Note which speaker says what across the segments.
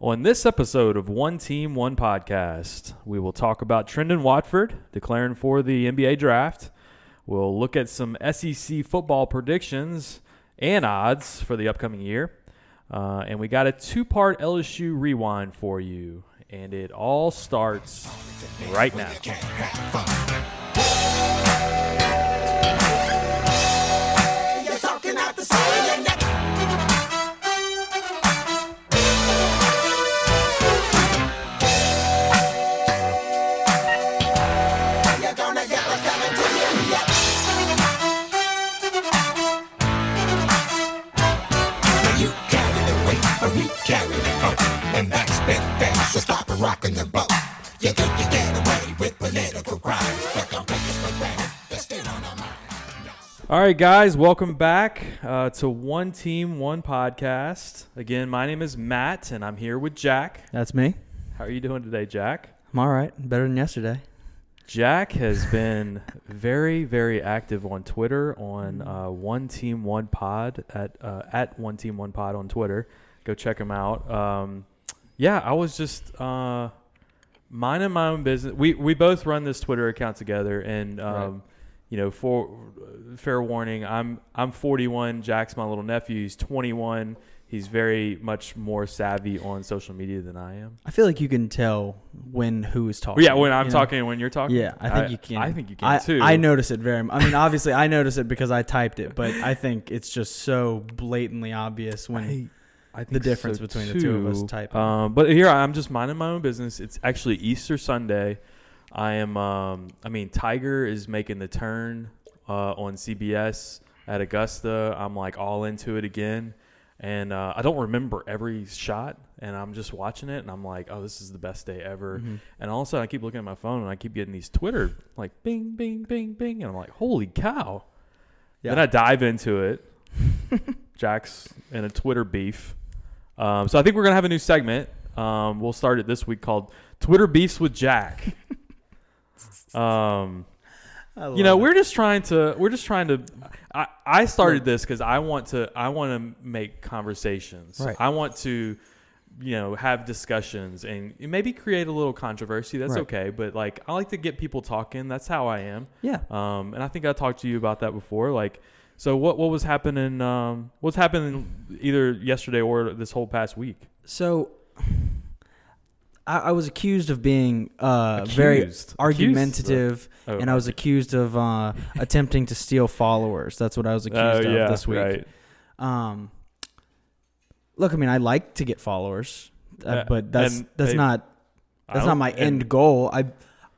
Speaker 1: On this episode of One Team, One Podcast, we will talk about Trendon Watford declaring for the NBA draft. We'll look at some SEC football predictions and odds for the upcoming year. Uh, and we got a two part LSU rewind for you. And it all starts right now. All right, guys, welcome back uh, to One Team, One Podcast. Again, my name is Matt, and I'm here with Jack.
Speaker 2: That's me.
Speaker 1: How are you doing today, Jack?
Speaker 2: I'm all right. Better than yesterday.
Speaker 1: Jack has been very, very active on Twitter on uh, One Team One Pod at uh, at One Team One Pod on Twitter. Go check him out. Um, yeah, I was just uh, minding my own business. We we both run this Twitter account together, and um,
Speaker 2: Right.
Speaker 1: you know, for fair warning, I'm I'm 41. Jack's my little nephew. He's 21. He's very much more savvy on social media than I am.
Speaker 2: I feel like you can tell when who is talking.
Speaker 1: Yeah, when I'm
Speaker 2: you know?
Speaker 1: talking, when you're talking,
Speaker 2: Yeah, I think you can.
Speaker 1: I think you can
Speaker 2: I,
Speaker 1: too.
Speaker 2: I notice it very. mu- I mean, obviously, I notice it because I typed it, but I think it's just so blatantly obvious when.
Speaker 1: I think
Speaker 2: the difference between the two of us
Speaker 1: too.
Speaker 2: type.
Speaker 1: Um, but here I- I'm just minding my own business. It's actually Easter Sunday. I am. Um, I mean, Tiger is making the turn uh, on CBS at Augusta. I'm like all into it again, and uh, I don't remember every shot. And I'm just watching it, and I'm like, "Oh, this is the best day ever."
Speaker 2: Mm-hmm.
Speaker 1: And all of a sudden, I keep looking at my phone, and I keep getting these Twitter like, "Bing, bing, bing, bing," and I'm like, "Holy cow!"
Speaker 2: Yeah.
Speaker 1: Then I dive into it. Jack's in a Twitter beef. Um, so I think we're gonna have a new segment. Um, we'll start it this week called Twitter Beefs with Jack. um,
Speaker 2: I
Speaker 1: you know,
Speaker 2: love it.
Speaker 1: we're just trying to we're just trying to. I, I started this because I want to I want to make conversations.
Speaker 2: Right.
Speaker 1: I want to you know have discussions and maybe create a little controversy. That's
Speaker 2: Right.
Speaker 1: okay, but like I like to get people talking. That's how I am.
Speaker 2: yeah.
Speaker 1: Um, and I think I talked to you about that before. Like, so what what was happening? Um, what's happening either yesterday or this whole past week?
Speaker 2: So, I, I was accused of being uh, very
Speaker 1: Accused.
Speaker 2: argumentative,
Speaker 1: Oh.
Speaker 2: and I was accused of uh, attempting to steal followers. That's what I
Speaker 1: Oh,
Speaker 2: was accused of this week. Um, look, I mean, I like to get followers, uh,
Speaker 1: Uh,
Speaker 2: but that's
Speaker 1: and
Speaker 2: that's
Speaker 1: they-
Speaker 2: not
Speaker 1: I
Speaker 2: that's not
Speaker 1: don't-
Speaker 2: my
Speaker 1: and-
Speaker 2: end goal. I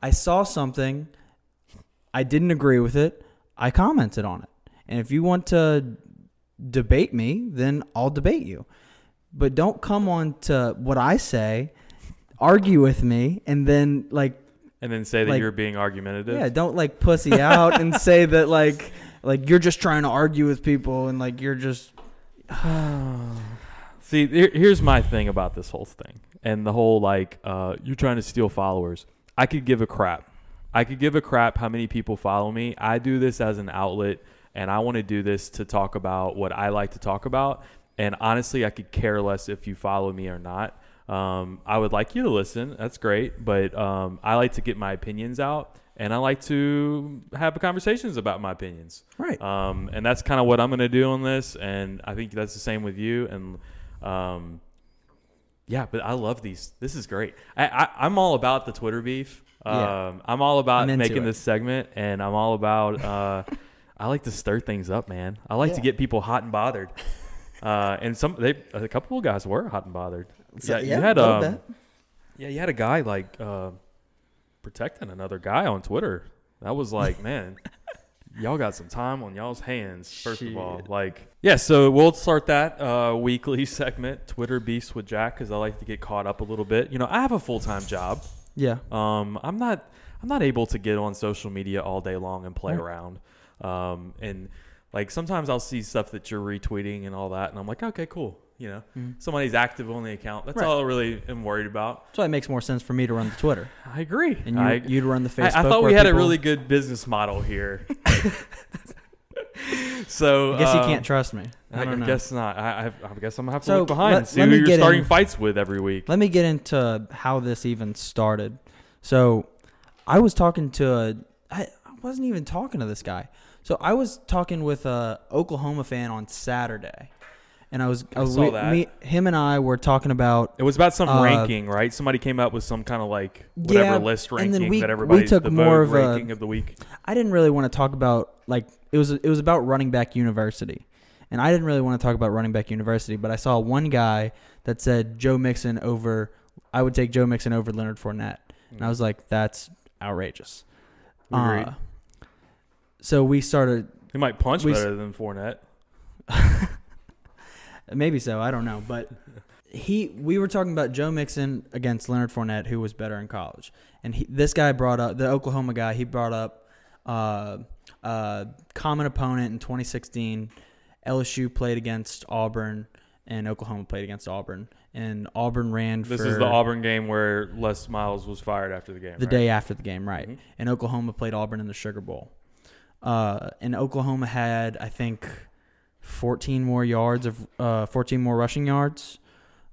Speaker 2: I saw something, I didn't agree with it. I commented on it, and if you want to debate me, then I'll debate you. But don't come on to what I say, argue with me, and then like
Speaker 1: And then say that
Speaker 2: like-
Speaker 1: you're being argumentative.
Speaker 2: yeah, don't like pussy out and say that like like you're just trying to argue with people and like you're just
Speaker 1: See, here, here's my thing about this whole thing and the whole like, uh, you're trying to steal followers. I could give a crap. I could give a crap how many people follow me. I do this as an outlet, and I want to do this to talk about what I like to talk about. And honestly, I could care less if you follow me or not. Um, I would like you to listen. That's great, but um, I like to get my opinions out, and I like to have conversations about my opinions.
Speaker 2: right.
Speaker 1: Um, and that's kind of what I'm going to do on this. And I think that's the same with you. And um, yeah, but I love these. This is great. I, I, I'm all about the Twitter beef. Um,
Speaker 2: Yeah.
Speaker 1: I'm all about
Speaker 2: I'm into
Speaker 1: making
Speaker 2: it.
Speaker 1: this segment, and I'm all about. Uh, I like to stir things up, man. I like to
Speaker 2: Yeah.
Speaker 1: get people hot and bothered. Uh, and some they a couple of guys were hot and bothered.
Speaker 2: So,
Speaker 1: yeah,
Speaker 2: yeah,
Speaker 1: you had
Speaker 2: love
Speaker 1: um,
Speaker 2: that.
Speaker 1: yeah, you had a guy like uh, protecting another guy on Twitter. That was like, man, y'all got some time on y'all's hands. First of all,
Speaker 2: Shit.
Speaker 1: like, yeah. So we'll start that uh, weekly segment, Twitter beefs with Jack, because I like to get caught up a little bit. You know, I have a full time job.
Speaker 2: Yeah.
Speaker 1: Um, I'm not I'm not able to get on social media all day long and play
Speaker 2: Right.
Speaker 1: around. Um, and like sometimes I'll see stuff that you're retweeting and all that, and I'm like, okay, cool. You know, somebody's active on the account. That's
Speaker 2: Mm. Right.
Speaker 1: all I really am worried about.
Speaker 2: That's why it makes more sense for me to run the Twitter,
Speaker 1: I agree.
Speaker 2: and you
Speaker 1: I,
Speaker 2: you'd run the
Speaker 1: I-
Speaker 2: Facebook.
Speaker 1: I thought we
Speaker 2: where
Speaker 1: had a
Speaker 2: people-
Speaker 1: really good business model here. so
Speaker 2: I guess you
Speaker 1: um,
Speaker 2: can't trust me. I
Speaker 1: uh, I,
Speaker 2: don't know.
Speaker 1: guess not. I, I, I guess I'm gonna have to
Speaker 2: So,
Speaker 1: look behind
Speaker 2: let-
Speaker 1: and see
Speaker 2: let
Speaker 1: who
Speaker 2: me
Speaker 1: you're
Speaker 2: get
Speaker 1: starting
Speaker 2: in.
Speaker 1: fights with every week.
Speaker 2: Let me get into how this even started. So, I was talking to a, I, I wasn't even talking to this guy. So I was talking with a Oklahoma fan on Saturday, and I was
Speaker 1: I
Speaker 2: uh,
Speaker 1: saw
Speaker 2: we-
Speaker 1: that.
Speaker 2: me- him and I were talking about
Speaker 1: It was about some
Speaker 2: Uh,
Speaker 1: ranking, right? Somebody came up with some kind of like whatever
Speaker 2: Yeah,
Speaker 1: list
Speaker 2: and
Speaker 1: ranking
Speaker 2: then we-
Speaker 1: that
Speaker 2: we
Speaker 1: everybody
Speaker 2: took
Speaker 1: the
Speaker 2: more
Speaker 1: vote
Speaker 2: of a-
Speaker 1: ranking of the week.
Speaker 2: I didn't really want to talk about like it was it was about running back university. And I didn't really want to talk about running back university, but I saw one guy that said Joe Mixon over I would take Joe Mixon over Leonard Fournette. And I was like, that's outrageous. Uh,
Speaker 1: We agreed.
Speaker 2: so we started
Speaker 1: He might punch
Speaker 2: we s-
Speaker 1: better than Fournette.
Speaker 2: maybe so, I don't know, but he we were talking about Joe Mixon against Leonard Fournette who was better in college. And he, this guy brought up the Oklahoma guy, he brought up uh, uh, common opponent in 2016 LSU played against Auburn and Oklahoma played against Auburn and Auburn ran
Speaker 1: This
Speaker 2: for
Speaker 1: is the Auburn game where Les Miles was fired after the game.
Speaker 2: the
Speaker 1: right?
Speaker 2: day after the game, right?
Speaker 1: Mhm.
Speaker 2: And Oklahoma played Auburn in the Sugar Bowl. Uh, and Oklahoma had, I think, 14 more yards of uh, 14 more rushing yards,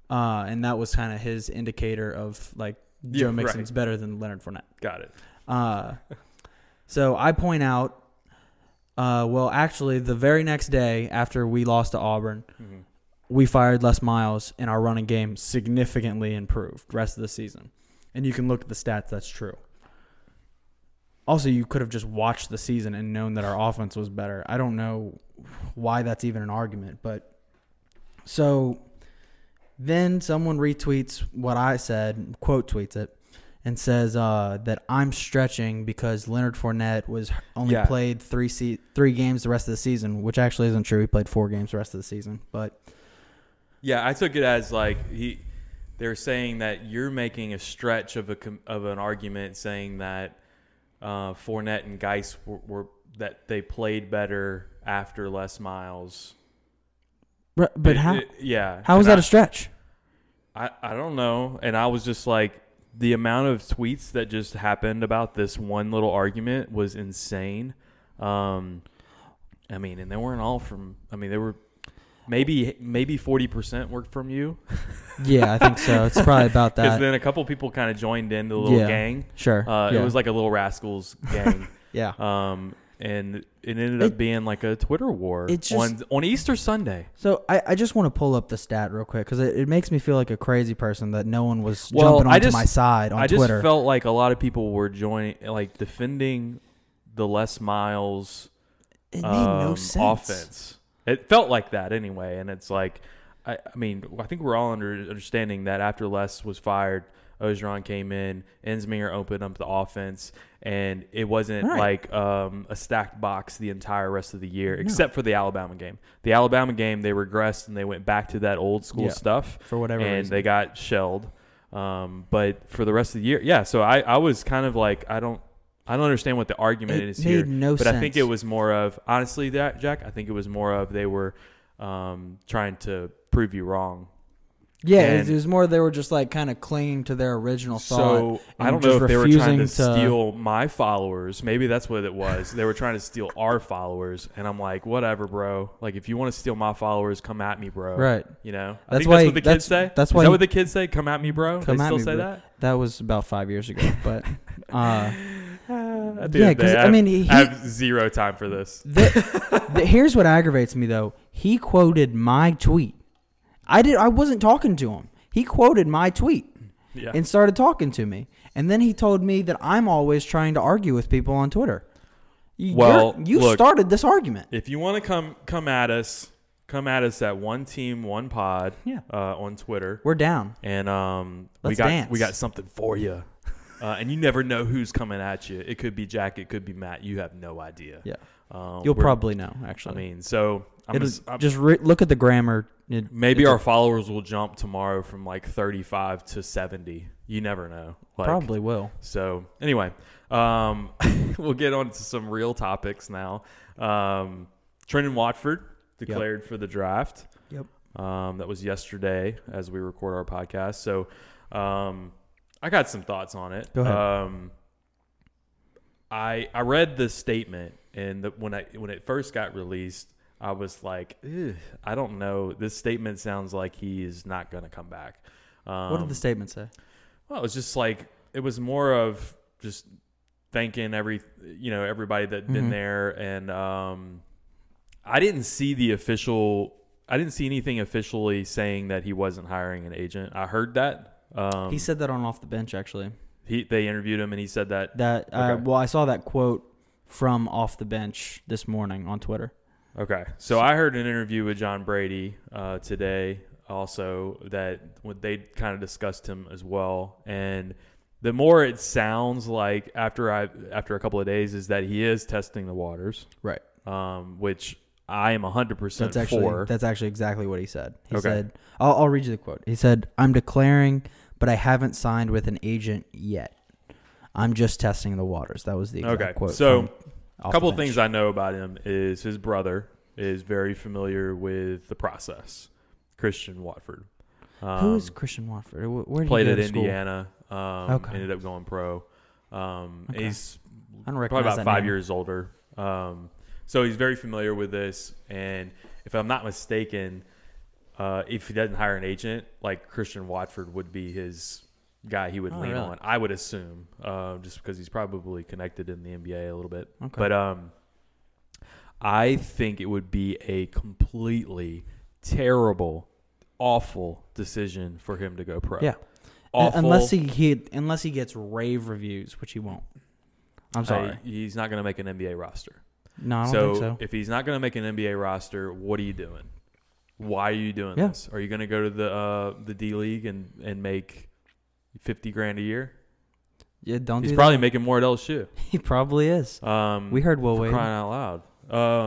Speaker 2: uh, and that was kind of his indicator of like
Speaker 1: Yeah,
Speaker 2: Joe Mixon's better than Leonard Fournette.
Speaker 1: Got it.
Speaker 2: Uh, so I point out, uh, well, actually, the very next day after we lost to Auburn,
Speaker 1: Mhm.
Speaker 2: we fired Les Miles, and our running game significantly improved rest of the season. And you can look at the stats; that's true. Also, you could have just watched the season and known that our offense was better. I don't know why that's even an argument, but so then someone retweets what I said, quote tweets it, and says uh, that I'm stretching because Leonard Fournette was only
Speaker 1: Yeah.
Speaker 2: played three se- three games the rest of the season, which actually isn't true. He played four games the rest of the season, but
Speaker 1: Yeah, I took it as like he. They're saying that you're making a stretch of a com- of an argument saying that uh, Fournette and Geis were, were that they played better after Les Miles.
Speaker 2: Right, but
Speaker 1: It-
Speaker 2: how
Speaker 1: it- yeah.
Speaker 2: how is
Speaker 1: And
Speaker 2: that a stretch?
Speaker 1: I I I don't know. And I was just like, the amount of tweets that just happened about this one little argument was insane. Um, I mean, and they weren't all from. I mean, they were maybe maybe forty percent were from you,
Speaker 2: yeah, I think so. It's probably about
Speaker 1: because
Speaker 2: that.
Speaker 1: then a couple people kind of joined in the little
Speaker 2: Yeah.
Speaker 1: gang.
Speaker 2: sure.
Speaker 1: Uh,
Speaker 2: yeah.
Speaker 1: It was like a little rascals gang.
Speaker 2: yeah.
Speaker 1: um, and it ended up
Speaker 2: It-
Speaker 1: being like a Twitter war
Speaker 2: It's
Speaker 1: on on Easter Sunday.
Speaker 2: So I, I just want to pull up the stat real quick because it, it makes me feel like a crazy person that no one was
Speaker 1: Well,
Speaker 2: jumping
Speaker 1: I
Speaker 2: onto
Speaker 1: just-
Speaker 2: my side on
Speaker 1: I just
Speaker 2: Twitter.
Speaker 1: felt like a lot of people were joining, like defending the Les Miles
Speaker 2: it made no
Speaker 1: um,
Speaker 2: sense.
Speaker 1: offense. It felt like that anyway, and it's like, I, I mean, I think we're all under, understanding that after Les was fired, Ogeron came in, Ensminger opened up the offense, and it wasn't
Speaker 2: Right.
Speaker 1: like um, a stacked box the entire rest of the year,
Speaker 2: No.
Speaker 1: except for the Alabama game. The Alabama game, they regressed and they went back to that old school
Speaker 2: Yeah.
Speaker 1: stuff
Speaker 2: for whatever
Speaker 1: and
Speaker 2: reason.
Speaker 1: they got shelled. Um, but for the rest of the year, yeah. So I, I was kind of like, I don't, I don't understand what the argument
Speaker 2: It
Speaker 1: is
Speaker 2: made
Speaker 1: here.
Speaker 2: no
Speaker 1: but I think
Speaker 2: sense.
Speaker 1: it was more of honestly that Jack. I think it was more of they were um, trying to prove you wrong.
Speaker 2: yeah, it
Speaker 1: and-
Speaker 2: was- it was more they were just like kind of clinging to their original thought.
Speaker 1: So I
Speaker 2: and
Speaker 1: don't know
Speaker 2: just
Speaker 1: if they were trying to,
Speaker 2: refusing to-
Speaker 1: steal my followers. Maybe that's what it was. they were trying to steal our followers, and I'm like, whatever, bro. Like if you want to steal my followers, come at me, bro.
Speaker 2: Right.
Speaker 1: You know. I
Speaker 2: That's
Speaker 1: think
Speaker 2: why-
Speaker 1: that's what the
Speaker 2: that's-
Speaker 1: kids say.
Speaker 2: that's
Speaker 1: Is
Speaker 2: why
Speaker 1: that
Speaker 2: you-
Speaker 1: what the kids say. Come at me, bro.
Speaker 2: Come
Speaker 1: they
Speaker 2: at
Speaker 1: still
Speaker 2: me,
Speaker 1: say
Speaker 2: bro.
Speaker 1: that.
Speaker 2: That was about five years ago, but uh,
Speaker 1: At the
Speaker 2: yeah,
Speaker 1: end of the
Speaker 2: because
Speaker 1: day,
Speaker 2: I mean, he,
Speaker 1: I have zero time for this.
Speaker 2: The, the, here's what aggravates me though. He quoted my tweet. I did. I wasn't talking to him. He quoted my tweet
Speaker 1: Yeah.
Speaker 2: and started talking to me. And then he told me that I'm always trying to argue with people on Twitter. You-
Speaker 1: Well,
Speaker 2: you're- you
Speaker 1: look.
Speaker 2: started this argument.
Speaker 1: if you want to come come at us, come at us at one team one pod
Speaker 2: Yeah.
Speaker 1: uh, on Twitter,
Speaker 2: We're down.
Speaker 1: and um, we
Speaker 2: Let's
Speaker 1: got
Speaker 2: dance.
Speaker 1: we got something for you. Uh, and you never know who's coming at you. It could be Jack. It could be Matt. You have no idea.
Speaker 2: Yeah.
Speaker 1: Um,
Speaker 2: You'll
Speaker 1: we're-
Speaker 2: probably know.
Speaker 1: I
Speaker 2: Actually,
Speaker 1: mean, so I'm
Speaker 2: It'll-
Speaker 1: just, I'm-
Speaker 2: just re- look at the grammar. It-
Speaker 1: maybe
Speaker 2: it's a-
Speaker 1: our followers will jump tomorrow from like 35 to 70. You never know. Like,
Speaker 2: probably will.
Speaker 1: So anyway, um, we'll get on to some real topics now. Um, Trenton Watford declared for the draft.
Speaker 2: Yep.
Speaker 1: Um, that was yesterday as we record our podcast. So um, I got some thoughts on it.
Speaker 2: Go ahead.
Speaker 1: Um, I I read the statement and the, when I when it first got released, I was like, "Ugh, I don't know. This statement sounds like he's not going to come back. Um,
Speaker 2: what did the statement say?
Speaker 1: well, it was just like it was more of just thanking every you know everybody that been
Speaker 2: Mhm.
Speaker 1: there, and um, I didn't see the official. I didn't see anything officially saying that he wasn't hiring an agent. I heard that um,
Speaker 2: he said that on off the bench actually.
Speaker 1: he they interviewed him and he said that.
Speaker 2: That uh,
Speaker 1: Okay.
Speaker 2: well, I saw that quote from off the bench this morning on Twitter.
Speaker 1: Okay, so I heard an interview with John Brady uh, today also that when they kind of discussed him as well, and the more it sounds like after I after a couple of days is that he is testing the waters.
Speaker 2: Right.
Speaker 1: um, which I am 100%
Speaker 2: That's actually
Speaker 1: for.
Speaker 2: that's actually exactly what he said. He
Speaker 1: Okay.
Speaker 2: said, I'll, "I'll read you the quote." He said, "I'm declaring, but I haven't signed with an agent yet. I'm just testing the waters." That was the exact
Speaker 1: Okay,
Speaker 2: quote.
Speaker 1: so,
Speaker 2: from off
Speaker 1: a
Speaker 2: the
Speaker 1: couple of
Speaker 2: bench.
Speaker 1: things I know about him is his brother is very familiar with the process, Christian Watford. Um,
Speaker 2: Who is Christian Watford? Wh- Where did
Speaker 1: played
Speaker 2: he go
Speaker 1: at
Speaker 2: to school?
Speaker 1: Indiana, um,
Speaker 2: Okay.
Speaker 1: ended up going pro. Um, and
Speaker 2: Okay.
Speaker 1: He's
Speaker 2: I don't
Speaker 1: probably
Speaker 2: recognize
Speaker 1: about
Speaker 2: that
Speaker 1: five
Speaker 2: name.
Speaker 1: years older. Um, so he's very familiar with this. And if I'm not mistaken, uh, if he doesn't hire an agent, like Christian Watford would be his guy he would
Speaker 2: Oh,
Speaker 1: lean
Speaker 2: really?
Speaker 1: on, I would assume, uh, just because he's probably connected in the NBA a little bit.
Speaker 2: Okay.
Speaker 1: But um, I think it would be a completely terrible, awful decision for him to go pro.
Speaker 2: Yeah. Uh,
Speaker 1: Awful.
Speaker 2: Unless he, he unless he gets rave reviews, which he won't. I'm sorry.
Speaker 1: Uh, he's not going to make an NBA roster.
Speaker 2: no, I don't
Speaker 1: so,
Speaker 2: think so.
Speaker 1: if he's not going to make an NBA roster, what are you doing? Why are you doing
Speaker 2: Yeah.
Speaker 1: this? Are you going to go to the uh, the D League and, and make fifty grand a year?
Speaker 2: Yeah, don't
Speaker 1: He's
Speaker 2: do
Speaker 1: probably making more at LSU.
Speaker 2: that. He probably is.
Speaker 1: Um,
Speaker 2: We heard Will
Speaker 1: for
Speaker 2: Wade.
Speaker 1: crying out loud.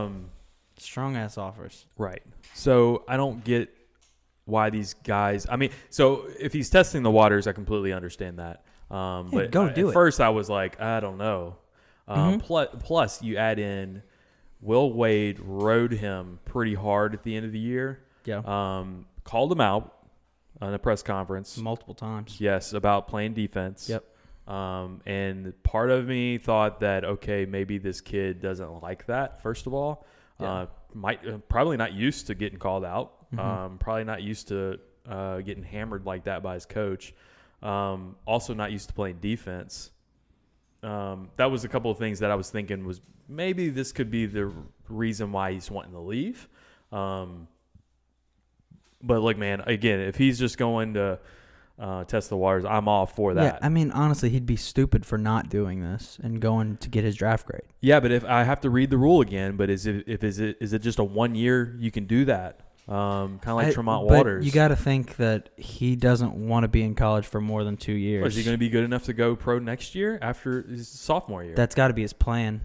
Speaker 1: Um,
Speaker 2: Strong ass offers.
Speaker 1: right. So I don't get why these guys. I mean, so if he's testing the waters, I completely understand that. Um,
Speaker 2: Yeah,
Speaker 1: but
Speaker 2: go
Speaker 1: I-
Speaker 2: do
Speaker 1: at
Speaker 2: it.
Speaker 1: First, I was like, I don't know. Um,
Speaker 2: Mhm.
Speaker 1: plu- plus, you add in Will Wade rode him pretty hard at the end of the year.
Speaker 2: Yeah.
Speaker 1: Um, called him out on a press conference.
Speaker 2: Multiple times.
Speaker 1: Yes, about playing defense.
Speaker 2: Yep.
Speaker 1: Um, and part of me thought that okay, maybe this kid doesn't like that. First of all, uh,
Speaker 2: Yeah.
Speaker 1: might uh, probably not used to getting called out.
Speaker 2: Mhm.
Speaker 1: Um, probably not used to uh, getting hammered like that by his coach. Um, also not used to playing defense. Um, that was a couple of things that I was thinking was maybe this could be the reason why he's wanting to leave. Um, but look, man, again, if he's just going to uh, test the waters, I'm all for that.
Speaker 2: Yeah, I mean, honestly, he'd be stupid for not doing this and going to get his draft grade.
Speaker 1: Yeah, but if I have to read the rule again, but is it if is it is it just a one year you can do that? Um, kind of like
Speaker 2: I-
Speaker 1: Tremont
Speaker 2: but
Speaker 1: Waters.
Speaker 2: You got to think that he doesn't want to be in college for more than two
Speaker 1: Well, is
Speaker 2: years.
Speaker 1: he going to be good enough to go pro next year after his sophomore year?
Speaker 2: That's got to be his plan.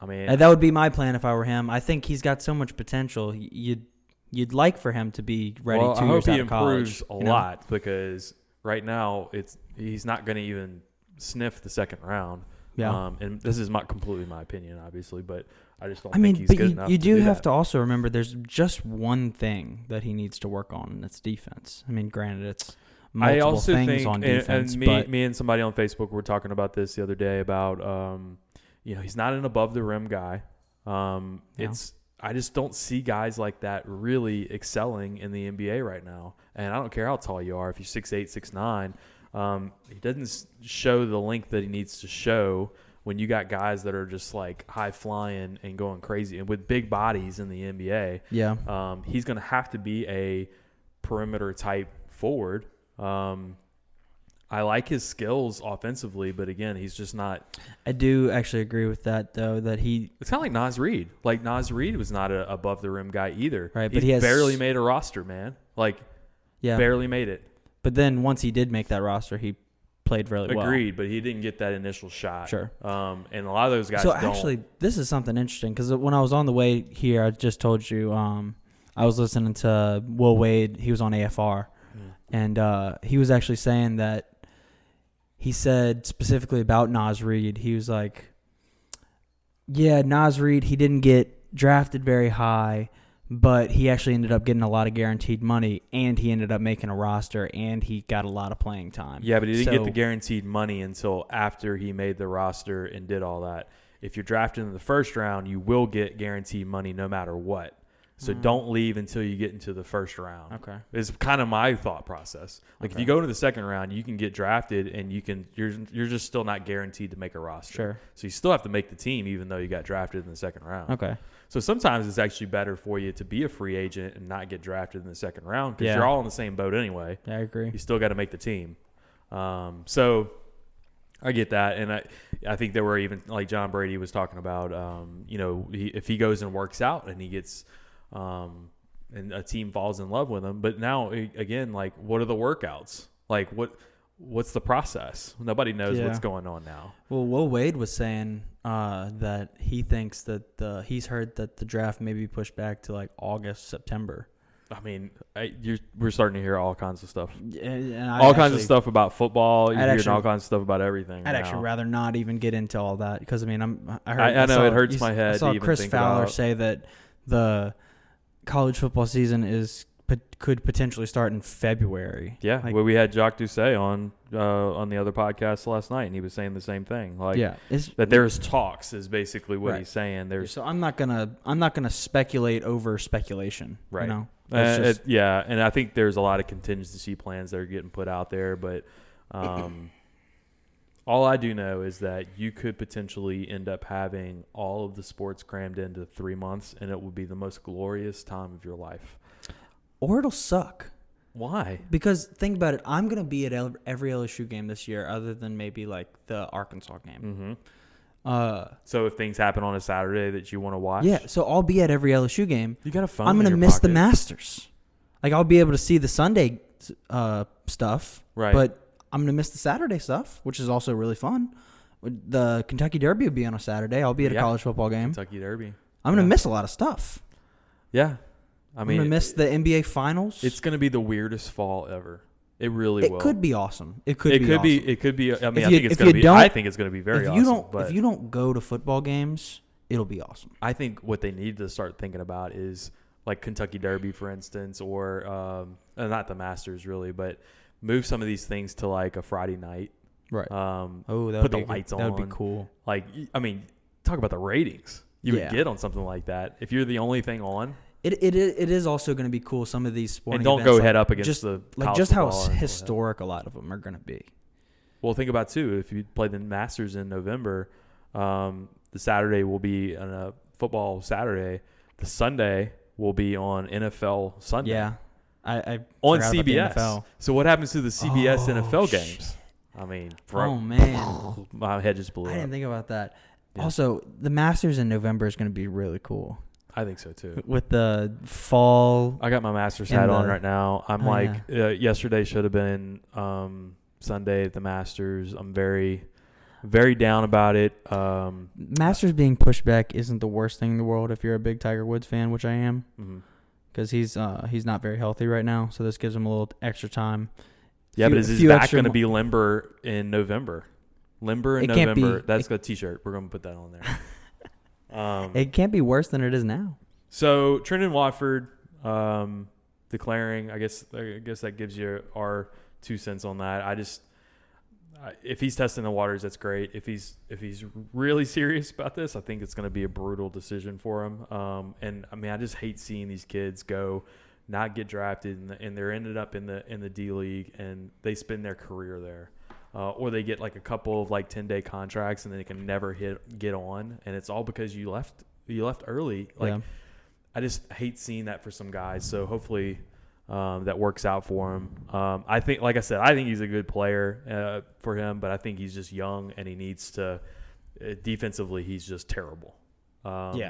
Speaker 1: I mean,
Speaker 2: Uh, That would be my plan if I were him. I think he's got so much potential. Y- You'd you'd like for him to be ready
Speaker 1: well,
Speaker 2: two
Speaker 1: I hope
Speaker 2: years
Speaker 1: he
Speaker 2: out of college.
Speaker 1: improves a
Speaker 2: you know?
Speaker 1: lot because right now it's he's not going to even sniff the second round.
Speaker 2: Yeah.
Speaker 1: Um, and this is my completely my opinion, obviously, but I just don't
Speaker 2: I
Speaker 1: think
Speaker 2: mean,
Speaker 1: he's
Speaker 2: but
Speaker 1: good
Speaker 2: you,
Speaker 1: enough.
Speaker 2: you
Speaker 1: to
Speaker 2: do
Speaker 1: do
Speaker 2: have
Speaker 1: that.
Speaker 2: to also remember there's just one thing that he needs to work on, and it's defense. I mean, granted, it's multiple
Speaker 1: I also
Speaker 2: things
Speaker 1: think,
Speaker 2: on
Speaker 1: and-
Speaker 2: defense,
Speaker 1: and, me,
Speaker 2: but
Speaker 1: me and somebody on Facebook were talking about this the other day about, um, you know, he's not an above the rim guy. Um,
Speaker 2: Yeah.
Speaker 1: It's I just don't see guys like that really excelling in the NBA right now. And I don't care how tall you are, if you're six eight, six nine, um, he doesn't s- show the length that he needs to show. When you got guys that are just like high flying and going crazy and with big bodies in the NBA,
Speaker 2: yeah,
Speaker 1: um, he's going to have to be a perimeter type forward. Um, I like his skills offensively, but again, he's just not.
Speaker 2: I do actually agree with that though. That he
Speaker 1: It's kind of like Nas Reed. Like Nas Reed was not a above the rim guy either.
Speaker 2: Right, but
Speaker 1: He's
Speaker 2: he has-
Speaker 1: barely made a roster, man. Like
Speaker 2: yeah,
Speaker 1: barely made it.
Speaker 2: but then once he did make that roster, he played really well.
Speaker 1: Agreed, but he didn't get that initial shot.
Speaker 2: Sure.
Speaker 1: Um, and a lot of those guys.
Speaker 2: so
Speaker 1: don't.
Speaker 2: actually, this is something interesting because when I was on the way here, I just told you um, I was listening to Will Wade. He was on AFR,
Speaker 1: Mm.
Speaker 2: and uh, he was actually saying that he said specifically about Nas Reed. He was like, "Yeah, Nas Reed. He didn't get drafted very high." But he actually ended up getting a lot of guaranteed money, and he ended up making a roster, and he got a lot of playing time.
Speaker 1: Yeah, but he didn't get
Speaker 2: So-
Speaker 1: the guaranteed money until after he made the roster and did all that. If you're drafted in the first round, you will get guaranteed money no matter what. So don't leave until you get into the first round.
Speaker 2: Mm. Okay.
Speaker 1: Is kind of my thought process. Like if
Speaker 2: Okay.
Speaker 1: you go into the second round, you can get drafted and you can you're you're just still not guaranteed to make a roster.
Speaker 2: Sure.
Speaker 1: So you still have to make the team even though you got drafted in the second round.
Speaker 2: Okay.
Speaker 1: So sometimes it's actually better for you to be a free agent and not get drafted in the second round because
Speaker 2: Yeah.
Speaker 1: you're all in the same boat anyway.
Speaker 2: Yeah, I agree.
Speaker 1: You still got to make the team. Um, so I get that, and I I think there were even like John Brady was talking about. Um, you know, he, if he goes and works out and he gets. Um, and a team falls in love with him, but now a- again, like, what are the workouts? Like, what, what's the process? Nobody knows
Speaker 2: Yeah.
Speaker 1: what's going on now.
Speaker 2: Well, Will Wade was saying uh, that he thinks that the he's heard that the draft may be pushed back to like August, September.
Speaker 1: I mean, I, you're, we're starting to hear all kinds of stuff.
Speaker 2: And, and I'd
Speaker 1: all kinds of
Speaker 2: actually-
Speaker 1: stuff about football. You're
Speaker 2: I'd
Speaker 1: hearing
Speaker 2: actually-
Speaker 1: all kinds of stuff about everything.
Speaker 2: I'd
Speaker 1: now.
Speaker 2: actually rather not even get into all that because I mean I'm I heard
Speaker 1: I- I know,
Speaker 2: saw-
Speaker 1: it hurts
Speaker 2: you s-
Speaker 1: my head
Speaker 2: I
Speaker 1: to
Speaker 2: saw
Speaker 1: even
Speaker 2: Chris
Speaker 1: think
Speaker 2: Fowler
Speaker 1: about.
Speaker 2: say that the college football season is pot- could potentially start in February.
Speaker 1: Yeah,
Speaker 2: Like-
Speaker 1: well, we had Jacques Doucet on uh, on the other podcast last night, and he was saying the same thing. Like
Speaker 2: yeah, it's,
Speaker 1: that there's talks is basically what
Speaker 2: Right.
Speaker 1: he's saying. There's
Speaker 2: so I'm not gonna I'm not gonna speculate over speculation.
Speaker 1: Right.
Speaker 2: You know?
Speaker 1: uh,
Speaker 2: It's just-
Speaker 1: it- yeah, and I think there's a lot of contingency plans that are getting put out there, but um, all I do know is that you could potentially end up having all of the sports crammed into three months, and it will be the most glorious time of your life.
Speaker 2: or it'll suck.
Speaker 1: Why?
Speaker 2: Because think about it, I'm gonna be at el- every LSU game this year, other than maybe like the Arkansas game.
Speaker 1: hmm
Speaker 2: Uh,
Speaker 1: So if things happen on a Saturday that you want to watch,
Speaker 2: yeah, so I'll be at every LSU game.
Speaker 1: you got a phone.
Speaker 2: I'm
Speaker 1: in
Speaker 2: gonna
Speaker 1: your
Speaker 2: miss the
Speaker 1: pocket.
Speaker 2: Masters. Like I'll be able to see the Sunday uh, stuff,
Speaker 1: Right.
Speaker 2: But I'm gonna miss the Saturday stuff, which is also really fun. The Kentucky Derby will be on a Saturday. I'll be at a
Speaker 1: Yeah.
Speaker 2: college football game.
Speaker 1: Kentucky Derby.
Speaker 2: I'm gonna
Speaker 1: yeah.
Speaker 2: miss a lot of stuff.
Speaker 1: Yeah, I
Speaker 2: I
Speaker 1: mean,
Speaker 2: am gonna miss the NBA finals.
Speaker 1: It's going to be the weirdest fall ever. It really
Speaker 2: it
Speaker 1: will.
Speaker 2: could be awesome. It could
Speaker 1: it
Speaker 2: be
Speaker 1: could
Speaker 2: awesome.
Speaker 1: be. It could be. I mean, I
Speaker 2: you-
Speaker 1: think it's
Speaker 2: if
Speaker 1: going
Speaker 2: you
Speaker 1: to be.
Speaker 2: don't-
Speaker 1: I think it's going to be very.
Speaker 2: if you
Speaker 1: awesome,
Speaker 2: don't
Speaker 1: But
Speaker 2: if you don't go to football games, it'll be awesome.
Speaker 1: I think what they need to start thinking about is like Kentucky Derby, for instance, or um, uh, not the Masters really, but move some of these things to like a Friday night.
Speaker 2: Right.
Speaker 1: Um,
Speaker 2: oh, that
Speaker 1: put
Speaker 2: would
Speaker 1: the
Speaker 2: be,
Speaker 1: lights
Speaker 2: that would
Speaker 1: on.
Speaker 2: be cool.
Speaker 1: like y- I mean, talk about the ratings you
Speaker 2: Yeah.
Speaker 1: would get on something like that if you're the only thing on.
Speaker 2: It, it, it is also going to be cool. Some of these sporting
Speaker 1: And don't
Speaker 2: events,
Speaker 1: go
Speaker 2: like-
Speaker 1: head up against
Speaker 2: just-
Speaker 1: the
Speaker 2: like
Speaker 1: college
Speaker 2: just how
Speaker 1: football
Speaker 2: s-
Speaker 1: and all that.
Speaker 2: historic a lot of them are going to be.
Speaker 1: Well, think about too. If you play the Masters in November, um, the Saturday will be on a football Saturday. The Sunday will be on NFL Sunday.
Speaker 2: Yeah, I, I
Speaker 1: on
Speaker 2: forgot about the
Speaker 1: CBS.
Speaker 2: NFL.
Speaker 1: So what happens to the CBS
Speaker 2: Oh,
Speaker 1: NFL
Speaker 2: shit.
Speaker 1: games? I mean,
Speaker 2: Oh
Speaker 1: bro,
Speaker 2: man,
Speaker 1: my head just blew
Speaker 2: I
Speaker 1: up.
Speaker 2: didn't think about that.
Speaker 1: Yeah.
Speaker 2: Also, the Masters in November is going to be really cool
Speaker 1: I think so too.
Speaker 2: with the fall.
Speaker 1: I got my Masters
Speaker 2: And
Speaker 1: hat on
Speaker 2: the-
Speaker 1: right now. I'm
Speaker 2: Oh,
Speaker 1: like, uh, yesterday should have been um, Sunday at the Masters. I'm very, very down about it. Um,
Speaker 2: Masters being pushed back isn't the worst thing in the world if you're a big Tiger Woods fan, which I am.
Speaker 1: mhm.
Speaker 2: because he's uh, he's not very healthy right now. So this gives him a little extra time.
Speaker 1: Yeah,
Speaker 2: Few-
Speaker 1: but is his
Speaker 2: few
Speaker 1: back
Speaker 2: extra
Speaker 1: going to
Speaker 2: mo-
Speaker 1: be limber in November? Limber in
Speaker 2: It can't
Speaker 1: November.
Speaker 2: be-
Speaker 1: That's the T-shirt. We're going to put that on there. um,
Speaker 2: It can't be worse than it is now.
Speaker 1: so Trenton Watford um, declaring. I guess I guess that gives you our two cents on that. I just I- if he's testing the waters, that's great. If he's if he's really serious about this, I think it's going to be a brutal decision for him. Um, and I mean, I just hate seeing these kids go, not get drafted, and, and they're ended up in the in the D league, and they spend their career there, uh, or they get like a couple of like ten day contracts, and then they can never hit get on, and it's all because you left you left early. Like
Speaker 2: Yeah.
Speaker 1: I just hate seeing that for some guys. So hopefully um, that works out for him. Um, I think, like I said, I think he's a good player uh, for him, but I think he's just young and he needs to. Uh, defensively, he's just terrible. Um,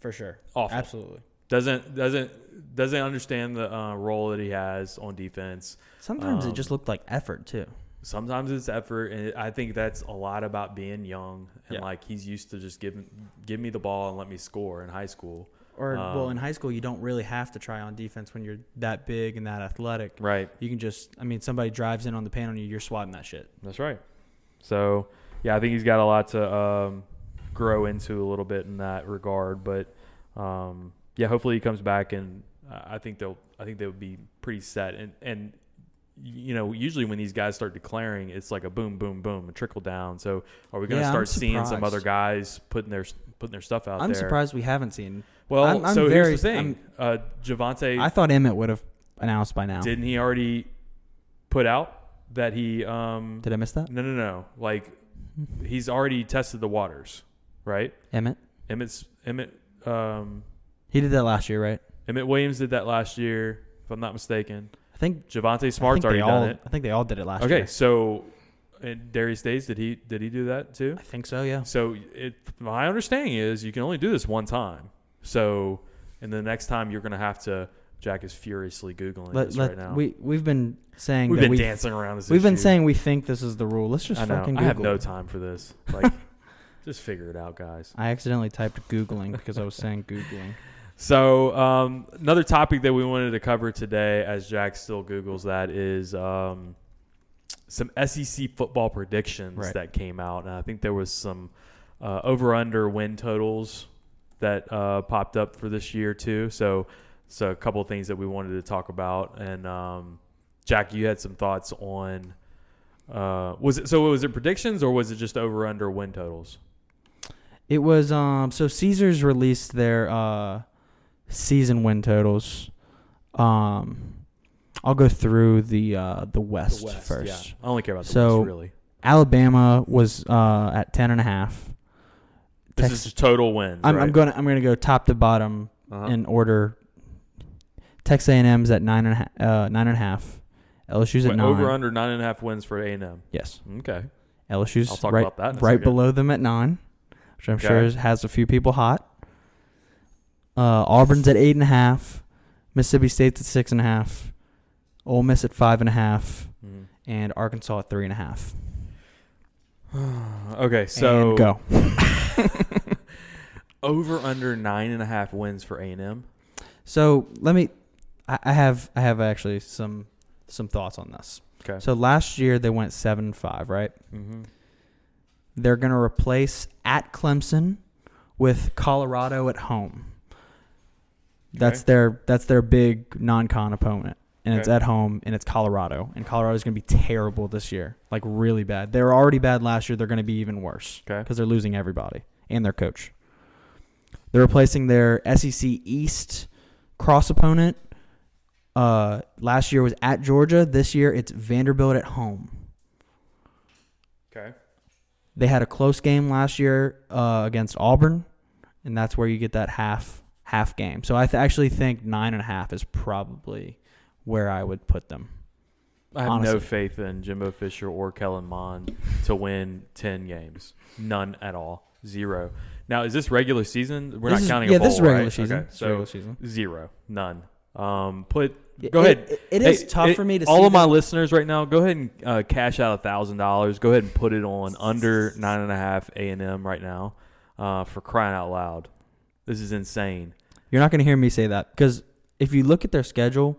Speaker 2: for sure.
Speaker 1: awful.
Speaker 2: Absolutely.
Speaker 1: doesn't doesn't doesn't understand the uh, role that he has on defense.
Speaker 2: Sometimes
Speaker 1: Um,
Speaker 2: it just looked like effort too.
Speaker 1: Sometimes it's effort, and I think that's a lot about being young and
Speaker 2: Yeah.
Speaker 1: like he's used to just give give me the ball and let me score in high school.
Speaker 2: Or well,
Speaker 1: um,
Speaker 2: in high school, you don't really have to try on defense when you're that big and that athletic.
Speaker 1: Right.
Speaker 2: You can just, I mean, somebody drives in on the pan on you, you're swatting that shit.
Speaker 1: That's right. So, yeah, I think he's got a lot to um, grow into a little bit in that regard. But um, yeah, hopefully he comes back, and uh, I think they'll I think they'll be pretty set. And and you know, usually when these guys start declaring, it's like a boom, boom, boom, a trickle down. So are we going to
Speaker 2: Yeah, I'm
Speaker 1: start seeing some other
Speaker 2: surprised.
Speaker 1: guys putting their putting their stuff out
Speaker 2: I'm
Speaker 1: there?
Speaker 2: surprised we haven't seen.
Speaker 1: Well,
Speaker 2: I'm- I'm
Speaker 1: so
Speaker 2: very-
Speaker 1: here's the thing: uh, Javante
Speaker 2: I thought Emmett would have announced by now. Did,
Speaker 1: didn't he already put out that he? Um,
Speaker 2: I miss that?
Speaker 1: no, no, no. Like he's already tested the waters, right?
Speaker 2: Emmett.
Speaker 1: Emmett's Emmett um,
Speaker 2: He did that last year, right?
Speaker 1: Emmett Williams did that last year, if I'm not mistaken.
Speaker 2: I think
Speaker 1: Javante
Speaker 2: I think
Speaker 1: Smart's
Speaker 2: they
Speaker 1: already
Speaker 2: all,
Speaker 1: done it.
Speaker 2: I think they all did it last year.
Speaker 1: Okay, so and Darius Days did he did he do that too?
Speaker 2: I think so. Yeah.
Speaker 1: So it, my understanding is you can only do this one time. So and the next time you're gonna have to. Jack is furiously googling
Speaker 2: Let,
Speaker 1: this
Speaker 2: let,
Speaker 1: right now.
Speaker 2: We we've been saying
Speaker 1: We've
Speaker 2: that
Speaker 1: been
Speaker 2: we
Speaker 1: dancing around this.
Speaker 2: we've been
Speaker 1: issue.
Speaker 2: saying we think this is the rule. Let's just
Speaker 1: I know.
Speaker 2: fucking
Speaker 1: I
Speaker 2: Google.
Speaker 1: have no
Speaker 2: it.
Speaker 1: time for this. Like, just figure it out, guys.
Speaker 2: I accidentally typed googling because I was saying googling.
Speaker 1: So um, another topic that we wanted to cover today, as Jack still googles that, is um, some SEC football predictions
Speaker 2: Right.
Speaker 1: that came out, and I think there was some uh, over/under win totals that uh, popped up for this year too. So, so a couple of things that we wanted to talk about, and um, Jack, you had some thoughts on. Uh, was it so? Was it predictions or was it just over under win totals?
Speaker 2: It was um so Caesars released their uh season win totals. Um I'll go through the uh the West, first.
Speaker 1: I only care about the
Speaker 2: So-
Speaker 1: West really.
Speaker 2: Alabama was uh at ten and a half.
Speaker 1: This
Speaker 2: Tex-
Speaker 1: is just total wins.
Speaker 2: I'm,
Speaker 1: right?
Speaker 2: I'm gonna I'm gonna go top to bottom
Speaker 1: Uh-huh.
Speaker 2: in order. Texas A&M's at nine and a half. Uh, nine and a half. LSU's at
Speaker 1: Wait,
Speaker 2: nine.
Speaker 1: over under nine and a half wins for A and M.
Speaker 2: Yes,
Speaker 1: Okay,
Speaker 2: LSU's
Speaker 1: I'll talk
Speaker 2: right
Speaker 1: about that in a
Speaker 2: right
Speaker 1: second.
Speaker 2: below them at nine, which I'm
Speaker 1: Okay.
Speaker 2: sure is- has a few people hot. Uh, Auburn's at eight and a half. Mississippi State's at six and a half. Ole Miss at five and a half,
Speaker 1: Mhm.
Speaker 2: and Arkansas at three and a half.
Speaker 1: Okay, so
Speaker 2: and go.
Speaker 1: over under nine and a half wins for A and M.
Speaker 2: So let me. I, I have I have actually some some thoughts on this.
Speaker 1: Okay.
Speaker 2: So last year they went seven and five, right?
Speaker 1: Mm-hmm.
Speaker 2: They're going to replace at Clemson with Colorado at home. That's
Speaker 1: Okay.
Speaker 2: their that's their big non-con opponent, and it's
Speaker 1: Okay.
Speaker 2: at home, and it's Colorado, and Colorado's going to be terrible this year, like really bad. They were already bad last year; they're going to be even worse
Speaker 1: Okay.
Speaker 2: because they're losing everybody and their coach. They're replacing their SEC East cross opponent. Uh, last year was at Georgia. This year it's Vanderbilt at home.
Speaker 1: Okay.
Speaker 2: They had a close game last year uh, against Auburn, and that's where you get that half half game. So I th- actually think nine and a half is probably where I would put them.
Speaker 1: I have
Speaker 2: Honestly.
Speaker 1: no faith in Jimbo Fisher or Kellen Mond to win ten games. None at all. Zero. Now is this regular season? We're
Speaker 2: This
Speaker 1: not
Speaker 2: is-
Speaker 1: counting.
Speaker 2: Yeah,
Speaker 1: a bowl,
Speaker 2: this is regular
Speaker 1: right?
Speaker 2: season.
Speaker 1: Okay,
Speaker 2: This is
Speaker 1: so
Speaker 2: regular season.
Speaker 1: zero. None. Um, put. Go
Speaker 2: It-
Speaker 1: ahead.
Speaker 2: it- it is
Speaker 1: Hey,
Speaker 2: tough
Speaker 1: it-
Speaker 2: for me to
Speaker 1: all
Speaker 2: see
Speaker 1: of my
Speaker 2: them-
Speaker 1: listeners right now. Go ahead and uh, cash out a thousand dollars. Go ahead and put it on under nine and a half A and M right now. Uh, for crying out loud, this is insane.
Speaker 2: You're not going to hear me say that because if you look at their schedule,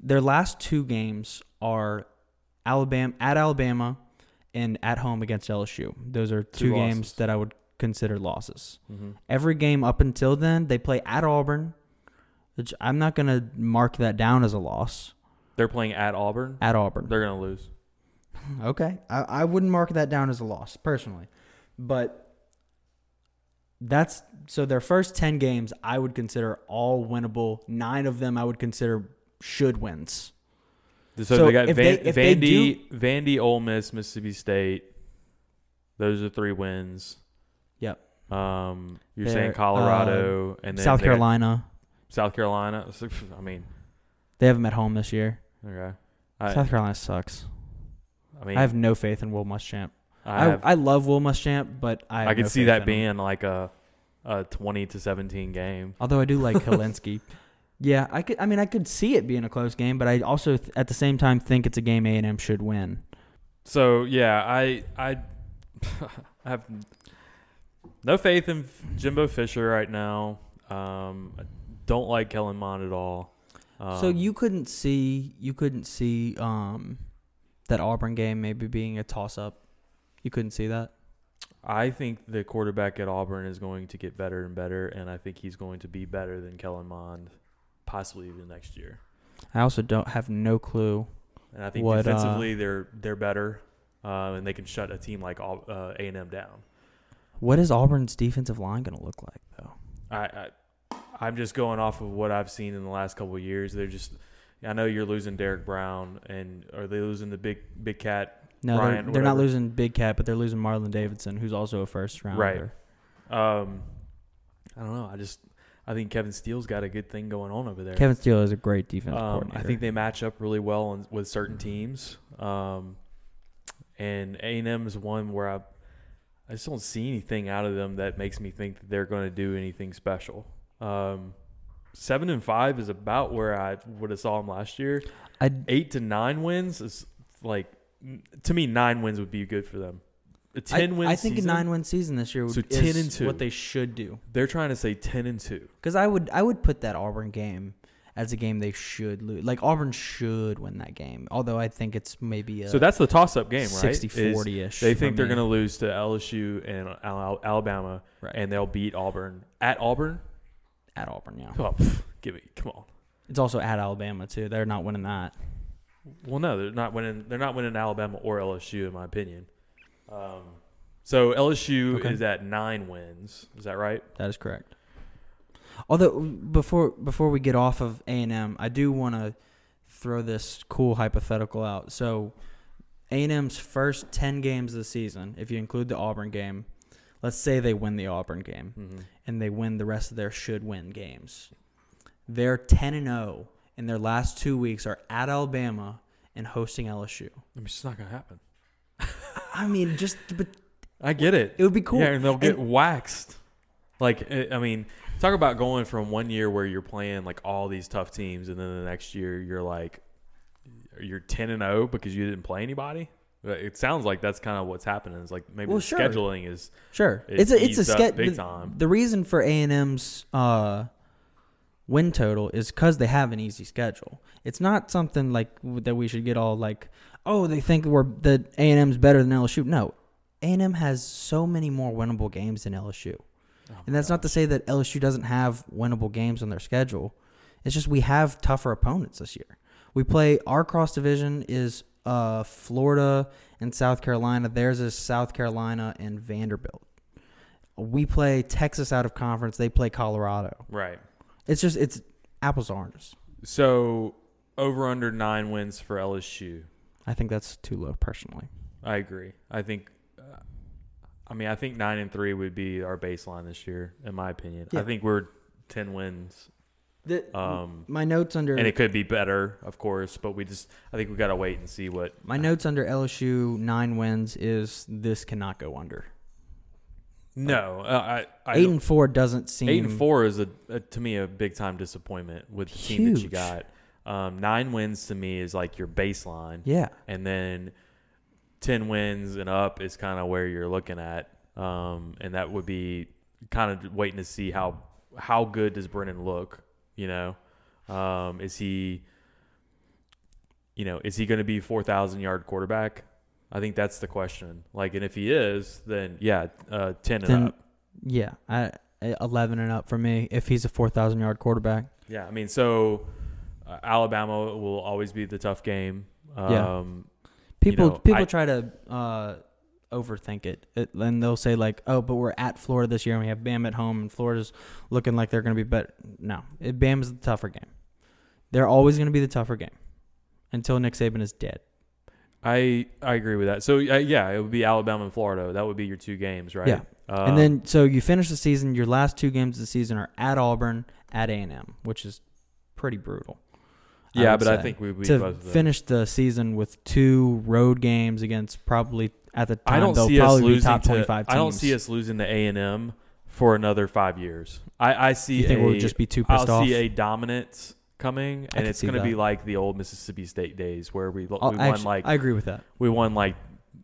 Speaker 2: their last two games are Alabama at Alabama and at home against LSU. Those are
Speaker 1: Two
Speaker 2: two,
Speaker 1: losses.
Speaker 2: games that I would consider losses. Every game up until then, they play at Auburn, which I'm not going to mark that down as a loss
Speaker 1: They're playing at Auburn.
Speaker 2: at Auburn.
Speaker 1: They're gonna lose.
Speaker 2: Okay. I, I wouldn't mark that down as a loss personally. But that's so their first 10 games I would consider all winnable. 9 of them I would consider should wins.
Speaker 1: So,
Speaker 2: So
Speaker 1: they got
Speaker 2: if
Speaker 1: Van,
Speaker 2: they- if they
Speaker 1: Vandy, Vandy, Ole Miss, Mississippi State. Those are three wins.
Speaker 2: Yep.
Speaker 1: Um, you're
Speaker 2: They're, um,
Speaker 1: saying Colorado and then
Speaker 2: South
Speaker 1: they got
Speaker 2: Carolina.
Speaker 1: South Carolina. So, I mean,
Speaker 2: They have them at home this year.
Speaker 1: okay. I,
Speaker 2: South Carolina sucks.
Speaker 1: I mean,
Speaker 2: I have no faith in Will Muschamp.
Speaker 1: I
Speaker 2: I,
Speaker 1: have,
Speaker 2: I love Will Muschamp, but I have
Speaker 1: I could
Speaker 2: no
Speaker 1: see
Speaker 2: faith
Speaker 1: that
Speaker 2: in him.
Speaker 1: being like a, a 20 to 17 game.
Speaker 2: Although I do like Kalinsky. Yeah, I could. I mean, I could see it being a close game, but I also, th- at the same time, think it's a game A and M should win.
Speaker 1: So yeah, I I I have no faith in Jimbo Fisher right now. Um, I don't like Kellen Mond at all. Um,
Speaker 2: So you couldn't see you couldn't see um that Auburn game maybe being a toss up. You couldn't see that.
Speaker 1: I think the quarterback at Auburn is going to get better and better, and I think he's going to be better than Kellen Mond, possibly even next year.
Speaker 2: I also don't have no clue.
Speaker 1: And I think
Speaker 2: What, uh,
Speaker 1: defensively they're they're better, uh, and they can shut a team like A uh, and M down.
Speaker 2: What is Auburn's defensive line going to look like, though?
Speaker 1: I, I I'm just going off of what I've seen in the last couple of years. They're just I know you're losing Derek Brown, and are they losing the big big cat?
Speaker 2: No,
Speaker 1: Bryant,
Speaker 2: they're, they're not
Speaker 1: whatever.
Speaker 2: losing Big Cat, but they're losing Marlon Davidson, who's also a first rounder.
Speaker 1: Right. Um, I don't know. I just I think Kevin Steele's got a good thing going on over there.
Speaker 2: Kevin Steele is a great defensive
Speaker 1: Um,
Speaker 2: coordinator.
Speaker 1: I think they match up really well on, with certain teams. Um, and A and M is one where I, I just don't see anything out of them that makes me think that they're going to do anything special. Um, seven and five is about where I would have saw them last year.
Speaker 2: I
Speaker 1: Eight to nine wins is like n- to me nine wins would be good for them. A ten
Speaker 2: I,
Speaker 1: win.
Speaker 2: I think
Speaker 1: season,
Speaker 2: a nine win season this year would
Speaker 1: So
Speaker 2: be
Speaker 1: 10 and two.
Speaker 2: what they should do.
Speaker 1: They're trying to say ten and two.
Speaker 2: Because I would I would put that Auburn game as a game they should lose. Like Auburn should win that game. Although I think it's maybe a
Speaker 1: So that's the toss-up game, right?
Speaker 2: 60-40 ish.
Speaker 1: They think they're going to lose to LSU and Al- Alabama,
Speaker 2: Right.
Speaker 1: and they'll beat Auburn at Auburn.
Speaker 2: at Auburn, yeah.
Speaker 1: Oh, pff, give it, come on.
Speaker 2: It's also at Alabama too. They're not winning that.
Speaker 1: Well, no, they're not winning. They're not winning Alabama or LSU, in my opinion. Um, so LSU
Speaker 2: Okay.
Speaker 1: is at nine wins. Is that right?
Speaker 2: That is correct. Although before before we get off of A and M, I do want to throw this cool hypothetical out. So A and M's first ten games of the season, if you include the Auburn game, let's say they win the Auburn game and they win the rest of their should win games. They're ten and zero, and their last two weeks are at Alabama and hosting LSU.
Speaker 1: It's just not going to happen.
Speaker 2: I mean, just but
Speaker 1: I get it.
Speaker 2: it would be cool.
Speaker 1: Yeah, and they'll get waxed. Like, eh, I I mean, talk about going from one year where you're playing like all these tough teams, and then the next year you're like, you're ten and zero because you didn't play anybody. Like, It sounds like that's kind of what's happening. It's like maybe
Speaker 2: Well,
Speaker 1: the
Speaker 2: sure.
Speaker 1: scheduling is
Speaker 2: Sure,
Speaker 1: It
Speaker 2: it's a it's a
Speaker 1: eased up
Speaker 2: sketch.
Speaker 1: big
Speaker 2: the,
Speaker 1: time.
Speaker 2: the reason for A and M's uh, win total is because they have an easy schedule. It's not something like w- that we should get all like, oh, they think we're that A and M's better than LSU. No, A and M has so many more winnable games than LSU,
Speaker 1: Oh
Speaker 2: and that's not to say that LSU doesn't have winnable games on their schedule. It's just we have tougher opponents this year. We play our cross division is uh, Florida and South Carolina. Theirs is South Carolina and Vanderbilt. We play Texas out of conference. They play Colorado.
Speaker 1: right.
Speaker 2: It's just it's apples to oranges.
Speaker 1: So over under nine wins for LSU.
Speaker 2: I think that's too low personally.
Speaker 1: I agree. I think. Uh, I mean, I think nine and three would be our baseline this year, in my opinion.
Speaker 2: Yeah.
Speaker 1: I think we're ten wins. Um,
Speaker 2: my notes under
Speaker 1: and it could be better, of course. But we just, I think we gotta wait and see what.
Speaker 2: my notes under LSU nine wins is this cannot go under.
Speaker 1: No, uh, I, I
Speaker 2: Eight
Speaker 1: don't-
Speaker 2: and four doesn't seem
Speaker 1: eight and four is a, a to me a big time disappointment with the team that you
Speaker 2: Huge.
Speaker 1: got. Um, nine wins to me is like your baseline,
Speaker 2: Yeah,
Speaker 1: and then ten wins and up is kind of where you're looking at. Um, and that would be kind of waiting to see how how good does Brennan look. You know, um, is he, you know, is he going to be four thousand yard quarterback? I think that's the question. Like, and if he is, then yeah, uh, ten and
Speaker 2: Then-
Speaker 1: up.
Speaker 2: yeah. I eleven and up for me if he's a four thousand yard quarterback.
Speaker 1: Yeah, I mean, so uh, Alabama will always be the tough game. Um,
Speaker 2: Yeah. People
Speaker 1: know,
Speaker 2: people
Speaker 1: I-
Speaker 2: try to uh, overthink it. it, and they'll say like, "Oh, but we're at Florida this year, and we have Bam at home, and Florida's looking like they're going to be better." No, it, Bam is the tougher game. They're always going to be the tougher game until Nick Saban is dead.
Speaker 1: I I agree with that. So uh, yeah, it would be Alabama and Florida. That would be your two games, right?
Speaker 2: Yeah.
Speaker 1: Uh,
Speaker 2: and then so you finish the season. Your last two games of the season are at Auburn, at A and M, which is pretty brutal.
Speaker 1: yeah,
Speaker 2: would
Speaker 1: but I
Speaker 2: say.
Speaker 1: think we would be both
Speaker 2: to
Speaker 1: of those.
Speaker 2: finish the season with two road games against probably at the time
Speaker 1: I don't
Speaker 2: they'll
Speaker 1: see us
Speaker 2: probably be
Speaker 1: losing
Speaker 2: top
Speaker 1: to.
Speaker 2: twenty five teams.
Speaker 1: I don't see us losing to A and M for another five years. I I see.
Speaker 2: You think
Speaker 1: a,
Speaker 2: we'll just be too pissed
Speaker 1: I'll
Speaker 2: off?
Speaker 1: see a dominance coming,
Speaker 2: I
Speaker 1: and
Speaker 2: could
Speaker 1: it's
Speaker 2: see
Speaker 1: going to
Speaker 2: that.
Speaker 1: be like the old Mississippi State days where we, we
Speaker 2: I'll-
Speaker 1: won
Speaker 2: actually-
Speaker 1: like
Speaker 2: I agree with that.
Speaker 1: we won like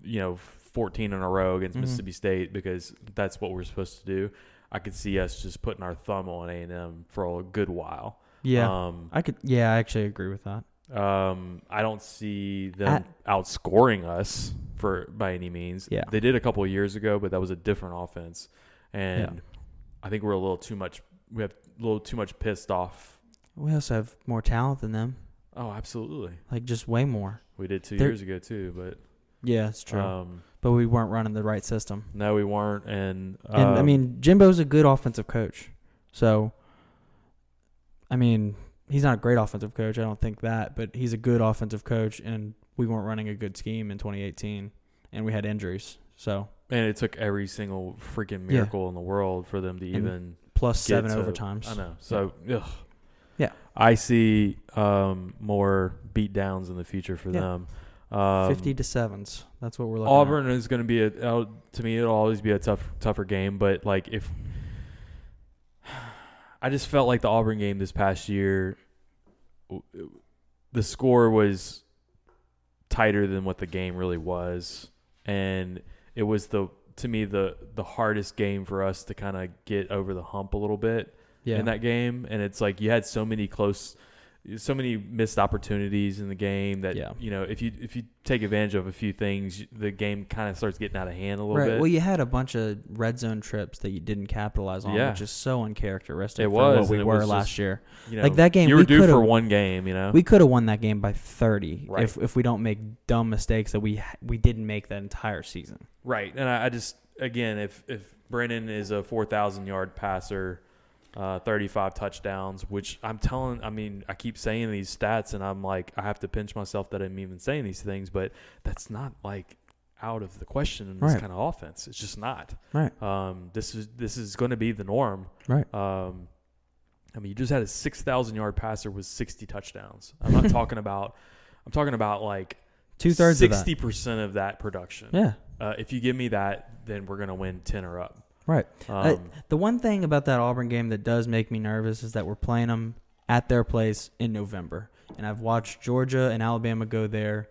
Speaker 1: you know 14 in a row against
Speaker 2: Mhm.
Speaker 1: Mississippi State because that's what we're supposed to do. I could see us just putting our thumb on A and M for a good while.
Speaker 2: Yeah,
Speaker 1: Um,
Speaker 2: I could. Yeah, I actually agree with that.
Speaker 1: um, I don't see them outscoring us for by any means.
Speaker 2: Yeah.
Speaker 1: they did a couple of years ago, but that was a different offense, and
Speaker 2: Yeah.
Speaker 1: I think we're a little too much. We have a little too much pissed off.
Speaker 2: We also have more talent than them.
Speaker 1: Oh, absolutely.
Speaker 2: like just way more.
Speaker 1: We did 2
Speaker 2: There-
Speaker 1: years ago too, but
Speaker 2: Yeah, it's true.
Speaker 1: um
Speaker 2: but we weren't running the right system.
Speaker 1: no we weren't and
Speaker 2: And I
Speaker 1: um,
Speaker 2: mean, Jimbo's a good offensive coach. So, I mean, he's not a great offensive coach. I don't think that, but he's a good offensive coach. And we weren't running a good scheme in 2018, and we had injuries. So,
Speaker 1: and it took every single freaking
Speaker 2: Yeah.
Speaker 1: miracle in the world for them to even
Speaker 2: plus
Speaker 1: Get
Speaker 2: seven
Speaker 1: to-
Speaker 2: overtimes.
Speaker 1: I know. So, ugh.
Speaker 2: Yeah.
Speaker 1: I see um, more beat downs in the future for
Speaker 2: Yeah.
Speaker 1: them. Um,
Speaker 2: 50 to sevens. That's what we're looking
Speaker 1: Auburn is going to be a uh, to me it'll always be a tough tougher game, but like if I just felt like the Auburn game this past year w- the score was tighter than what the game really was and it was the to me the the hardest game for us to kind of get over the hump a little bit
Speaker 2: at. Yeah.
Speaker 1: in that game, and it's like you had so many close, so many missed opportunities in the game that
Speaker 2: Yeah.
Speaker 1: you know if you if you take advantage of a few things, the game kind of starts getting out of hand a little
Speaker 2: right.
Speaker 1: bit.
Speaker 2: Well, you had a bunch of red zone trips that you didn't capitalize on,
Speaker 1: Yeah.
Speaker 2: which is so uncharacteristic
Speaker 1: It
Speaker 2: for
Speaker 1: was,
Speaker 2: what we
Speaker 1: and it
Speaker 2: were
Speaker 1: was just-
Speaker 2: last year.
Speaker 1: you know,
Speaker 2: like that game,
Speaker 1: you
Speaker 2: we
Speaker 1: were due
Speaker 2: coulda-
Speaker 1: for one game. You know,
Speaker 2: We could have won that game by 30
Speaker 1: Right.
Speaker 2: if if we don't make dumb mistakes that we we didn't make that entire season.
Speaker 1: right? And I, I just again, if if Brennan is a four thousand yard passer. Uh, 35 touchdowns, which I'm telling. I mean, I keep saying these stats, and I'm like, I have to pinch myself that I'm even saying these things, but that's not like out of the question in this
Speaker 2: Right.
Speaker 1: kind of offense. It's just not.
Speaker 2: Right.
Speaker 1: Um, this is this is going to be the norm.
Speaker 2: Right.
Speaker 1: Um, I mean, you just had a six thousand yard passer with sixty touchdowns. I'm not talking about. I'm talking about like
Speaker 2: Two thirds of that.
Speaker 1: sixty percent of that production.
Speaker 2: Yeah.
Speaker 1: Uh, if you give me that, then we're going to win ten or up.
Speaker 2: Right.
Speaker 1: Um,
Speaker 2: Uh, The one thing about that Auburn game that does make me nervous is that we're playing them at their place in November, and I've watched Georgia and Alabama go there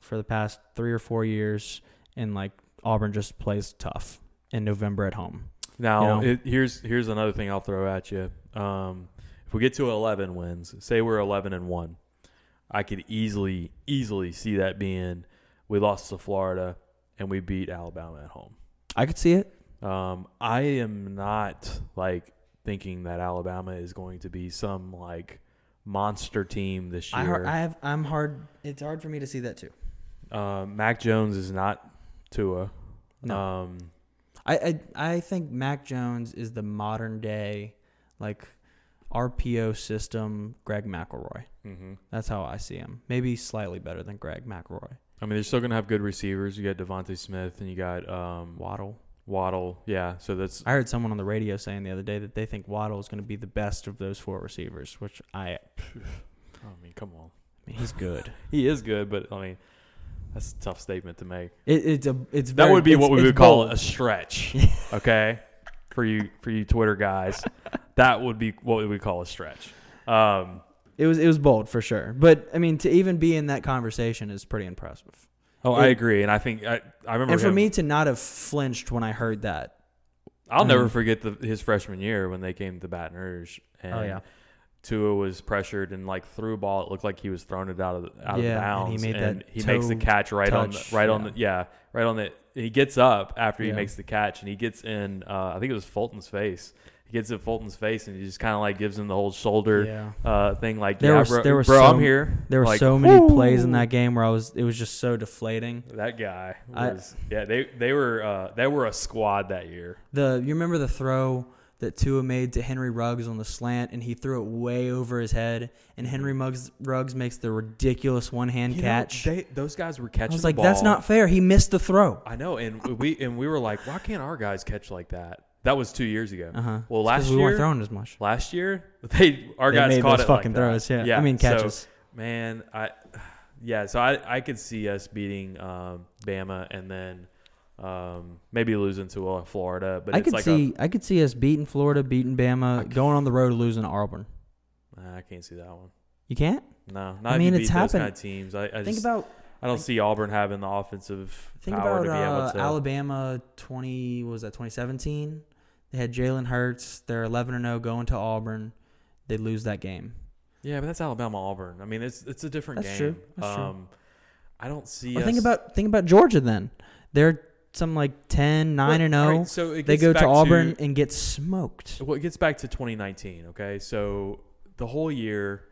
Speaker 2: for the past three or four years, and like Auburn just plays tough in November at home.
Speaker 1: now,
Speaker 2: you know.
Speaker 1: it, here's here's another thing I'll throw at you. Um, if we get to eleven wins, say we're eleven and one, I could easily easily see that being we lost to Florida and we beat Alabama at home.
Speaker 2: I could see it.
Speaker 1: Um, I am not like thinking that Alabama is going to be some like monster team this
Speaker 2: I, har-
Speaker 1: year.
Speaker 2: I have. I'm hard. It's hard for me to see that too.
Speaker 1: uh, Mac Jones is not Tua.
Speaker 2: No.
Speaker 1: Um,
Speaker 2: I, I I think Mac Jones is the modern day like RPO system Greg McElroy.
Speaker 1: mhm.
Speaker 2: That's how I see him. Maybe slightly better than Greg McElroy.
Speaker 1: I mean, they're still going to have good receivers. You got Devontae Smith and you got um,
Speaker 2: Waddle.
Speaker 1: Waddle. Yeah, so that's
Speaker 2: I heard someone on the radio saying the other day that they think Waddle is going to be the best of those four receivers, which I, I
Speaker 1: I mean, come on.
Speaker 2: mean, he's good.
Speaker 1: He is good, but I mean, that's a tough statement to make.
Speaker 2: it, it's a it's
Speaker 1: That
Speaker 2: very-
Speaker 1: would be
Speaker 2: it's-
Speaker 1: what we
Speaker 2: it's
Speaker 1: would call
Speaker 2: bold.
Speaker 1: a stretch. okay, for you for you Twitter guys, that would be what we would call a stretch. Um,
Speaker 2: It was it was bold for sure, but I mean to even be in that conversation is pretty impressive.
Speaker 1: oh, I
Speaker 2: It-
Speaker 1: agree, and I think I, I remember.
Speaker 2: And for
Speaker 1: him-
Speaker 2: me to not have flinched when I heard that
Speaker 1: I'll
Speaker 2: I
Speaker 1: never
Speaker 2: mean-
Speaker 1: forget the, his freshman year when they came to Baton Rouge. And
Speaker 2: Oh, yeah.
Speaker 1: Tua was pressured and like threw a ball. It looked like he was throwing it out of the, out
Speaker 2: Yeah,
Speaker 1: of
Speaker 2: and he
Speaker 1: bounds.
Speaker 2: made that
Speaker 1: he makes the
Speaker 2: toe
Speaker 1: catch right on the,
Speaker 2: touch,
Speaker 1: right on
Speaker 2: yeah.
Speaker 1: the yeah right on the. He gets up after he
Speaker 2: Yeah.
Speaker 1: makes the catch and he gets in. Uh, I think it was Fulton's face. He gets in Fulton's face and he just kind of like gives him the whole shoulder
Speaker 2: Yeah.
Speaker 1: uh, thing. Like
Speaker 2: There
Speaker 1: yeah,
Speaker 2: was-
Speaker 1: bro,
Speaker 2: there was
Speaker 1: bro,
Speaker 2: so-
Speaker 1: I'm here.
Speaker 2: There were
Speaker 1: Like,
Speaker 2: so many
Speaker 1: whoo!
Speaker 2: plays in that game where I was it was just so deflating.
Speaker 1: That guy
Speaker 2: I-
Speaker 1: was yeah. They they were uh, they were a squad that year.
Speaker 2: The you remember the throw that Tua made to Henry Ruggs on the slant and he threw it way over his head and Henry Muggs, Ruggs makes the ridiculous one hand
Speaker 1: You know,
Speaker 2: catch.
Speaker 1: they, those guys were catching.
Speaker 2: I was
Speaker 1: the
Speaker 2: like, that's
Speaker 1: ball.
Speaker 2: not fair. He missed the throw.
Speaker 1: I know, and we and we were like, why can't our guys catch like that? That was two years ago.
Speaker 2: Uh huh.
Speaker 1: Well, last
Speaker 2: we weren't
Speaker 1: year,
Speaker 2: throwing as much.
Speaker 1: last year they our
Speaker 2: They
Speaker 1: guys
Speaker 2: made
Speaker 1: caught
Speaker 2: those
Speaker 1: it like
Speaker 2: fucking
Speaker 1: that.
Speaker 2: throws. Yeah. I mean
Speaker 1: so,
Speaker 2: catches.
Speaker 1: man, I yeah. So I I could see us beating um, Bama and then um, maybe losing to uh, Florida, but
Speaker 2: I
Speaker 1: it's
Speaker 2: could
Speaker 1: like
Speaker 2: see I could see us beating Florida, beating Bama,
Speaker 1: I c-
Speaker 2: going on the road losing to Auburn.
Speaker 1: a, nah, I can't see that one.
Speaker 2: You can't
Speaker 1: No, not
Speaker 2: I mean,
Speaker 1: if you
Speaker 2: it's
Speaker 1: beat those
Speaker 2: happened.
Speaker 1: kind of teams. I, I
Speaker 2: think
Speaker 1: just
Speaker 2: about
Speaker 1: I don't see Auburn having the offensive
Speaker 2: Think
Speaker 1: power
Speaker 2: about
Speaker 1: to be
Speaker 2: uh,
Speaker 1: able to.
Speaker 2: Alabama twenty what was that twenty seventeen? They had Jalen Hurts. They're eleven and zero going to Auburn. They lose that game.
Speaker 1: yeah, but that's Alabama Auburn. I mean, it's it's a different
Speaker 2: That's
Speaker 1: game.
Speaker 2: true. That's true.
Speaker 1: um, I don't see.
Speaker 2: Or
Speaker 1: us,
Speaker 2: think about think about Georgia then. They're some like 10, 9 and
Speaker 1: Well, all
Speaker 2: zero.
Speaker 1: right, so it
Speaker 2: They
Speaker 1: gets
Speaker 2: go
Speaker 1: back
Speaker 2: to Auburn and get smoked.
Speaker 1: well, it gets back to 2019. Okay, so the whole year,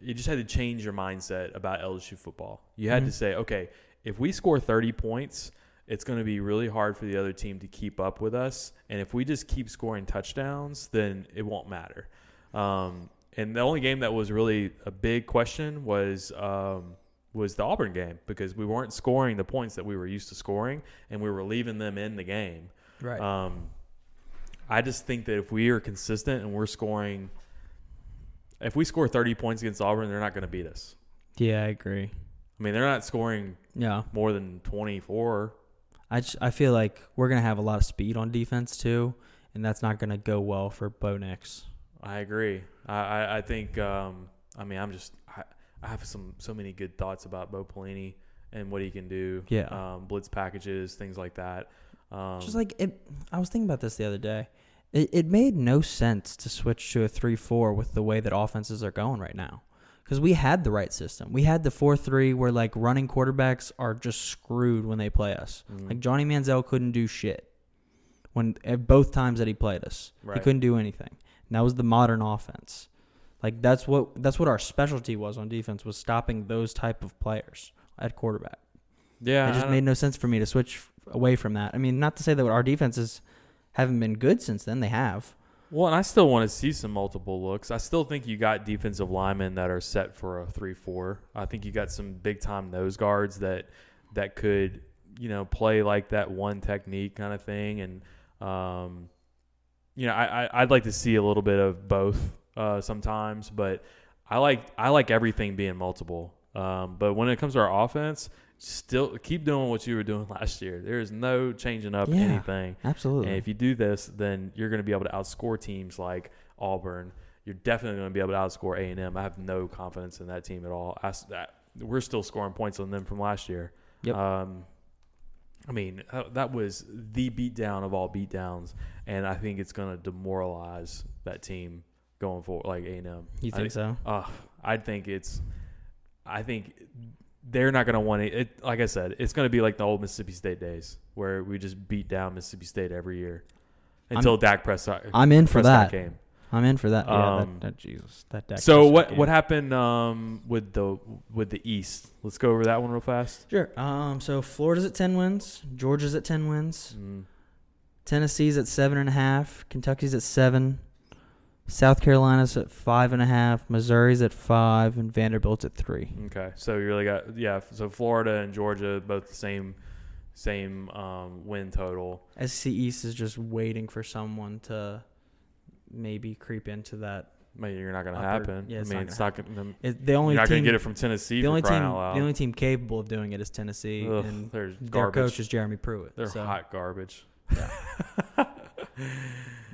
Speaker 1: you just had to change your mindset about LSU football. You had to
Speaker 2: Mhm.
Speaker 1: say, okay, if we score 30 points, it's going to be really hard for the other team to keep up with us. And if we just keep scoring touchdowns, then it won't matter. Um, and the only game that was really a big question was um, was the Auburn game because we weren't scoring the points that we were used to scoring, and we were leaving them in the game.
Speaker 2: Right.
Speaker 1: Um, I just think that if we are consistent and we're scoring, if we score 30 points against Auburn, they're not going to beat us.
Speaker 2: yeah, I agree.
Speaker 1: I mean, they're not scoring
Speaker 2: Yeah.
Speaker 1: more than 24.
Speaker 2: I, just, I feel like we're going to have a lot of speed on defense too, and that's not going to go well for Bo Nix.
Speaker 1: I agree. I, I, I think, um, I mean, I'm just, I, I have some so many good thoughts about Bo Pelini and what he can do.
Speaker 2: Yeah.
Speaker 1: Um, blitz packages, things like that. Um,
Speaker 2: just like it, I was thinking about this the other day. It, it made no sense to switch to a 3 4 with the way that offenses are going right now. Because we had the right system. We had the 4 3 where like running quarterbacks are just screwed when they play us.
Speaker 1: Mhm.
Speaker 2: Like Johnny Manziel couldn't do shit when at both times that he played us.
Speaker 1: Right.
Speaker 2: He couldn't do anything. And that was the modern offense. Like that's what that's what our specialty was on defense was stopping those type of players at quarterback.
Speaker 1: yeah.
Speaker 2: It
Speaker 1: I
Speaker 2: just
Speaker 1: don't-
Speaker 2: made no sense for me to switch f- away from that. I mean, not to say that our defenses haven't been good since then. They have.
Speaker 1: Well, and I still want to see some multiple looks. I still think you got defensive linemen that are set for a three-four. I think you got some big-time nose guards that that could, you know, play like that one technique kind of thing. And um, you know, I, I I'd like to see a little bit of both uh, sometimes, but I like I like everything being multiple. Um, but when it comes to our offense, still keep doing what you were doing last year. There is no changing up
Speaker 2: Yeah.
Speaker 1: anything.
Speaker 2: Absolutely.
Speaker 1: And if you do this, then you're going to be able to outscore teams like Auburn. You're definitely going to be able to outscore A and M. I have no confidence in that team at all. I s that, we're still scoring points on them from last year.
Speaker 2: Yep.
Speaker 1: Um, I mean, uh, that was the beatdown of all beatdowns, and I think it's going to demoralize that team going forward, like A and M.
Speaker 2: you think so?
Speaker 1: Uh, I think it's. I think they're not going to want it. it. Like I said, it's going to be like the old Mississippi State days where we just beat down Mississippi State every year until Dak Prescott,
Speaker 2: I'm in for
Speaker 1: Prescott
Speaker 2: that.
Speaker 1: came.
Speaker 2: I'm in for that. Yeah,
Speaker 1: Um,
Speaker 2: that, that- Jesus, that Dak
Speaker 1: so
Speaker 2: Prescott
Speaker 1: what
Speaker 2: game.
Speaker 1: what happened um, with the with the East? Let's go over that one real fast.
Speaker 2: Sure. Um. So Florida's at ten wins. Georgia's at ten wins.
Speaker 1: Mm,
Speaker 2: Tennessee's at seven and a half. Kentucky's at seven. South Carolina's at five and a half. Missouri's at five, and Vanderbilt's at three.
Speaker 1: okay, so you really got yeah. So Florida and Georgia both the same same um, win total.
Speaker 2: SC East is just waiting for someone to maybe creep into that.
Speaker 1: Maybe you're not going to
Speaker 2: Upper-
Speaker 1: happen.
Speaker 2: yeah,
Speaker 1: I
Speaker 2: it's
Speaker 1: mean,
Speaker 2: not
Speaker 1: it's not going. to
Speaker 2: It, the
Speaker 1: You're
Speaker 2: only
Speaker 1: not going
Speaker 2: team
Speaker 1: to get it from Tennessee.
Speaker 2: the only
Speaker 1: for crying
Speaker 2: team
Speaker 1: out loud.
Speaker 2: the only team capable of doing it is Tennessee,
Speaker 1: Ugh,
Speaker 2: and
Speaker 1: they're
Speaker 2: their
Speaker 1: garbage.
Speaker 2: coach is Jeremy Pruitt.
Speaker 1: They're
Speaker 2: so.
Speaker 1: hot garbage.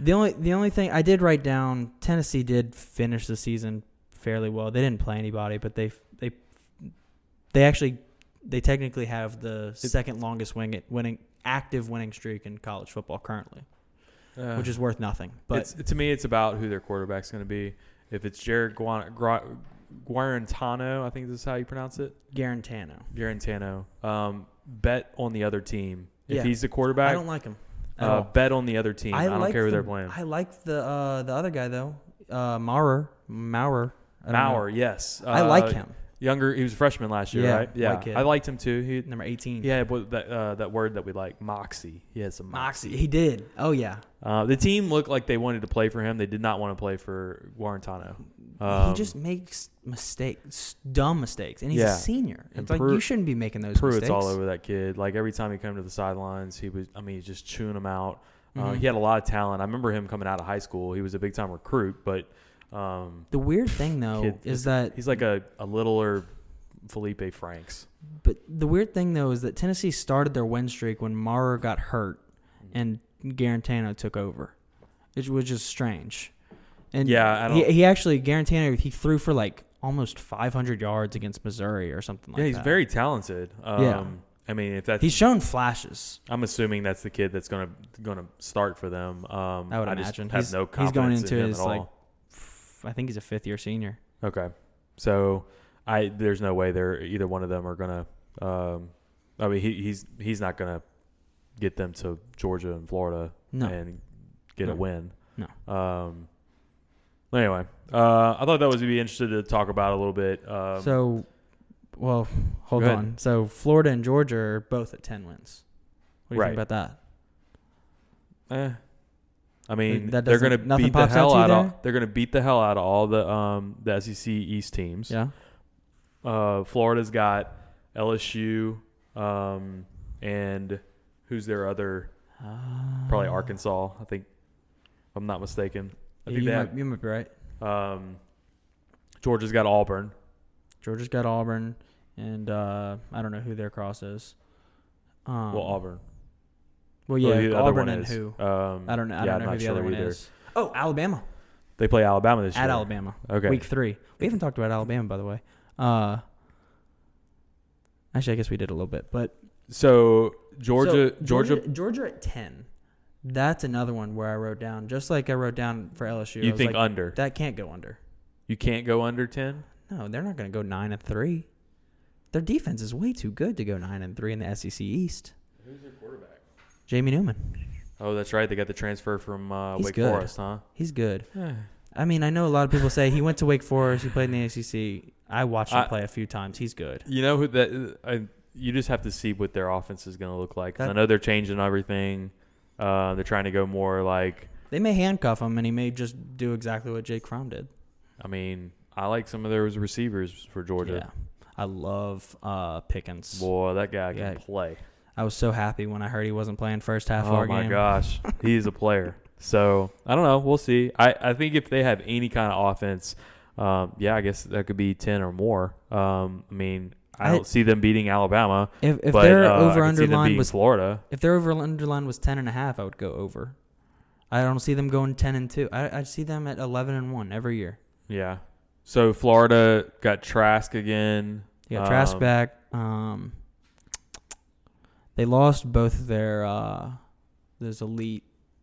Speaker 2: The only the only thing I did write down Tennessee did finish the season fairly well. They didn't play anybody, but they they they actually they technically have the second longest wing, winning active winning streak in college football currently, which is worth nothing. Uh, But
Speaker 1: it's, to me, it's about who their quarterback's going to be. If it's Jared Guan- Gra- Guarantano, I think this is how you pronounce it,
Speaker 2: Garantano,
Speaker 1: Guarantano. Um, bet on the other team. If
Speaker 2: Yeah.
Speaker 1: he's the
Speaker 2: I
Speaker 1: quarterback,
Speaker 2: don't like him. at
Speaker 1: uh,
Speaker 2: all.
Speaker 1: bet on the other team. I, don't
Speaker 2: like
Speaker 1: care who
Speaker 2: the-
Speaker 1: they're playing.
Speaker 2: I like the uh, the other guy though, uh, Maurer. Maurer. I don't know.
Speaker 1: Maurer, yes,
Speaker 2: I like
Speaker 1: Uh,
Speaker 2: him.
Speaker 1: Younger, he was a freshman last year,
Speaker 2: Yeah, Mm.
Speaker 1: right? Yeah,
Speaker 2: white kid.
Speaker 1: I liked him too. He,
Speaker 2: Number eighteen.
Speaker 1: yeah, but that uh, that word that we like, moxie. He had some
Speaker 2: Moxie. He did. Oh yeah.
Speaker 1: Uh, the team looked like they wanted to play for him. They did not want to play for Guarantano.
Speaker 2: he just makes mistakes, dumb mistakes, and he's
Speaker 1: Um, yeah.
Speaker 2: a senior. It's
Speaker 1: And
Speaker 2: like
Speaker 1: Pru-
Speaker 2: you shouldn't be making those
Speaker 1: Pruitt's
Speaker 2: mistakes.
Speaker 1: all over that kid. Like every time he came to the sidelines, he was. I mean, he's just chewing him out. Uh,
Speaker 2: Mhm.
Speaker 1: he had a lot of talent. I remember him coming out of high school. He was a big time recruit, but um,
Speaker 2: The weird thing though
Speaker 1: Kid
Speaker 2: is that,
Speaker 1: he's like a a littler Felipe Franks.
Speaker 2: but the weird thing though is that Tennessee started their win streak when Maurer got hurt and Garantano took over, which was just strange. And
Speaker 1: Yeah, I don't-
Speaker 2: he, he actually Garantano he threw for like almost 500 yards against Missouri or something like
Speaker 1: yeah,
Speaker 2: that.
Speaker 1: he's very talented. Um,
Speaker 2: Yeah.
Speaker 1: I mean, if that's
Speaker 2: He's shown flashes.
Speaker 1: I'm assuming that's the kid that's gonna gonna start for them. Um,
Speaker 2: I would
Speaker 1: just
Speaker 2: imagine.
Speaker 1: have
Speaker 2: He's-
Speaker 1: no
Speaker 2: he's going
Speaker 1: confidence in
Speaker 2: into
Speaker 1: him
Speaker 2: his,
Speaker 1: at all.
Speaker 2: like, F- I think he's a fifth year senior.
Speaker 1: Okay. So I there's no way they're either one of them are gonna. Um, I mean he, he's he's not gonna get them to Georgia and Florida
Speaker 2: No.
Speaker 1: and get a
Speaker 2: No.
Speaker 1: win.
Speaker 2: No.
Speaker 1: Um, Anyway, uh, I thought that was you'd be interested to talk about a little bit. Um,
Speaker 2: so, well, hold
Speaker 1: Go ahead.
Speaker 2: on. So Florida and Georgia are both at ten wins. What do you
Speaker 1: Right.
Speaker 2: think about that?
Speaker 1: eh. I mean,
Speaker 2: That
Speaker 1: they're
Speaker 2: doesn't-
Speaker 1: gonna
Speaker 2: nothing
Speaker 1: beat the
Speaker 2: pops out
Speaker 1: hell
Speaker 2: to you
Speaker 1: out
Speaker 2: there?
Speaker 1: of they're gonna beat the hell out of all the um, the SEC East teams.
Speaker 2: Yeah.
Speaker 1: Uh, Florida's got LSU um, and who's their other? Probably
Speaker 2: Uh,
Speaker 1: Arkansas. I think, if I'm not mistaken. I
Speaker 2: yeah,
Speaker 1: think
Speaker 2: you,
Speaker 1: they
Speaker 2: might,
Speaker 1: have,
Speaker 2: you might be right.
Speaker 1: um, Georgia's got Auburn.
Speaker 2: Georgia's got Auburn, and uh, I don't know who their cross is. Um,
Speaker 1: well, Auburn.
Speaker 2: Well,
Speaker 1: Who
Speaker 2: yeah,
Speaker 1: the other
Speaker 2: Auburn
Speaker 1: one
Speaker 2: and
Speaker 1: is.
Speaker 2: who?
Speaker 1: Um,
Speaker 2: I don't know.
Speaker 1: yeah,
Speaker 2: I don't
Speaker 1: I'm
Speaker 2: know
Speaker 1: not
Speaker 2: who the
Speaker 1: sure
Speaker 2: other one
Speaker 1: either.
Speaker 2: is. Oh, Alabama
Speaker 1: They play Alabama this year.
Speaker 2: at Alabama,
Speaker 1: Okay.
Speaker 2: week three. We haven't talked about Alabama, by the way. Uh, actually, I guess we did a little bit, but
Speaker 1: So Georgia,
Speaker 2: So,
Speaker 1: Georgia,
Speaker 2: Georgia, Georgia at ten. That's another one where I wrote down, just like I wrote down for LSU. I
Speaker 1: you
Speaker 2: was
Speaker 1: think
Speaker 2: like,
Speaker 1: under?
Speaker 2: that can't go under?
Speaker 1: You can't go under ten.
Speaker 2: No, they're not going to go nine and three. Their defense is way too good to go nine and three in the SEC East.
Speaker 1: Who's their quarterback?
Speaker 2: Jamie Newman,
Speaker 1: Oh, that's right. They got the transfer from uh,
Speaker 2: He's
Speaker 1: Wake
Speaker 2: good.
Speaker 1: Forest, huh?
Speaker 2: he's good.
Speaker 1: Eh.
Speaker 2: I mean, I know a lot of people say he went to Wake Forest, he played in the SEC. I watched him
Speaker 1: I-
Speaker 2: play a few times. He's good.
Speaker 1: You know who that? I, you just have to see what their offense is going to look like. 'Cause I
Speaker 2: That-
Speaker 1: know they're changing everything. Uh, they're trying to go more like.
Speaker 2: They may handcuff him, and he may just do exactly what Jake Fromm did.
Speaker 1: I mean, I like some of those receivers for Georgia.
Speaker 2: Yeah, I love uh, Pickens.
Speaker 1: Boy, that guy
Speaker 2: Yeah.
Speaker 1: can play.
Speaker 2: I was so happy when I heard he wasn't playing first half of
Speaker 1: Oh
Speaker 2: our
Speaker 1: my
Speaker 2: game.
Speaker 1: gosh, he's a player. So I don't know. We'll see. I, I think if they have any kind of offense, um, yeah, I guess that could be ten or more. Um, I mean, I,
Speaker 2: I-
Speaker 1: don't see them beating Alabama.
Speaker 2: If, if
Speaker 1: but,
Speaker 2: their
Speaker 1: uh, I
Speaker 2: over
Speaker 1: could see
Speaker 2: under
Speaker 1: them
Speaker 2: line
Speaker 1: beating
Speaker 2: was
Speaker 1: Florida.
Speaker 2: if their over under line was ten and a half, I would go over. I don't see them going ten and two. I I see them at eleven and one every year.
Speaker 1: Yeah. So Florida got Trask again.
Speaker 2: You got Trask
Speaker 1: Um,
Speaker 2: back. Um, they lost both of their uh, those elite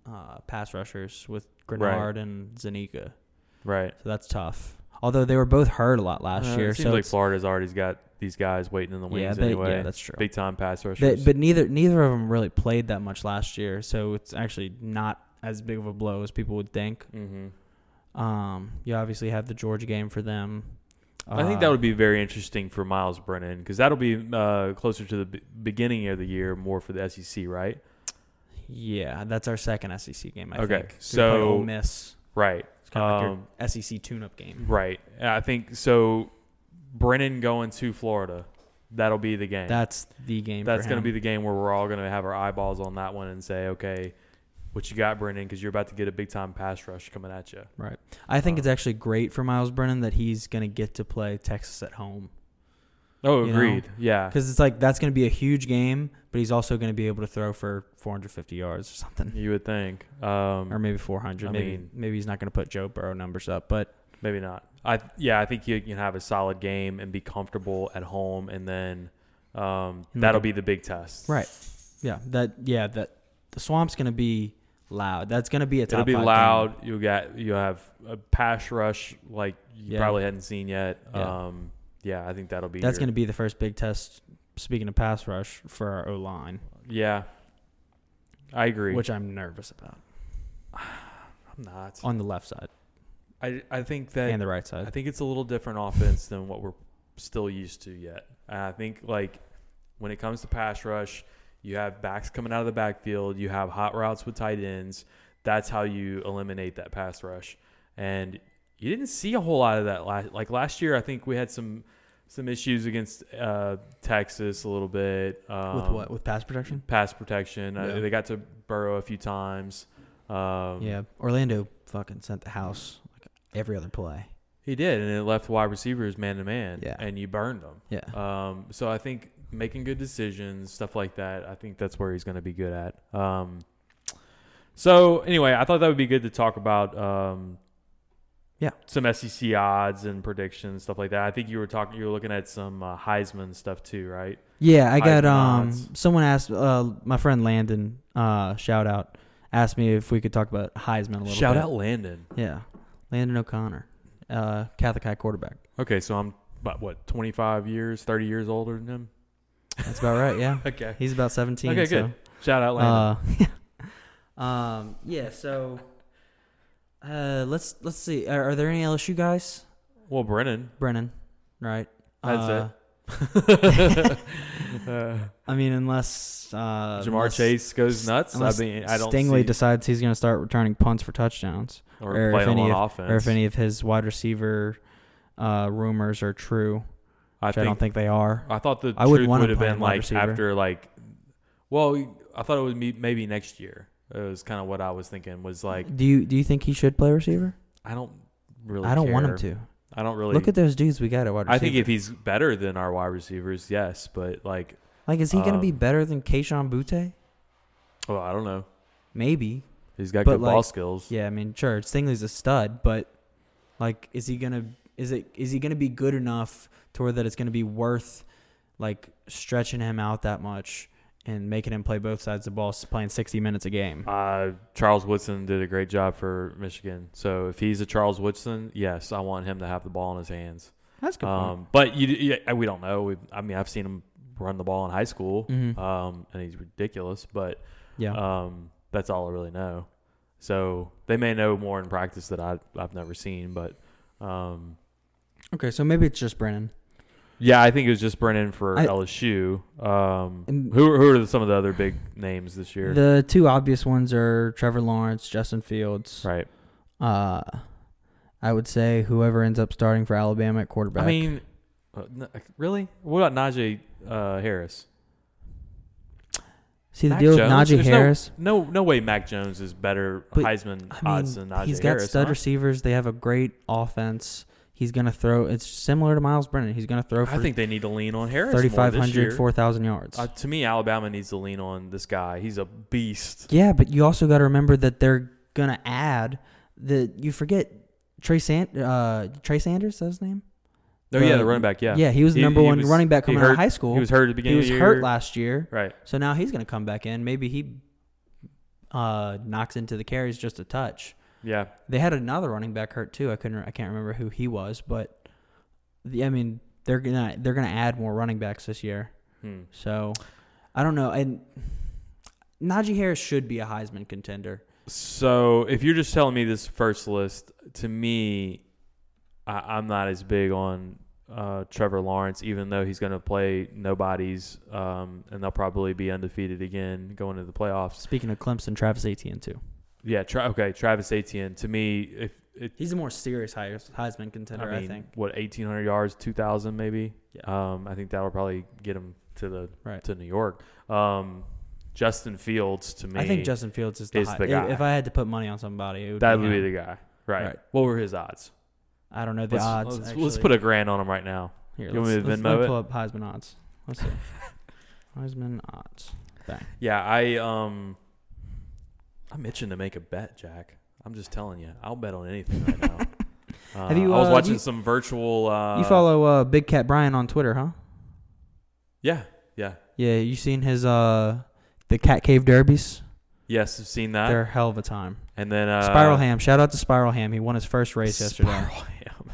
Speaker 2: uh, pass rushers with Grenard and Zanika,
Speaker 1: Right.
Speaker 2: so that's tough. Although they were both hurt a lot last
Speaker 1: Uh,
Speaker 2: year,
Speaker 1: it seems
Speaker 2: so
Speaker 1: like
Speaker 2: it's-
Speaker 1: Florida's already got these guys waiting in the wings
Speaker 2: yeah, they,
Speaker 1: anyway.
Speaker 2: yeah, that's true.
Speaker 1: Big time pass
Speaker 2: They-
Speaker 1: rushers.
Speaker 2: but neither neither of them really played that much last year, so it's actually not as big of a blow as people would think.
Speaker 1: hmm
Speaker 2: Um, you obviously have the Georgia game for them. Uh,
Speaker 1: I think that would be very interesting for Miles Brennan because that'll be uh, closer to the b- beginning of the year, more for the SEC, right?
Speaker 2: yeah. That's our second SEC game. I
Speaker 1: Okay,
Speaker 2: think. So we play
Speaker 1: so-
Speaker 2: Ole Miss.
Speaker 1: Right,
Speaker 2: It's kind of
Speaker 1: Um,
Speaker 2: like your SEC tune-up game.
Speaker 1: right. I think so. Brennan going to Florida, that'll be the game.
Speaker 2: That's the game.
Speaker 1: That's
Speaker 2: going
Speaker 1: going to be the game where we're all going to have our eyeballs on that one and say, okay, what you got, Brennan? Because you're about to get a big time pass rush coming at you.
Speaker 2: right. I think it's
Speaker 1: um,
Speaker 2: actually great for Miles Brennan that he's going to get to play Texas at home
Speaker 1: Oh,
Speaker 2: You know?
Speaker 1: agreed. Yeah.
Speaker 2: because it's like that's going to be a huge game, but he's also going to be able to throw for 450 yards or something.
Speaker 1: You would think. Um,
Speaker 2: or maybe 400.
Speaker 1: I
Speaker 2: maybe
Speaker 1: mean-
Speaker 2: maybe he's not going to put Joe Burrow numbers up, but
Speaker 1: Maybe not. I yeah, I think you can have a solid game and be comfortable at home, and then um,
Speaker 2: And
Speaker 1: that'll
Speaker 2: like-
Speaker 1: be the big test.
Speaker 2: right, yeah, that yeah that the swamp's going to be loud. That's going to be a top
Speaker 1: It'll be
Speaker 2: five game.
Speaker 1: loud. You got you have a pass rush like you
Speaker 2: Yeah.
Speaker 1: probably hadn't seen yet.
Speaker 2: Yeah.
Speaker 1: Um, yeah, I think that'll be.
Speaker 2: That's
Speaker 1: your-
Speaker 2: going to be the first big test. Speaking of pass rush for our O line,
Speaker 1: Yeah, I agree.
Speaker 2: which I'm nervous about
Speaker 1: I'm not.
Speaker 2: on the left side
Speaker 1: I I think that
Speaker 2: and the right
Speaker 1: I
Speaker 2: side.
Speaker 1: think it's a little different offense than what we're still used to yet. And I think like when it comes to pass rush, you have backs coming out of the backfield, you have hot routes with tight ends. That's how you eliminate that pass rush. And you didn't see a whole lot of that last like last year. I think we had some some issues against uh, Texas a little bit um,
Speaker 2: With what? With pass protection?
Speaker 1: pass protection. Uh,
Speaker 2: Yeah.
Speaker 1: they got to Burrow a few times. Um,
Speaker 2: Yeah, Orlando fucking sent the house like every other play.
Speaker 1: he did, and it left wide receivers man to man,
Speaker 2: Yeah.
Speaker 1: and you burned them.
Speaker 2: Yeah,
Speaker 1: Um, so I think making good decisions, stuff like that, I think that's where he's going to be good at. Um, so anyway, I thought that would be good to talk about. Um,
Speaker 2: Yeah.
Speaker 1: some SEC odds and predictions, stuff like that. I think you were talking, you were looking at some uh, Heisman stuff too, right?
Speaker 2: yeah. I got
Speaker 1: Heisman
Speaker 2: um.
Speaker 1: odds.
Speaker 2: Someone asked uh my friend Landon uh shout out asked me if we could talk about Heisman a little.
Speaker 1: Shout
Speaker 2: bit.
Speaker 1: out Landon.
Speaker 2: Yeah, Landon O'Connor, uh, Catholic High quarterback.
Speaker 1: Okay, so I'm about what 25 years, 30 years older than him.
Speaker 2: That's about right. Yeah,
Speaker 1: Okay,
Speaker 2: he's about seventeen.
Speaker 1: okay,
Speaker 2: so.
Speaker 1: good. Shout out Landon.
Speaker 2: Uh, um, yeah. So Uh, let's let's see. Are, are there any LSU guys?
Speaker 1: Well, Brennan.
Speaker 2: Brennan, right?
Speaker 1: That's
Speaker 2: uh,
Speaker 1: Uh,
Speaker 2: I mean, unless uh,
Speaker 1: Jamar
Speaker 2: unless-
Speaker 1: Chase goes nuts. I
Speaker 2: unless
Speaker 1: mean, I don't
Speaker 2: Stingley
Speaker 1: see,
Speaker 2: decides he's going to start returning punts for touchdowns,
Speaker 1: or,
Speaker 2: or if
Speaker 1: playing him
Speaker 2: any
Speaker 1: on
Speaker 2: of-
Speaker 1: offense.
Speaker 2: or if any of his wide receiver uh, rumors are true,
Speaker 1: I
Speaker 2: which
Speaker 1: think
Speaker 2: I don't think they are.
Speaker 1: I thought the
Speaker 2: I wouldn't
Speaker 1: truth
Speaker 2: want
Speaker 1: would
Speaker 2: him
Speaker 1: have been
Speaker 2: playing wide
Speaker 1: like
Speaker 2: receiver.
Speaker 1: after like, well, I thought it would be maybe next year. It was kind of what I was thinking. Was like,
Speaker 2: do you do you think he should play receiver?
Speaker 1: I don't really.
Speaker 2: I don't want him
Speaker 1: care.
Speaker 2: to.
Speaker 1: I don't really.
Speaker 2: Look at those dudes we got at wide receiver.
Speaker 1: I think if he's better than our wide receivers, yes. But like,
Speaker 2: like is he going to be
Speaker 1: um,
Speaker 2: better than Keishon Butte?
Speaker 1: well, oh, I don't know.
Speaker 2: Maybe.
Speaker 1: He's got
Speaker 2: But,
Speaker 1: good ball
Speaker 2: like,
Speaker 1: skills.
Speaker 2: Yeah, I mean, sure, Stingley's a stud, but like, is he gonna is it is he gonna be good enough to where that it's gonna be worth like stretching him out that much and making him play both sides of the ball, s- playing sixty minutes a game?
Speaker 1: Uh, Charles Woodson did a great job for Michigan. So if he's a Charles Woodson, yes, I want him to have the ball in his hands.
Speaker 2: That's good.
Speaker 1: Um, but you, yeah, we don't know. We, I mean, I've seen him run the ball in high school,
Speaker 2: Mhm.
Speaker 1: um, and he's ridiculous. But
Speaker 2: yeah,
Speaker 1: um, that's all I really know. So they may know more in practice that I, I've never seen. But um,
Speaker 2: okay, so maybe it's just Brennan.
Speaker 1: yeah, I think it was just Brennan for
Speaker 2: I-
Speaker 1: LSU. Um,
Speaker 2: And-
Speaker 1: who, are- who are some of the other big names this year?
Speaker 2: The two obvious ones are Trevor Lawrence, Justin Fields.
Speaker 1: right.
Speaker 2: Uh, I would say whoever ends up starting for Alabama at quarterback.
Speaker 1: I mean, uh, n- really? What about Najee uh, Harris?
Speaker 2: see the
Speaker 1: Mac
Speaker 2: deal with
Speaker 1: Jones?
Speaker 2: Najee
Speaker 1: There's no-
Speaker 2: Harris.
Speaker 1: No, no way. Mac Jones is better
Speaker 2: But,
Speaker 1: Heisman
Speaker 2: I
Speaker 1: odds than
Speaker 2: mean,
Speaker 1: Najee
Speaker 2: he's got
Speaker 1: Harris,
Speaker 2: stud
Speaker 1: huh?
Speaker 2: receivers. They have a great offense. He's going to throw. It's similar to Miles Brennan. He's going to throw
Speaker 1: I
Speaker 2: for
Speaker 1: think they need to lean on Harris. more this
Speaker 2: 3,500,
Speaker 1: year.
Speaker 2: 4,000 yards.
Speaker 1: Uh, to me, Alabama needs to lean on this guy. He's a beast.
Speaker 2: yeah, but you also got to remember that they're going to add the. You forget Trey San, uh, Trey Sanders. Is that his name?
Speaker 1: No, Oh, yeah,
Speaker 2: Uh,
Speaker 1: the running back. Yeah,
Speaker 2: Yeah, he was the
Speaker 1: He-
Speaker 2: number
Speaker 1: he
Speaker 2: one
Speaker 1: was-
Speaker 2: running back
Speaker 1: he
Speaker 2: coming out
Speaker 1: hurt-
Speaker 2: of high school.
Speaker 1: he was hurt at the beginning.
Speaker 2: He was
Speaker 1: of the
Speaker 2: hurt
Speaker 1: year.
Speaker 2: last year,
Speaker 1: Right.
Speaker 2: so now he's going to come back in. Maybe he uh, knocks into the carries just a touch.
Speaker 1: Yeah.
Speaker 2: They had another running back hurt too. I couldn't. I can't remember who he was, but the, I mean, they're gonna they're gonna add more running backs this year.
Speaker 1: Hmm.
Speaker 2: So I don't know. And Najee Harris should be a Heisman contender.
Speaker 1: So if you're just telling me this first list, to me, I, I'm not as big on uh, Trevor Lawrence, even though he's going to play nobodies, um, and they'll probably be undefeated again going into the playoffs.
Speaker 2: Speaking of Clemson, Travis Etienne too.
Speaker 1: Yeah. Tra- okay. Travis Etienne. To me, if it,
Speaker 2: He's a more serious Heis- Heisman
Speaker 1: I
Speaker 2: contender,
Speaker 1: mean,
Speaker 2: I, think.
Speaker 1: what 1,800 yards, 2,000 maybe.
Speaker 2: Yeah.
Speaker 1: Um, I think that'll probably get him to the
Speaker 2: Right.
Speaker 1: to New York. Um, Justin Fields to me.
Speaker 2: I think Justin Fields is the,
Speaker 1: is
Speaker 2: high,
Speaker 1: the guy.
Speaker 2: If I had to put money on somebody, it would
Speaker 1: that
Speaker 2: be,
Speaker 1: would be
Speaker 2: him.
Speaker 1: the guy. Right.
Speaker 2: Right.
Speaker 1: What were his odds?
Speaker 2: I don't know the
Speaker 1: let's,
Speaker 2: odds.
Speaker 1: Let's,
Speaker 2: actually.
Speaker 1: let's put a grand on him right now.
Speaker 2: Here,
Speaker 1: you want
Speaker 2: let's,
Speaker 1: me to
Speaker 2: let's-
Speaker 1: Venmo
Speaker 2: let me
Speaker 1: it?
Speaker 2: pull up Heisman odds. Let's see. Heisman odds. Bang.
Speaker 1: Yeah, I um, I'm itching to make a bet, Jack. I'm just telling you, I'll bet on anything right now. Uh,
Speaker 2: Have you,
Speaker 1: I was
Speaker 2: uh,
Speaker 1: watching
Speaker 2: you-
Speaker 1: some virtual. Uh,
Speaker 2: You follow uh, Big Cat Brian on Twitter, huh?
Speaker 1: Yeah, yeah,
Speaker 2: Yeah, you seen his uh the Cat Cave Derbies?
Speaker 1: yes, I've seen that.
Speaker 2: They're a hell of a time.
Speaker 1: And then uh,
Speaker 2: Spiral Ham, shout out to Spiral Ham. He won his first race yesterday.
Speaker 1: Spiral Ham.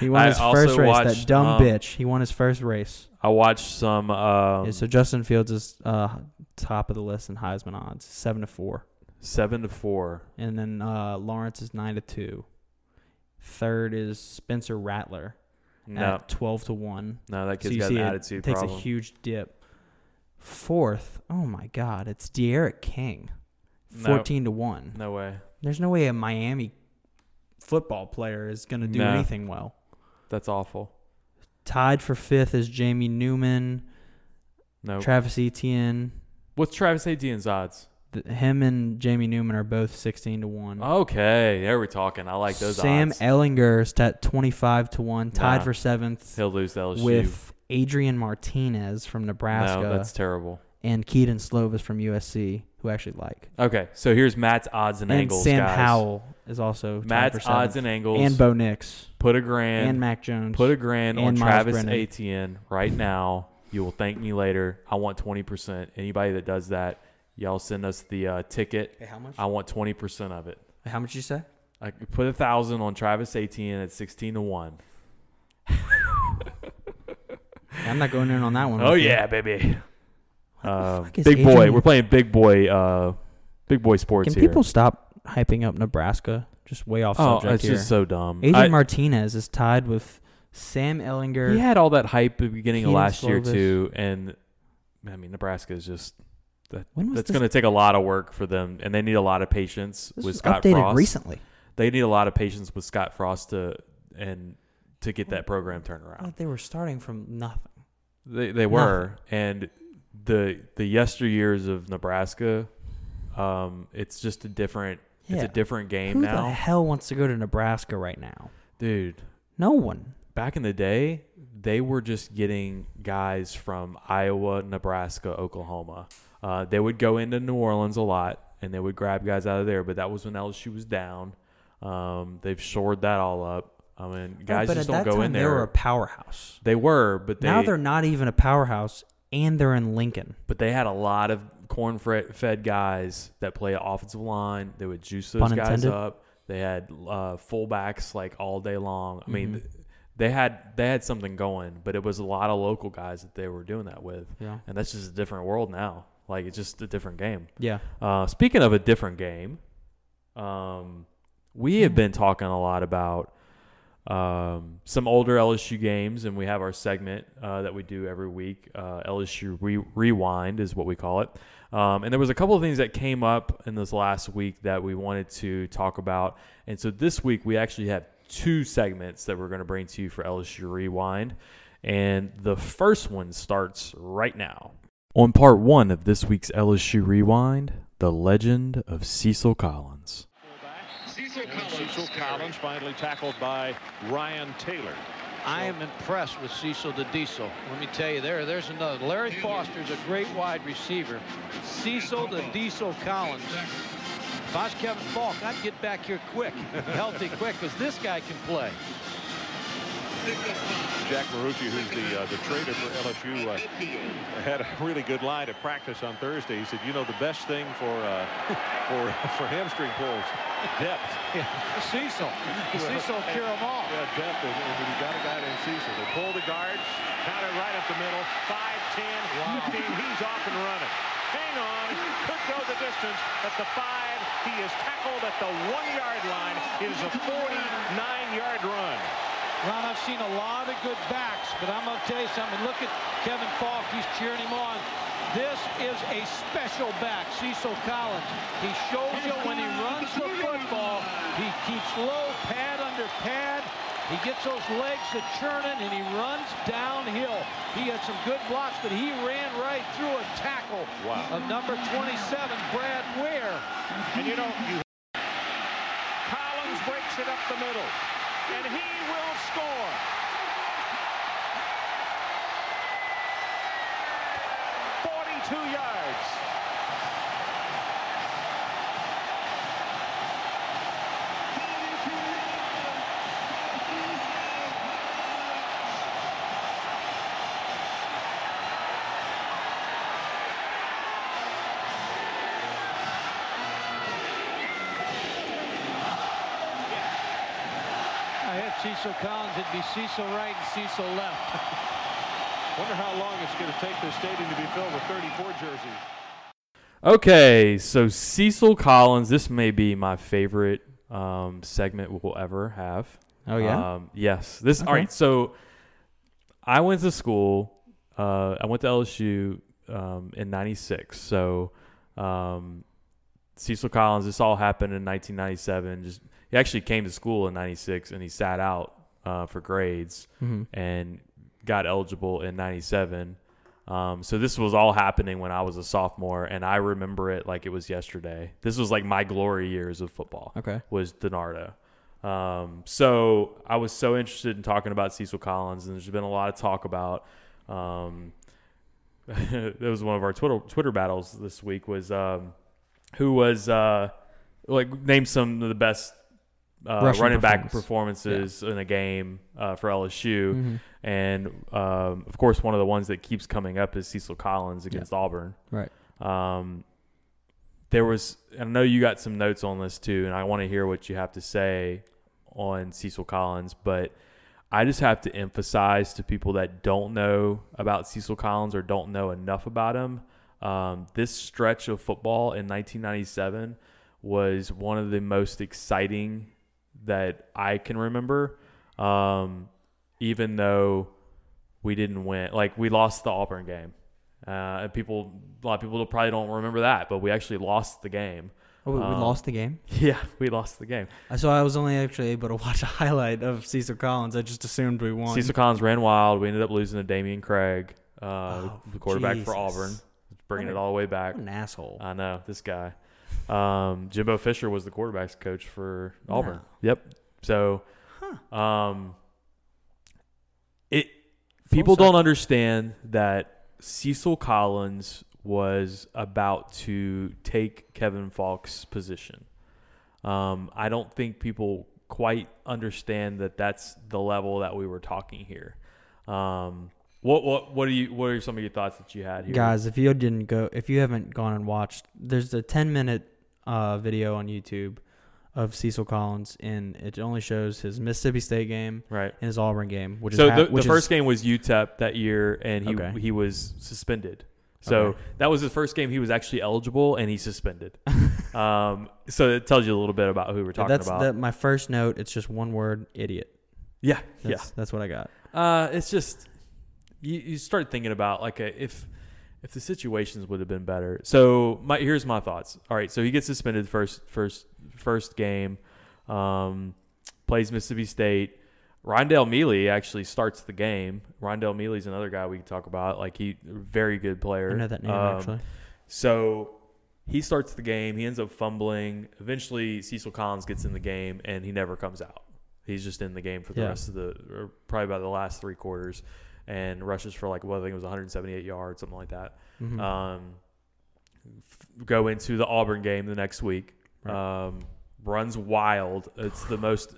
Speaker 2: He won
Speaker 1: I
Speaker 2: his
Speaker 1: also
Speaker 2: first race.
Speaker 1: watched,
Speaker 2: that dumb
Speaker 1: um,
Speaker 2: bitch. He won his first race.
Speaker 1: I watched some. Um,
Speaker 2: Yeah, so Justin Fields is uh top of the list in Heisman odds, seven to four,
Speaker 1: seven to four.
Speaker 2: and then uh Lawrence is nine to two. Third is Spencer Rattler
Speaker 1: No,
Speaker 2: at twelve to one.
Speaker 1: no, that
Speaker 2: So
Speaker 1: kid's
Speaker 2: you
Speaker 1: got
Speaker 2: see
Speaker 1: an
Speaker 2: it
Speaker 1: attitude
Speaker 2: takes
Speaker 1: problem.
Speaker 2: a huge dip. Fourth, oh my God, it's De'Eric King,
Speaker 1: No.
Speaker 2: fourteen to one.
Speaker 1: no way.
Speaker 2: There's no way a Miami football player is going to do
Speaker 1: No.
Speaker 2: anything well.
Speaker 1: That's awful.
Speaker 2: Tied for fifth is Jamie Newman,
Speaker 1: No.
Speaker 2: Travis Etienne.
Speaker 1: What's Travis Etienne's odds?
Speaker 2: Th- him and Jamie Newman are both 16 to 1.
Speaker 1: Mm-hmm. Okay, there we're talking. I like those
Speaker 2: Sam
Speaker 1: odds.
Speaker 2: Ellinger is at 25 to 1, tied
Speaker 1: Nah.
Speaker 2: for seventh
Speaker 1: He'll lose to LSU.
Speaker 2: with Adrian Martinez from Nebraska
Speaker 1: No, that's terrible.
Speaker 2: and Keaton Slovis from USC, who I actually like.
Speaker 1: Okay, so here's Matt's odds and,
Speaker 2: And
Speaker 1: angles,
Speaker 2: Sam
Speaker 1: guys.
Speaker 2: Howell is also tied for
Speaker 1: Matt's
Speaker 2: seventh.
Speaker 1: odds and angles.
Speaker 2: and Bo Nix
Speaker 1: put a
Speaker 2: and,
Speaker 1: grand.
Speaker 2: Mac Jones.
Speaker 1: put a grand on
Speaker 2: and Miles
Speaker 1: Travis
Speaker 2: Brennan.
Speaker 1: Etienne right now. You will thank me later. I want twenty percent. Anybody that does that, y'all send us the uh, ticket.
Speaker 2: Hey, how much?
Speaker 1: I want twenty percent of it.
Speaker 2: How much you say?
Speaker 1: I could put a thousand on Travis Etienne at sixteen to one.
Speaker 2: I'm not going in on that one.
Speaker 1: Oh
Speaker 2: with you.
Speaker 1: yeah, baby. Uh,
Speaker 2: fuck is
Speaker 1: big boy.
Speaker 2: Adrian-
Speaker 1: We're playing big boy. Uh, big boy sports
Speaker 2: Can
Speaker 1: here.
Speaker 2: people stop hyping up Nebraska? just way off
Speaker 1: Oh,
Speaker 2: subject
Speaker 1: it's
Speaker 2: here.
Speaker 1: just so dumb.
Speaker 2: Adrian
Speaker 1: I-
Speaker 2: Martinez is tied with Sam Ellinger.
Speaker 1: he had all that hype at the beginning
Speaker 2: Keenan
Speaker 1: of last year
Speaker 2: Slovis.
Speaker 1: too, and I mean Nebraska is just
Speaker 2: when was
Speaker 1: that's
Speaker 2: this?
Speaker 1: going to take a lot of work for them, and they need a lot of patience
Speaker 2: this
Speaker 1: with
Speaker 2: was
Speaker 1: Scott
Speaker 2: updated
Speaker 1: Frost.
Speaker 2: recently.
Speaker 1: They need a lot of patience with Scott Frost to and to get that program turned around.
Speaker 2: Like they were starting from nothing.
Speaker 1: They they were, and the the yesteryears of Nebraska, um, it's just a different
Speaker 2: Yeah.
Speaker 1: it's a different game
Speaker 2: Who the
Speaker 1: now,
Speaker 2: hell wants to go to Nebraska right now?
Speaker 1: dude.
Speaker 2: No one.
Speaker 1: Back in the day, they were just getting guys from Iowa, Nebraska, Oklahoma. Uh, they would go into New Orleans a lot, and they would grab guys out of there. But that was when LSU was down. Um, they've shored that all up. I mean, guys
Speaker 2: Oh, but
Speaker 1: just
Speaker 2: at
Speaker 1: don't
Speaker 2: that
Speaker 1: go
Speaker 2: time,
Speaker 1: in
Speaker 2: They
Speaker 1: there.
Speaker 2: were a powerhouse.
Speaker 1: they were, but they
Speaker 2: now they're not even a powerhouse, and they're in Lincoln.
Speaker 1: But they had a lot of corn fre- fed guys that play offensive line. They would juice those
Speaker 2: Pun
Speaker 1: guys
Speaker 2: intended.
Speaker 1: up. They had uh, fullbacks like all day long. I mean,
Speaker 2: Mhm.
Speaker 1: th- they had they had something going, but it was a lot of local guys that they were doing that with,
Speaker 2: Yeah.
Speaker 1: and that's just a different world now. Like it's just a different game.
Speaker 2: Yeah.
Speaker 1: Uh, speaking of a different game, um, we have been talking a lot about um, some older LSU games, and we have our segment uh, that we do every week. Uh, LSU Re- Rewind is what we call it. Um, and there was a couple of things that came up in this last week that we wanted to talk about. And so this week we actually have two segments that we're going to bring to you for LSU Rewind. And the first one starts right now. On part one of this week's LSU Rewind, the legend of Cecil Collins.
Speaker 3: Cecil
Speaker 4: And
Speaker 3: Collins.
Speaker 4: Cecil Collins finally tackled by Ryan Taylor.
Speaker 5: I am impressed with Cecil the Diesel. Let me tell you, there, there's another. Larry Foster's a great wide receiver. Cecil the Diesel Collins. If I was Kevin Falk, I'd get back here quick, healthy quick, because this guy can play.
Speaker 4: Jack Marucci, who's the uh, the trader for LSU, uh, had a really good line at practice on Thursday. He said, "You know, the best thing for uh, for for hamstring pulls, depth.
Speaker 5: Cecil. Cecil will cure 'em all.
Speaker 4: Yeah, depth. And, and when you got a guy named Cecil, they pull the guard, counter right up the middle, 5, 10, 15. He's off and running. Hang on, could go the distance at the five. He is tackled at the one yard line. It is a 49 yard run.
Speaker 5: Ron, I've seen a lot of good backs, but I'm going to tell you something. Look at Kevin Falk. He's cheering him on. This is a special back, Cecil Collins. He shows you when he runs the football, he keeps low, pad under pad. He gets those legs to churning, and he runs downhill. He had some good blocks, but he ran right through a tackle
Speaker 4: Wow.
Speaker 5: of number 27, Brad Ware.
Speaker 4: And you know, you Collins breaks it up the middle, and he will score. Forty-two yards.
Speaker 5: I had Cecil Collins. It'd be Cecil right and Cecil left.
Speaker 4: Wonder how long it's going to take this stadium to be filled with 34 jerseys.
Speaker 1: Okay, so Cecil Collins, this may be my favorite um, segment we'll ever have.
Speaker 2: Oh yeah.
Speaker 1: Um, yes. This all
Speaker 2: Okay.
Speaker 1: right. So I went to school. Uh, I went to LSU um, in '96. So um, Cecil Collins. This all happened in 1997. Just he actually came to school in '96 and he sat out uh, for grades
Speaker 2: Mhm.
Speaker 1: and got eligible in '97. Um, so this was all happening when I was a sophomore, and I remember it like it was yesterday. This was like my glory years of football
Speaker 2: okay.
Speaker 1: was Donardo. Um, so I was so interested in talking about Cecil Collins, and there's been a lot of talk about. Um, that was one of our Twitter Twitter battles this week. Was um, who was uh, like name some of the best uh,
Speaker 2: Rushing
Speaker 1: running back
Speaker 2: performance. Mm-hmm.
Speaker 1: performances in a game uh, for LSU, and um, of course one of the ones that keeps coming up is Cecil Collins against Auburn.
Speaker 2: Right.
Speaker 1: Um, there was, I know you got some notes on this too, and I want to hear what you have to say on Cecil Collins, but I just have to emphasize to people that don't know about Cecil Collins or don't know enough about him. Um, this stretch of football in 1997 was one of the most exciting that I can remember. Um, even though we didn't win, like we lost the Auburn game. Uh, and people, a lot of people probably don't remember that, but we actually lost the game.
Speaker 2: Oh, we, we
Speaker 1: Um,
Speaker 2: lost the game.
Speaker 1: Yeah, we lost the game.
Speaker 2: I saw. I was only actually able to watch a highlight of Cecil Collins. I just assumed we won.
Speaker 1: Cecil Collins ran wild. We ended up losing to Damian Craig, uh,
Speaker 2: Oh,
Speaker 1: the quarterback
Speaker 2: Jesus.
Speaker 1: for Auburn, bringing
Speaker 2: What
Speaker 1: it
Speaker 2: a-
Speaker 1: all the way back.
Speaker 2: what an asshole.
Speaker 1: I know this guy. Um, Jimbo Fisher was the quarterbacks coach for Auburn.
Speaker 2: No.
Speaker 1: Yep. So, um, it people don't understand that Cecil Collins was about to take Kevin Falk's position. Um, I don't think people quite understand that that's the level that we were talking here. Um, what what what are you what are some of your thoughts that you had here?
Speaker 2: Guys, if you didn't go, if you haven't gone and watched, there's a 10 minute uh, video on YouTube of Cecil Collins, and it only shows his Mississippi State game
Speaker 1: right?
Speaker 2: and his Auburn game, which
Speaker 1: So
Speaker 2: is ha-
Speaker 1: the, the
Speaker 2: which
Speaker 1: first
Speaker 2: is,
Speaker 1: game was UTEP that year, and he
Speaker 2: Okay.
Speaker 1: he was suspended. So
Speaker 2: Okay.
Speaker 1: that was his first game. He was actually eligible, and he's suspended. um, so it tells you a little bit about who we're talking
Speaker 2: That's
Speaker 1: about.
Speaker 2: the, my first note. It's just one word: idiot.
Speaker 1: yeah,
Speaker 2: That's, that's what I got.
Speaker 1: yeah. Uh, it's just you, you start thinking about like a, if if the situations would have been better. So my here's my thoughts. All right, so he gets suspended first first first game, um, plays Mississippi State. Rondell Mealy actually starts the game. Rondell Mealy's another guy we can talk about. Like he very good player.
Speaker 2: I know that name
Speaker 1: Um,
Speaker 2: actually.
Speaker 1: So he starts the game. He ends up fumbling. Eventually, Cecil Collins gets in the game, and he never comes out. He's just in the game for the
Speaker 2: Yeah.
Speaker 1: rest of the, or probably about the last three quarters, and rushes for like what I think it was 178 yards, something like that. Um, f- go into the Auburn game the next week. Um, runs wild. It's the most.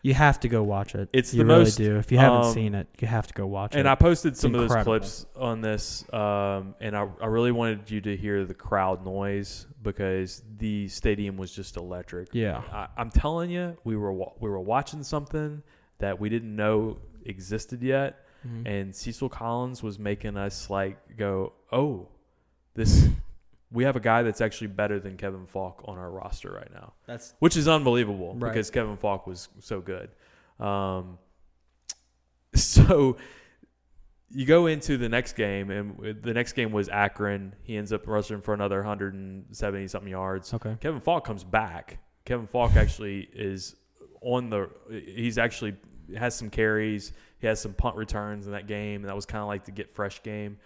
Speaker 2: You have to go watch it.
Speaker 1: It's
Speaker 2: you
Speaker 1: the
Speaker 2: really
Speaker 1: most,
Speaker 2: do. If you haven't
Speaker 1: um,
Speaker 2: seen it, you have to go watch
Speaker 1: And
Speaker 2: it.
Speaker 1: I posted some of those
Speaker 2: incredible.
Speaker 1: clips on this, um, and I, I really wanted you to hear the crowd noise because the stadium was just electric.
Speaker 2: yeah.
Speaker 1: I, I'm telling you, we were wa- we were watching something that we didn't know existed yet,
Speaker 2: Mm-hmm.
Speaker 1: and Cecil Collins was making us like go, "Oh, this we have a guy that's actually better than Kevin Falk on our roster right now,"
Speaker 2: That's
Speaker 1: which is unbelievable
Speaker 2: Right.
Speaker 1: because Kevin Falk was so good. Um, so you go into the next game, and the next game was Akron. He ends up rushing for another 170 something yards.
Speaker 2: okay.
Speaker 1: Kevin Falk comes back. Kevin Falk actually is on the. He's actually has some carries. He has some punt returns in that game, and that was kind of like the get fresh game.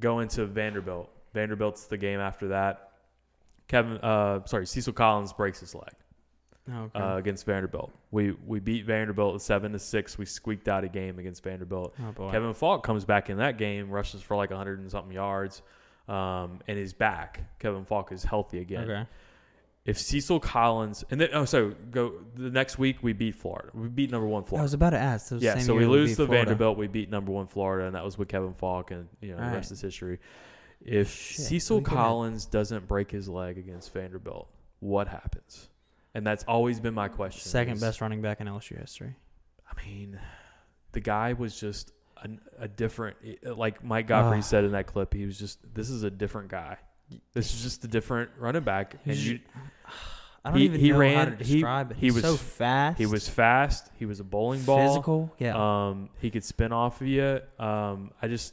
Speaker 1: Go into Vanderbilt. Vanderbilt's the game after that. Kevin, uh, sorry, Cecil Collins breaks his leg
Speaker 2: oh, Okay.
Speaker 1: uh, against Vanderbilt. We we beat Vanderbilt seven to six. We squeaked out a game against Vanderbilt.
Speaker 2: oh boy.
Speaker 1: Kevin Falk comes back in that game, rushes for like 100 and something yards, um, and is back. Kevin Falk is healthy again
Speaker 2: Okay.
Speaker 1: if Cecil Collins and then oh so go the next week we beat Florida. We beat number one
Speaker 2: I
Speaker 1: Florida.
Speaker 2: was about to ask. That was the
Speaker 1: yeah,
Speaker 2: same
Speaker 1: so we
Speaker 2: year
Speaker 1: lose
Speaker 2: beat
Speaker 1: to
Speaker 2: Florida.
Speaker 1: Vanderbilt, we beat number one Florida, and that was with Kevin Falk and you know,
Speaker 2: All
Speaker 1: the
Speaker 2: right.
Speaker 1: rest is history. If
Speaker 2: Shit,
Speaker 1: Cecil
Speaker 2: we could have-
Speaker 1: Collins doesn't break his leg against Vanderbilt, what happens? And that's always been my question.
Speaker 2: Second
Speaker 1: is,
Speaker 2: best running back in LSU history.
Speaker 1: I mean, the guy was just a, a different like Mike Godfrey
Speaker 2: Ah.
Speaker 1: said in that clip, he was just this is a different guy. This is just a different running back. And
Speaker 2: He's
Speaker 1: you,
Speaker 2: I don't
Speaker 1: He-
Speaker 2: even
Speaker 1: he
Speaker 2: know how
Speaker 1: ran-
Speaker 2: to
Speaker 1: he-
Speaker 2: describe it.
Speaker 1: he
Speaker 2: He's
Speaker 1: was-
Speaker 2: so fast.
Speaker 1: He was fast. He was a bowling ball.
Speaker 2: physical. Yeah.
Speaker 1: Um, he could spin off of you. Um, I just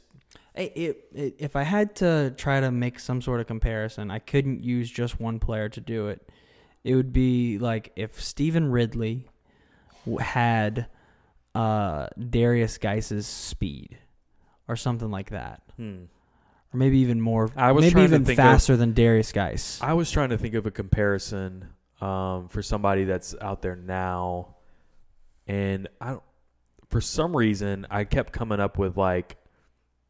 Speaker 2: I- it- it- if I had to try to make some sort of comparison, I couldn't use just one player to do it. It would be like if Stephen Ridley w- had uh, Darius Geis's speed or something like that,
Speaker 1: hmm.
Speaker 2: or maybe even more.
Speaker 1: I was
Speaker 2: maybe
Speaker 1: trying to
Speaker 2: even
Speaker 1: think of-
Speaker 2: faster than Darius Geis.
Speaker 1: I was trying to think of a comparison um, for somebody that's out there now, and I don't. For some reason, I kept coming up with like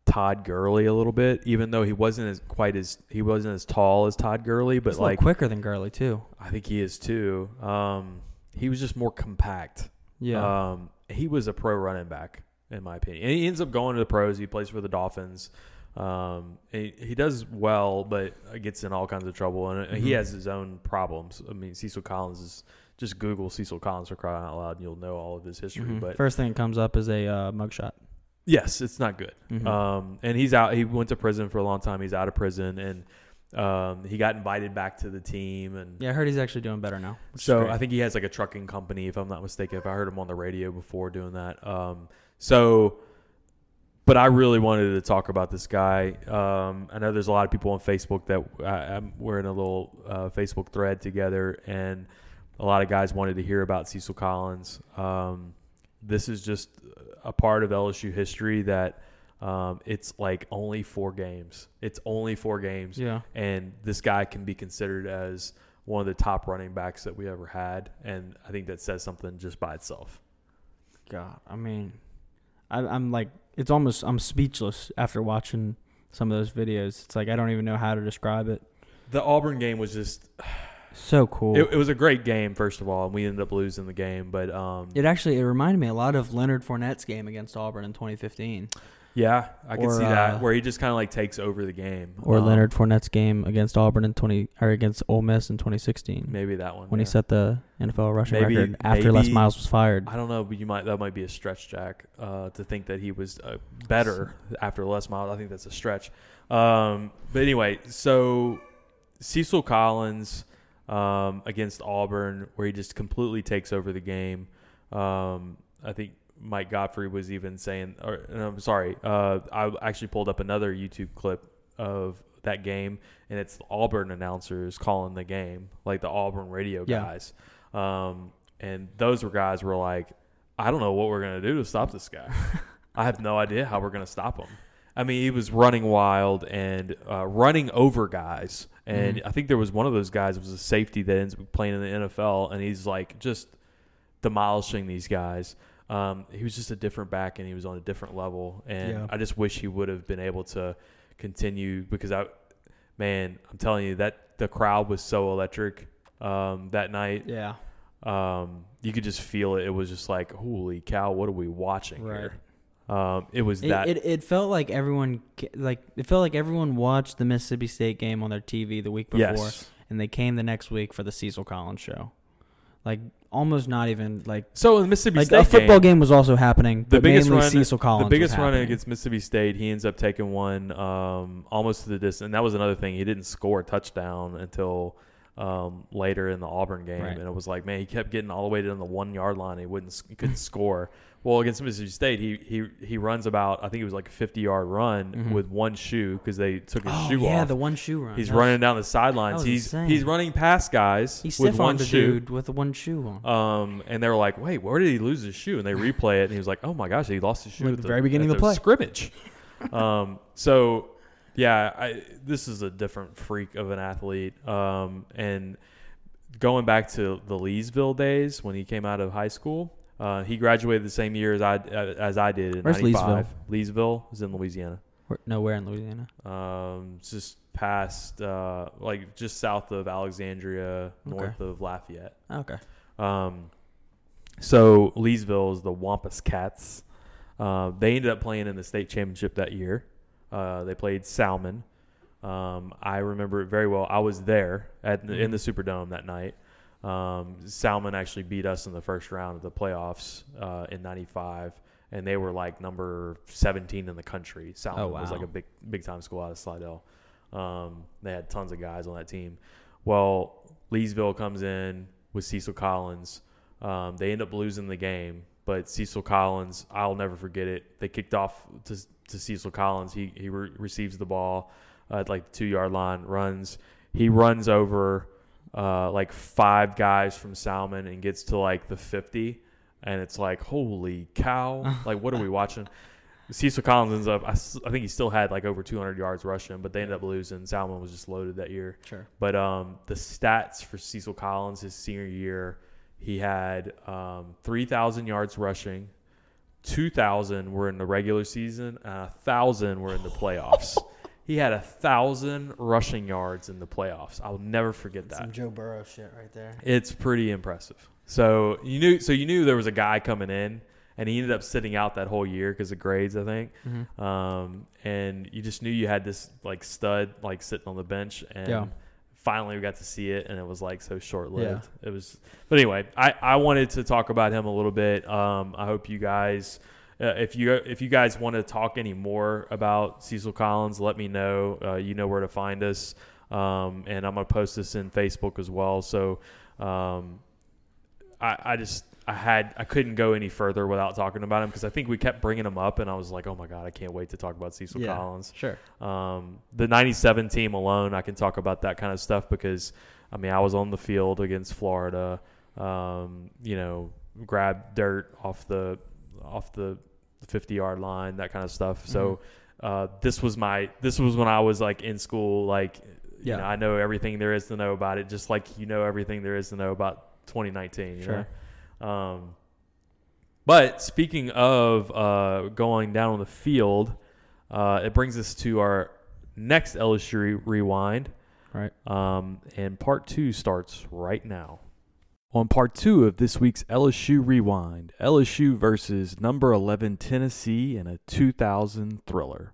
Speaker 1: Todd Gurley a little bit, even though he wasn't as quite as he wasn't as tall as Todd Gurley, but
Speaker 2: He's
Speaker 1: like
Speaker 2: a little quicker than Gurley too.
Speaker 1: I think he is too. Um, he was just more compact.
Speaker 2: Yeah.
Speaker 1: Um, he was a pro running back, in my opinion. And he ends up going to the pros. He plays for the Dolphins. Um, he, he does well, but gets in all kinds of trouble. And he
Speaker 2: Mm-hmm.
Speaker 1: has his own problems. I mean, Cecil Collins is just Google Cecil Collins for crying out loud, and you'll know all of his history.
Speaker 2: Mhm.
Speaker 1: But
Speaker 2: First thing that comes up is a uh, mugshot.
Speaker 1: yes, it's not good.
Speaker 2: Mhm.
Speaker 1: Um, and he's out. He went to prison for a long time. He's out of prison, and Um, he got invited back to the team, and
Speaker 2: Yeah, I heard he's actually doing better now. which is
Speaker 1: so
Speaker 2: great.
Speaker 1: I think he has like a trucking company, if I'm not mistaken. If I heard him on the radio before doing that, um, so. But I really wanted to talk about this guy. Um, I know there's a lot of people on Facebook that I, I'm, we're in a little uh, Facebook thread together, and a lot of guys wanted to hear about Cecil Collins. Um, this is just a part of LSU history that um, it's like only four games. It's only four games
Speaker 2: Yeah.
Speaker 1: and this guy can be considered as one of the top running backs that we ever had, and I think that says something just by itself.
Speaker 2: God, I mean, I, I'm like, it's almost, I'm speechless after watching some of those videos. It's like, I don't even know how to describe it.
Speaker 1: The Auburn game was just
Speaker 2: So cool.
Speaker 1: it,
Speaker 2: It,
Speaker 1: it was a great game first of all, and we ended up losing the game, but um,
Speaker 2: actually, it reminded me a lot of Leonard Fournette's game against Auburn in 2015,
Speaker 1: yeah, I can
Speaker 2: Or,
Speaker 1: see that
Speaker 2: uh,
Speaker 1: where he just kind of like takes over the game.
Speaker 2: or
Speaker 1: Um,
Speaker 2: Leonard Fournette's game against Auburn in 20 or against Ole Miss in 2016
Speaker 1: maybe that one
Speaker 2: when he
Speaker 1: yeah.
Speaker 2: set the NFL rushing
Speaker 1: Maybe-
Speaker 2: record after Les
Speaker 1: maybe-
Speaker 2: Miles was fired.
Speaker 1: I don't know, but you might that might be a stretch, Jack, uh, to think that he was uh, better after Les Miles. I think that's a stretch. Um, but anyway, so Cecil Collins um, against Auburn, where he just completely takes over the game. Um, I think Mike Godfrey was even saying, or no, I'm sorry, uh, I actually pulled up another YouTube clip of that game, and it's the Auburn announcers calling the game, like the Auburn radio
Speaker 2: Yeah.
Speaker 1: guys. Um, and those were guys were like, I don't know what we're gonna do to stop this guy. I have no idea how we're gonna stop him. I mean, he was running wild and uh, running over guys, and I think there was one of those guys was a safety that ends up playing in the NFL, and he's like just demolishing these guys. Um, he was just a different back, and he was on a different level. And
Speaker 2: Yeah.
Speaker 1: I just wish he would have been able to continue because I, man, I'm telling you that the crowd was so electric um, that night
Speaker 2: yeah.
Speaker 1: um, you could just feel it. It was just like, holy cow, what are we watching
Speaker 2: Right.
Speaker 1: here? Um, it was
Speaker 2: It,
Speaker 1: that.
Speaker 2: it, it felt like everyone ca- like it felt like everyone watched the Mississippi State game on their TV the week before,
Speaker 1: Yes.
Speaker 2: and they came the next week for the Cecil Collins show. Like almost not even like
Speaker 1: so in the Mississippi
Speaker 2: like
Speaker 1: State
Speaker 2: a football
Speaker 1: game,
Speaker 2: game, was also happening.
Speaker 1: the
Speaker 2: but
Speaker 1: biggest
Speaker 2: mainly
Speaker 1: run,
Speaker 2: Cecil Collins,
Speaker 1: the biggest
Speaker 2: was
Speaker 1: run
Speaker 2: happening.
Speaker 1: against Mississippi State, he ends up taking one um, almost to the distance. And that was another thing; he didn't score a touchdown until um, later in the Auburn game,
Speaker 2: Right.
Speaker 1: and it was like, man, he kept getting all the way down the one yard line. He wouldn't, he couldn't score. Well, against Mississippi State, he he he runs about I think it was like a fifty yard run with one shoe because they took his
Speaker 2: Mm-hmm. oh,
Speaker 1: shoe
Speaker 2: yeah,
Speaker 1: off.
Speaker 2: the one shoe run.
Speaker 1: He's
Speaker 2: That was-
Speaker 1: running down the sidelines.
Speaker 2: was
Speaker 1: He's
Speaker 2: insane.
Speaker 1: he's running past guys
Speaker 2: He stiff
Speaker 1: with one
Speaker 2: on the
Speaker 1: shoe.
Speaker 2: dude with the one shoe on.
Speaker 1: Um, and they were like, "Wait, where did he lose his shoe?" And they replay it, and he was like, "Oh my gosh, he lost his shoe
Speaker 2: Like
Speaker 1: at
Speaker 2: the very beginning
Speaker 1: at
Speaker 2: of the play.
Speaker 1: scrimmage." um, so yeah, I, this is a different freak of an athlete. Um, and going back to the Leesville days when he came out of high school, uh, he graduated the same year as I uh, as I did in
Speaker 2: Where's
Speaker 1: '95. Leesville is in Louisiana.
Speaker 2: Where- no, where in Louisiana?
Speaker 1: Um, it's just past, uh, like just south of Alexandria, north of Lafayette.
Speaker 2: Okay.
Speaker 1: Um, so Leesville is the Wampus Cats. Uh, they ended up playing in the state championship that year. Uh, they played Salmon. Um, I remember it very well. I was there at the, in the Superdome that night. Um, Salmon actually beat us in the first round of the playoffs uh, in '95, and they were like number 17 in the country. Salmon was
Speaker 2: wow.
Speaker 1: like a big big time school out of Slidell. Um, they had tons of guys on that team. Well, Leesville comes in with Cecil Collins. Um, they end up losing the game, but Cecil Collins, I'll never forget it. They kicked off to, to Cecil Collins. He he re- receives the ball uh, at like the two yard line, runs. He runs over uh, like five guys from Salmon and gets to like the fifty, and it's like holy cow! like what are we watching? Cecil Collins ends up. I, s- I think he still had like over 200 yards rushing, but they ended up losing. Salmon was just loaded that year.
Speaker 2: Sure.
Speaker 1: But um, the stats for Cecil Collins his senior year, he had um, 3,000 yards rushing, 2,000 were in the regular season, and 1,000 were in the playoffs. he had a 1,000 rushing yards in the playoffs. I'll never forget that.
Speaker 2: Joe Burrow shit right there.
Speaker 1: It's pretty impressive. So you knew, so you knew there was a guy coming in, and he ended up sitting out that whole year because of grades, I think.
Speaker 2: Mm-hmm.
Speaker 1: Um, and you just knew you had this like stud like sitting on the bench, and
Speaker 2: Yeah.
Speaker 1: finally we got to see it, and it was like so short lived.
Speaker 2: Yeah.
Speaker 1: It was, but anyway, I I wanted to talk about him a little bit. Um, I hope you guys. Uh, if you if you guys want to talk any more about Cecil Collins, let me know. Uh, you know where to find us. um, and I'm gonna post this in Facebook as well. So um, I, I just I had I couldn't go any further without talking about him because I think we kept bringing him up, and I was like, oh my god, I can't wait to talk about Cecil
Speaker 2: Yeah,
Speaker 1: Collins.
Speaker 2: Sure.
Speaker 1: Um, the 97 team alone, I can talk about that kind of stuff because, I mean, I was on the field against Florida, um, you know, grab dirt off the, off the 50 yard line, that kind of stuff. So, uh, this was my, this was when I was like in school, like, you
Speaker 2: Yeah.
Speaker 1: know, I know everything there is to know about it, just like you know everything there is to know about 2019. You
Speaker 2: Sure.
Speaker 1: Know? Um, but speaking of uh, going down on the field, uh, it brings us to our next LSU re- rewind.
Speaker 2: Right.
Speaker 1: Um, and part two starts right now. On part two of this week's LSU rewind, LSU versus number 11 Tennessee in a 2000 thriller.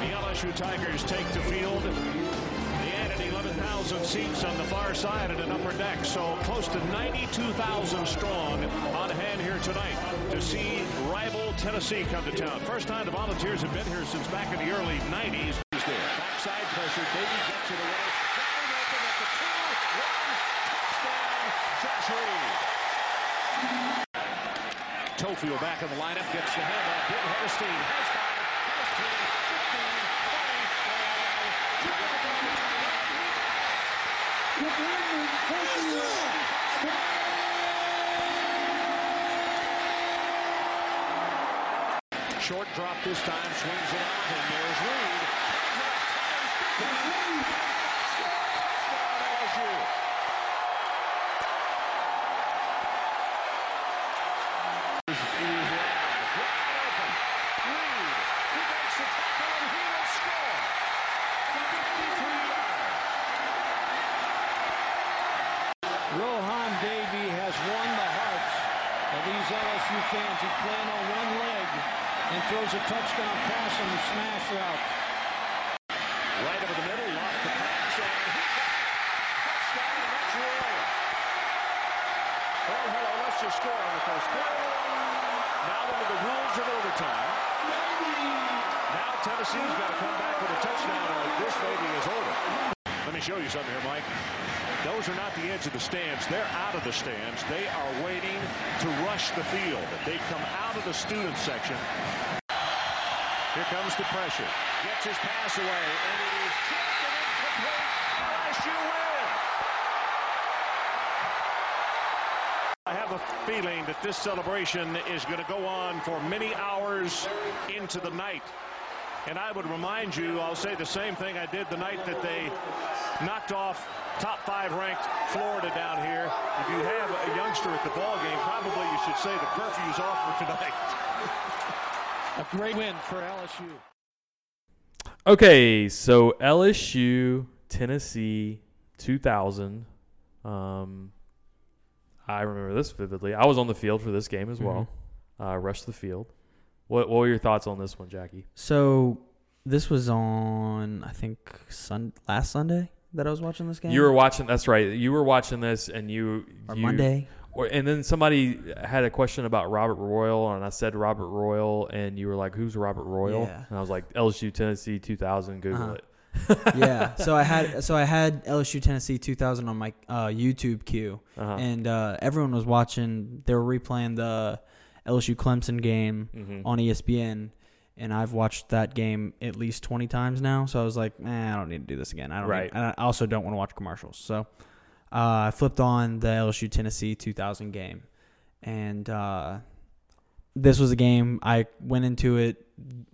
Speaker 4: The LSU Tigers take the field. They added 11,000 seats on the far side at an upper deck, so close to 92,000 strong on hand here tonight to see rival Tennessee come to town. First time the Volunteers have been here since back in the early 90s. He's there. Backside pressure, Davey gets it away. Wide open at the two, one, touchdown, Josh Reed. Tofield back in the lineup, gets the handoff. Big head of steam. Has five, has ten, 15, 20, and Short drop this time, swings it out, and there's Reed.
Speaker 5: Rohan Davey has won the hearts of these LSU fans. He's playing on one leg and throws a touchdown pass on the smash route.
Speaker 4: Right over the middle, lost the pass, and he got it. touchdown, and that's Roy. Oh, hello, let's just score on the first play. Now under the rules of overtime. Now Tennessee's got to come back with a touchdown, or this baby is over. Let me show you something here, Mike. Those are not the edge of the stands. They're out of the stands. They are waiting to rush the field. They come out of the student section. Here comes the pressure. Gets his pass away, and it is tipped and incomplete. LSU win. I have a feeling that this celebration is going to go on for many hours into the night. And I would remind you, I'll say the same thing I did the night that they knocked off top five ranked Florida down here. If you have a youngster at the ball game, probably you should say the curfew's off for tonight.
Speaker 5: A great win for LSU.
Speaker 1: Okay, so LSU, Tennessee, 2000. Um, I remember this vividly. I was on the field for this game as well. Uh, rushed the field. What, what were your thoughts on this one, Jackie?
Speaker 2: So this was on I think sun last Sunday that I was watching this game.
Speaker 1: You were watching. That's right. You were watching this, and you,
Speaker 2: or
Speaker 1: you-
Speaker 2: Monday.
Speaker 1: Or, and then somebody had a question about Robert Royal, and I said Robert Royal, and you were like, "Who's Robert Royal?"
Speaker 2: Yeah.
Speaker 1: And I was like, "LSU, Tennessee, 2000." Google
Speaker 2: Uh-huh.
Speaker 1: it.
Speaker 2: yeah. So I had so I had LSU Tennessee 2000 on my uh, YouTube queue,
Speaker 1: Uh-huh.
Speaker 2: and uh, everyone was watching. They were replaying the LSU Clemson game
Speaker 1: Mm-hmm.
Speaker 2: on E ESPN, and I've watched that game at least 20 times now. So I was like, eh, I don't need to do this again. I don't.
Speaker 1: Right.
Speaker 2: need- and I also don't want to watch commercials. So uh, I flipped on the LSU Tennessee 2000 game, and uh, this was a game I went into it.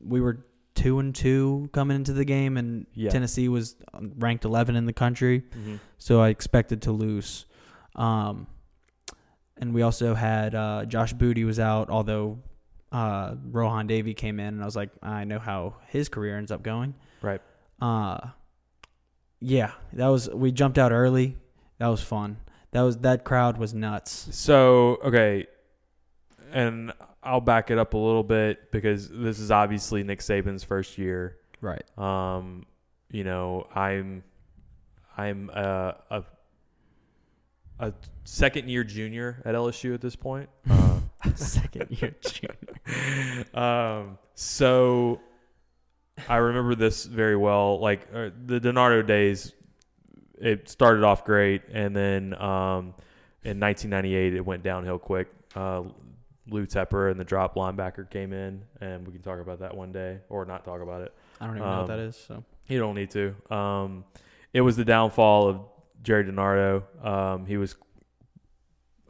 Speaker 2: We were two and two coming into the game, and
Speaker 1: Yeah.
Speaker 2: Tennessee was um, ranked 11 in the country, so I expected to lose. Um, and we also had uh, Josh Booty was out, although uh, Rohan Davey came in, and I was like, I know how his career ends up going.
Speaker 1: Right.
Speaker 2: Uh, yeah, that was we jumped out early. That was fun. That was that crowd was nuts.
Speaker 1: So okay, and I'll back it up a little bit because this is obviously Nick Saban's first year.
Speaker 2: Right.
Speaker 1: Um, you know, I'm I'm a a, a second year junior at LSU at this point. Uh,
Speaker 2: Second year junior.
Speaker 1: um, so I remember this very well. Like uh, the Donardo days it started off great, and then um, in 1998 it went downhill quick. Uh, Lou Tepper and the drop linebacker came in, and we can talk about that one day, or not talk about it.
Speaker 2: I don't even know what
Speaker 1: Um,
Speaker 2: that is. So
Speaker 1: You don't need to. Um, it was the downfall of Jerry DiNardo. Um, he was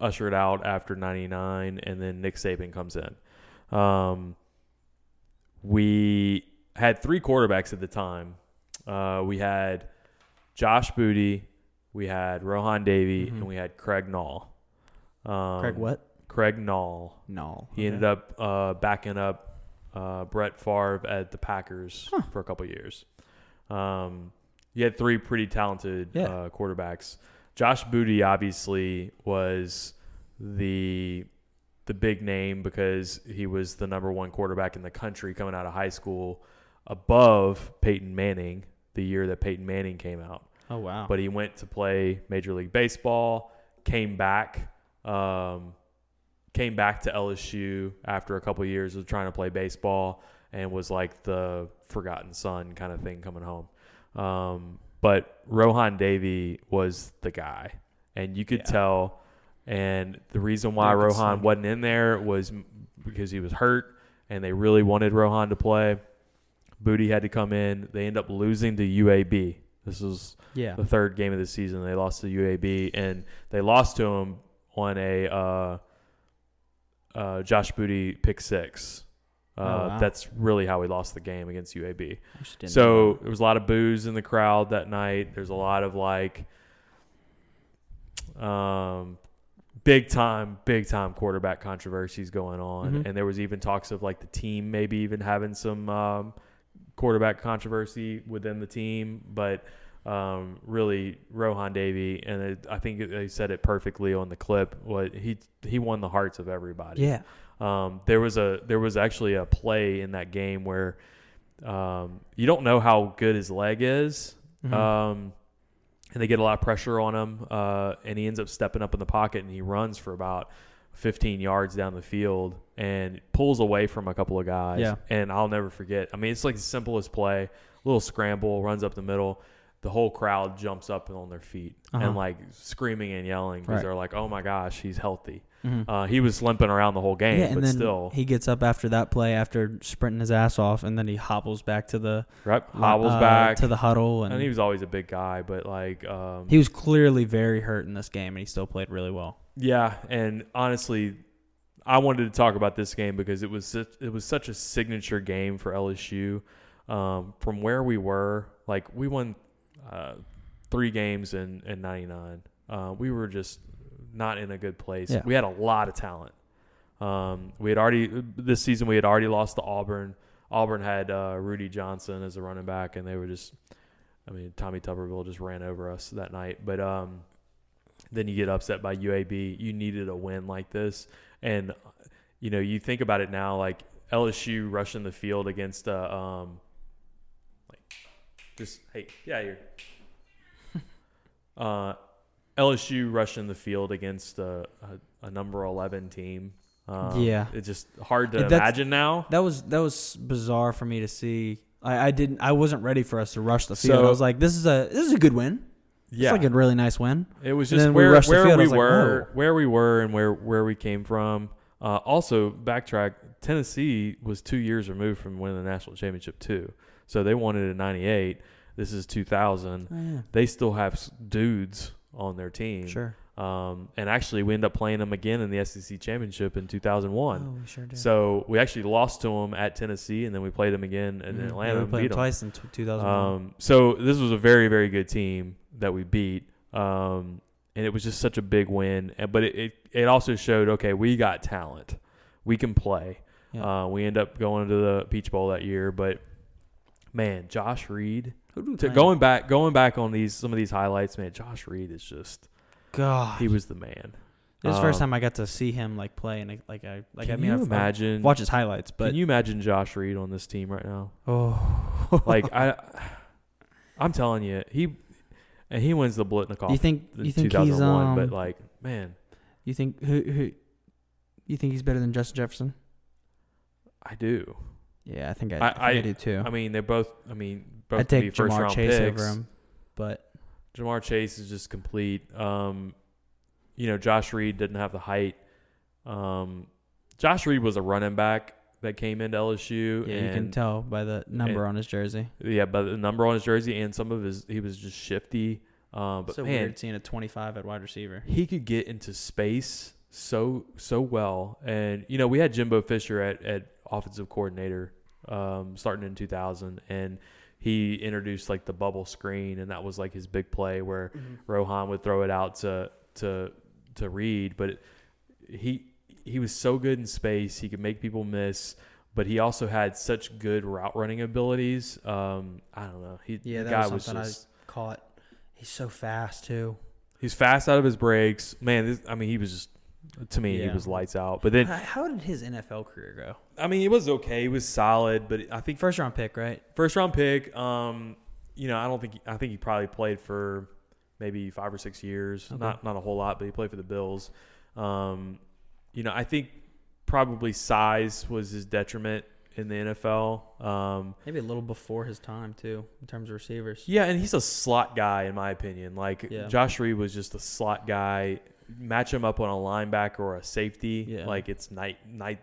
Speaker 1: ushered out after 99, and then Nick Saban comes in. Um, we had three quarterbacks at the time. Uh, we had Josh Booty, we had Rohan Davey, and we had Craig Knoll. Um,
Speaker 2: Mm-hmm. Craig, what?
Speaker 1: Craig Knoll.
Speaker 2: No.
Speaker 1: He ended up uh, backing up uh, Brett Favre at the Packers for a couple years. Um, you had three pretty talented
Speaker 2: Yeah.
Speaker 1: uh, quarterbacks. Josh Booty obviously was the the big name because he was the number one quarterback in the country coming out of high school, above Peyton Manning the year that Peyton Manning came out
Speaker 2: Oh wow.
Speaker 1: but he went to play Major League Baseball, came back, um, came back to LSU after a couple of years of trying to play baseball, and was like the forgotten son kind of thing coming home. Um, but Rohan Davey was the guy, and you could tell. And the reason why
Speaker 2: You could
Speaker 1: Rohan
Speaker 2: see.
Speaker 1: wasn't in there was m- because he was hurt, and they really wanted Rohan to play. Booty had to come in. They end up losing to UAB. This was
Speaker 2: yeah.
Speaker 1: the third game of the season. They lost to UAB, and they lost to him on a uh, uh, Josh Booty pick six. Uh,
Speaker 2: Oh, wow.
Speaker 1: That's really how we lost the game against UAB.
Speaker 2: Actually didn't know
Speaker 1: So there was a lot of booze in the crowd that night. There's a lot of like, um, big time, big time quarterback controversies going on,
Speaker 2: Mhm.
Speaker 1: and there was even talks of like the team maybe even having some um, quarterback controversy within the team, but. Um, really, Rohan Davey, and it, I think they said it perfectly on the clip. What he he won the hearts of
Speaker 2: that.
Speaker 1: everybody.
Speaker 2: yeah.
Speaker 1: Um, there was a there was actually a play in that game where um, you don't know how good his leg is,
Speaker 2: Mm-hmm.
Speaker 1: um, and they get a lot of pressure on him, uh, and he ends up stepping up in the pocket and he runs for about 15 yards down the field and pulls away from a couple of guys.
Speaker 2: Yeah.
Speaker 1: And I'll never forget. I mean, it's like the simplest play, little scramble, runs up the middle. The whole crowd jumps up on their feet and like screaming and yelling because
Speaker 2: Uh-huh. Right. Mm-hmm.
Speaker 1: they're like, "Oh my gosh, he's healthy." Uh, he was limping around the whole game,
Speaker 2: Yeah, and
Speaker 1: but
Speaker 2: then
Speaker 1: still,
Speaker 2: he gets up after that play after sprinting his ass off, and then he hobbles back to the
Speaker 1: right, hobbles
Speaker 2: uh,
Speaker 1: back
Speaker 2: to the huddle, and,
Speaker 1: and he
Speaker 2: he, was,
Speaker 1: was always a big guy, but like, um,
Speaker 2: clearly very hurt in this game, and he still played really well.
Speaker 1: yeah. And honestly, I wanted to talk about this game because it was such, it was such a signature game for LSU. Um, from where we were, like we won uh, three games in in '99. Uh, we were just not in a good place.
Speaker 2: Yeah.
Speaker 1: We had a lot of talent. Um, we had already this season we had already lost to Auburn. Auburn had uh, Rudy Johnson as a running back, and they were just, I mean, Tommy Tuberville just ran over us that night. But um, then you get upset by UAB. You needed a win like this, and you know you think about it now, like LSU rushing the field against uh, um, like just hey, yeah, you're uh, LSU rushing the field against a, a, a number 11 team. Um,
Speaker 2: Yeah.
Speaker 1: It's just hard to
Speaker 2: Yeah, that's-
Speaker 1: imagine now.
Speaker 2: That was that was bizarre for me to see. I, I didn't. I wasn't ready for us to rush the field.
Speaker 1: So-
Speaker 2: I was like, this is a this is a good win.
Speaker 1: Yeah.
Speaker 2: It's like a really nice win.
Speaker 1: it was
Speaker 2: and
Speaker 1: just
Speaker 2: then we
Speaker 1: where,
Speaker 2: rushed the
Speaker 1: where
Speaker 2: field, I
Speaker 1: we
Speaker 2: was like,
Speaker 1: were,
Speaker 2: whoa.
Speaker 1: where we were and where, where we came from. Uh, also backtrack Tennessee was two years removed from winning the national championship too. So they won it in 98. This is 2000. They still have s- dudes on their team.
Speaker 2: "Oh, Sure.
Speaker 1: Um, and actually we end up playing them again in the SEC championship in 2001.
Speaker 2: Oh, we sure did.
Speaker 1: So we actually lost to them at Tennessee, and then we played them again in Atlanta.
Speaker 2: Mm-hmm. yeah, we
Speaker 1: and
Speaker 2: played
Speaker 1: beat
Speaker 2: them
Speaker 1: 'em.
Speaker 2: twice in t- 2001.
Speaker 1: Um, so this was a very, very good team that we beat, um, and it was just such a big win. And- But it, it, it also showed, okay, we got talent, we can play.
Speaker 2: Yeah.
Speaker 1: Uh, we end up going to the Peach Bowl that year, but man, Josh Reed.
Speaker 2: Who do we
Speaker 1: To
Speaker 2: play?
Speaker 1: going back, going back on these some of these highlights, man, Josh Reed is just
Speaker 2: God,
Speaker 1: he was the man.
Speaker 2: this is the first
Speaker 1: um,
Speaker 2: time I got to see him like play and like I like I
Speaker 1: Can
Speaker 2: mean
Speaker 1: you
Speaker 2: I've- I've
Speaker 1: imagine?
Speaker 2: watched his highlights, but
Speaker 1: can you imagine Josh Reed on this team right now?
Speaker 2: oh,
Speaker 1: Like I, I'm telling you, he and he wins the Blitnikoff.
Speaker 2: do you think
Speaker 1: in
Speaker 2: you think he's
Speaker 1: 2001,
Speaker 2: um,
Speaker 1: but like man,
Speaker 2: you think who who you think he's better than Justin Jefferson?
Speaker 1: I do.
Speaker 2: Yeah, I think I,
Speaker 1: I-
Speaker 2: I, think I,
Speaker 1: I-
Speaker 2: do too.
Speaker 1: I mean, they're both. I mean, both
Speaker 2: I'd
Speaker 1: could be
Speaker 2: take
Speaker 1: first
Speaker 2: Jamar
Speaker 1: round
Speaker 2: Chase
Speaker 1: picks.
Speaker 2: over him, but
Speaker 1: Jamar Chase is just complete. Um, you know, Josh Reed didn't have the height. Um, Josh Reed was a running back that came into LSU.
Speaker 2: Yeah,
Speaker 1: and,
Speaker 2: you can tell by the number
Speaker 1: and-
Speaker 2: on his jersey.
Speaker 1: Yeah, by the number on his jersey and some of his, he was just shifty. Uh, but
Speaker 2: so
Speaker 1: man,
Speaker 2: weird seeing a 25 at wide receiver.
Speaker 1: he could get into space so so well. And you know, we had Jimbo Fisher at, at offensive coordinator um, starting in 2000, and he introduced like the bubble screen, and that was like his big play where
Speaker 2: Mm-hmm.
Speaker 1: Rohan would throw it out to to to Reed, but he he was so good in space. He could make people miss. But he also had such good route running abilities. Um, I don't know. He,
Speaker 2: Yeah,
Speaker 1: the
Speaker 2: that
Speaker 1: guy
Speaker 2: was something
Speaker 1: was just,
Speaker 2: I caught. He's so fast too.
Speaker 1: He's fast out of his breaks. Man, this, I mean, he was just to me, he
Speaker 2: Yeah.
Speaker 1: was lights out. But then,
Speaker 2: How- How did his NFL career go?
Speaker 1: I mean, he was okay. He was solid, but I think
Speaker 2: First round pick, right?
Speaker 1: first round pick. Um, you know, I don't think I think he probably played for maybe five or six years. Not not a whole lot, but he played for the Bills. Um, you know, I think probably size was his detriment in the NFL. Um,
Speaker 2: Maybe a little before his time too, in terms of receivers.
Speaker 1: Yeah, and he's a slot guy in my opinion. Like
Speaker 2: Yeah.
Speaker 1: Josh Reed was just a slot guy. Match him up on a linebacker or a safety,
Speaker 2: Yeah.
Speaker 1: like it's night night.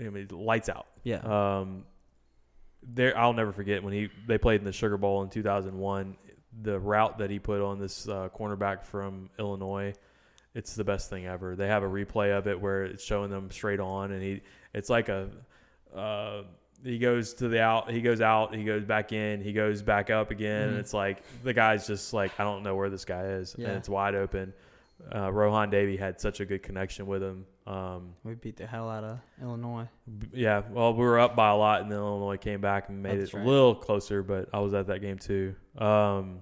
Speaker 1: I mean, lights out.
Speaker 2: Yeah.
Speaker 1: Um, there, I'll never forget when he they played in the Sugar Bowl in 2001. The route that he put on this uh, cornerback from Illinois, it's the best thing ever. They have a replay of it where it's showing them straight on, and he it's like a uh, he goes to the out, he goes out, he goes back in, he goes back up again, and it's like the guy's just like I don't know where this guy is,
Speaker 2: Yeah.
Speaker 1: and it's wide open. Uh, Rohan Davey had such a good connection with him. Um,
Speaker 2: We beat the hell out of Illinois.
Speaker 1: B- Yeah, well, we were up by a lot, and then Illinois came back and made
Speaker 2: That's
Speaker 1: it
Speaker 2: right.
Speaker 1: a little closer. But I was at that game too. Um,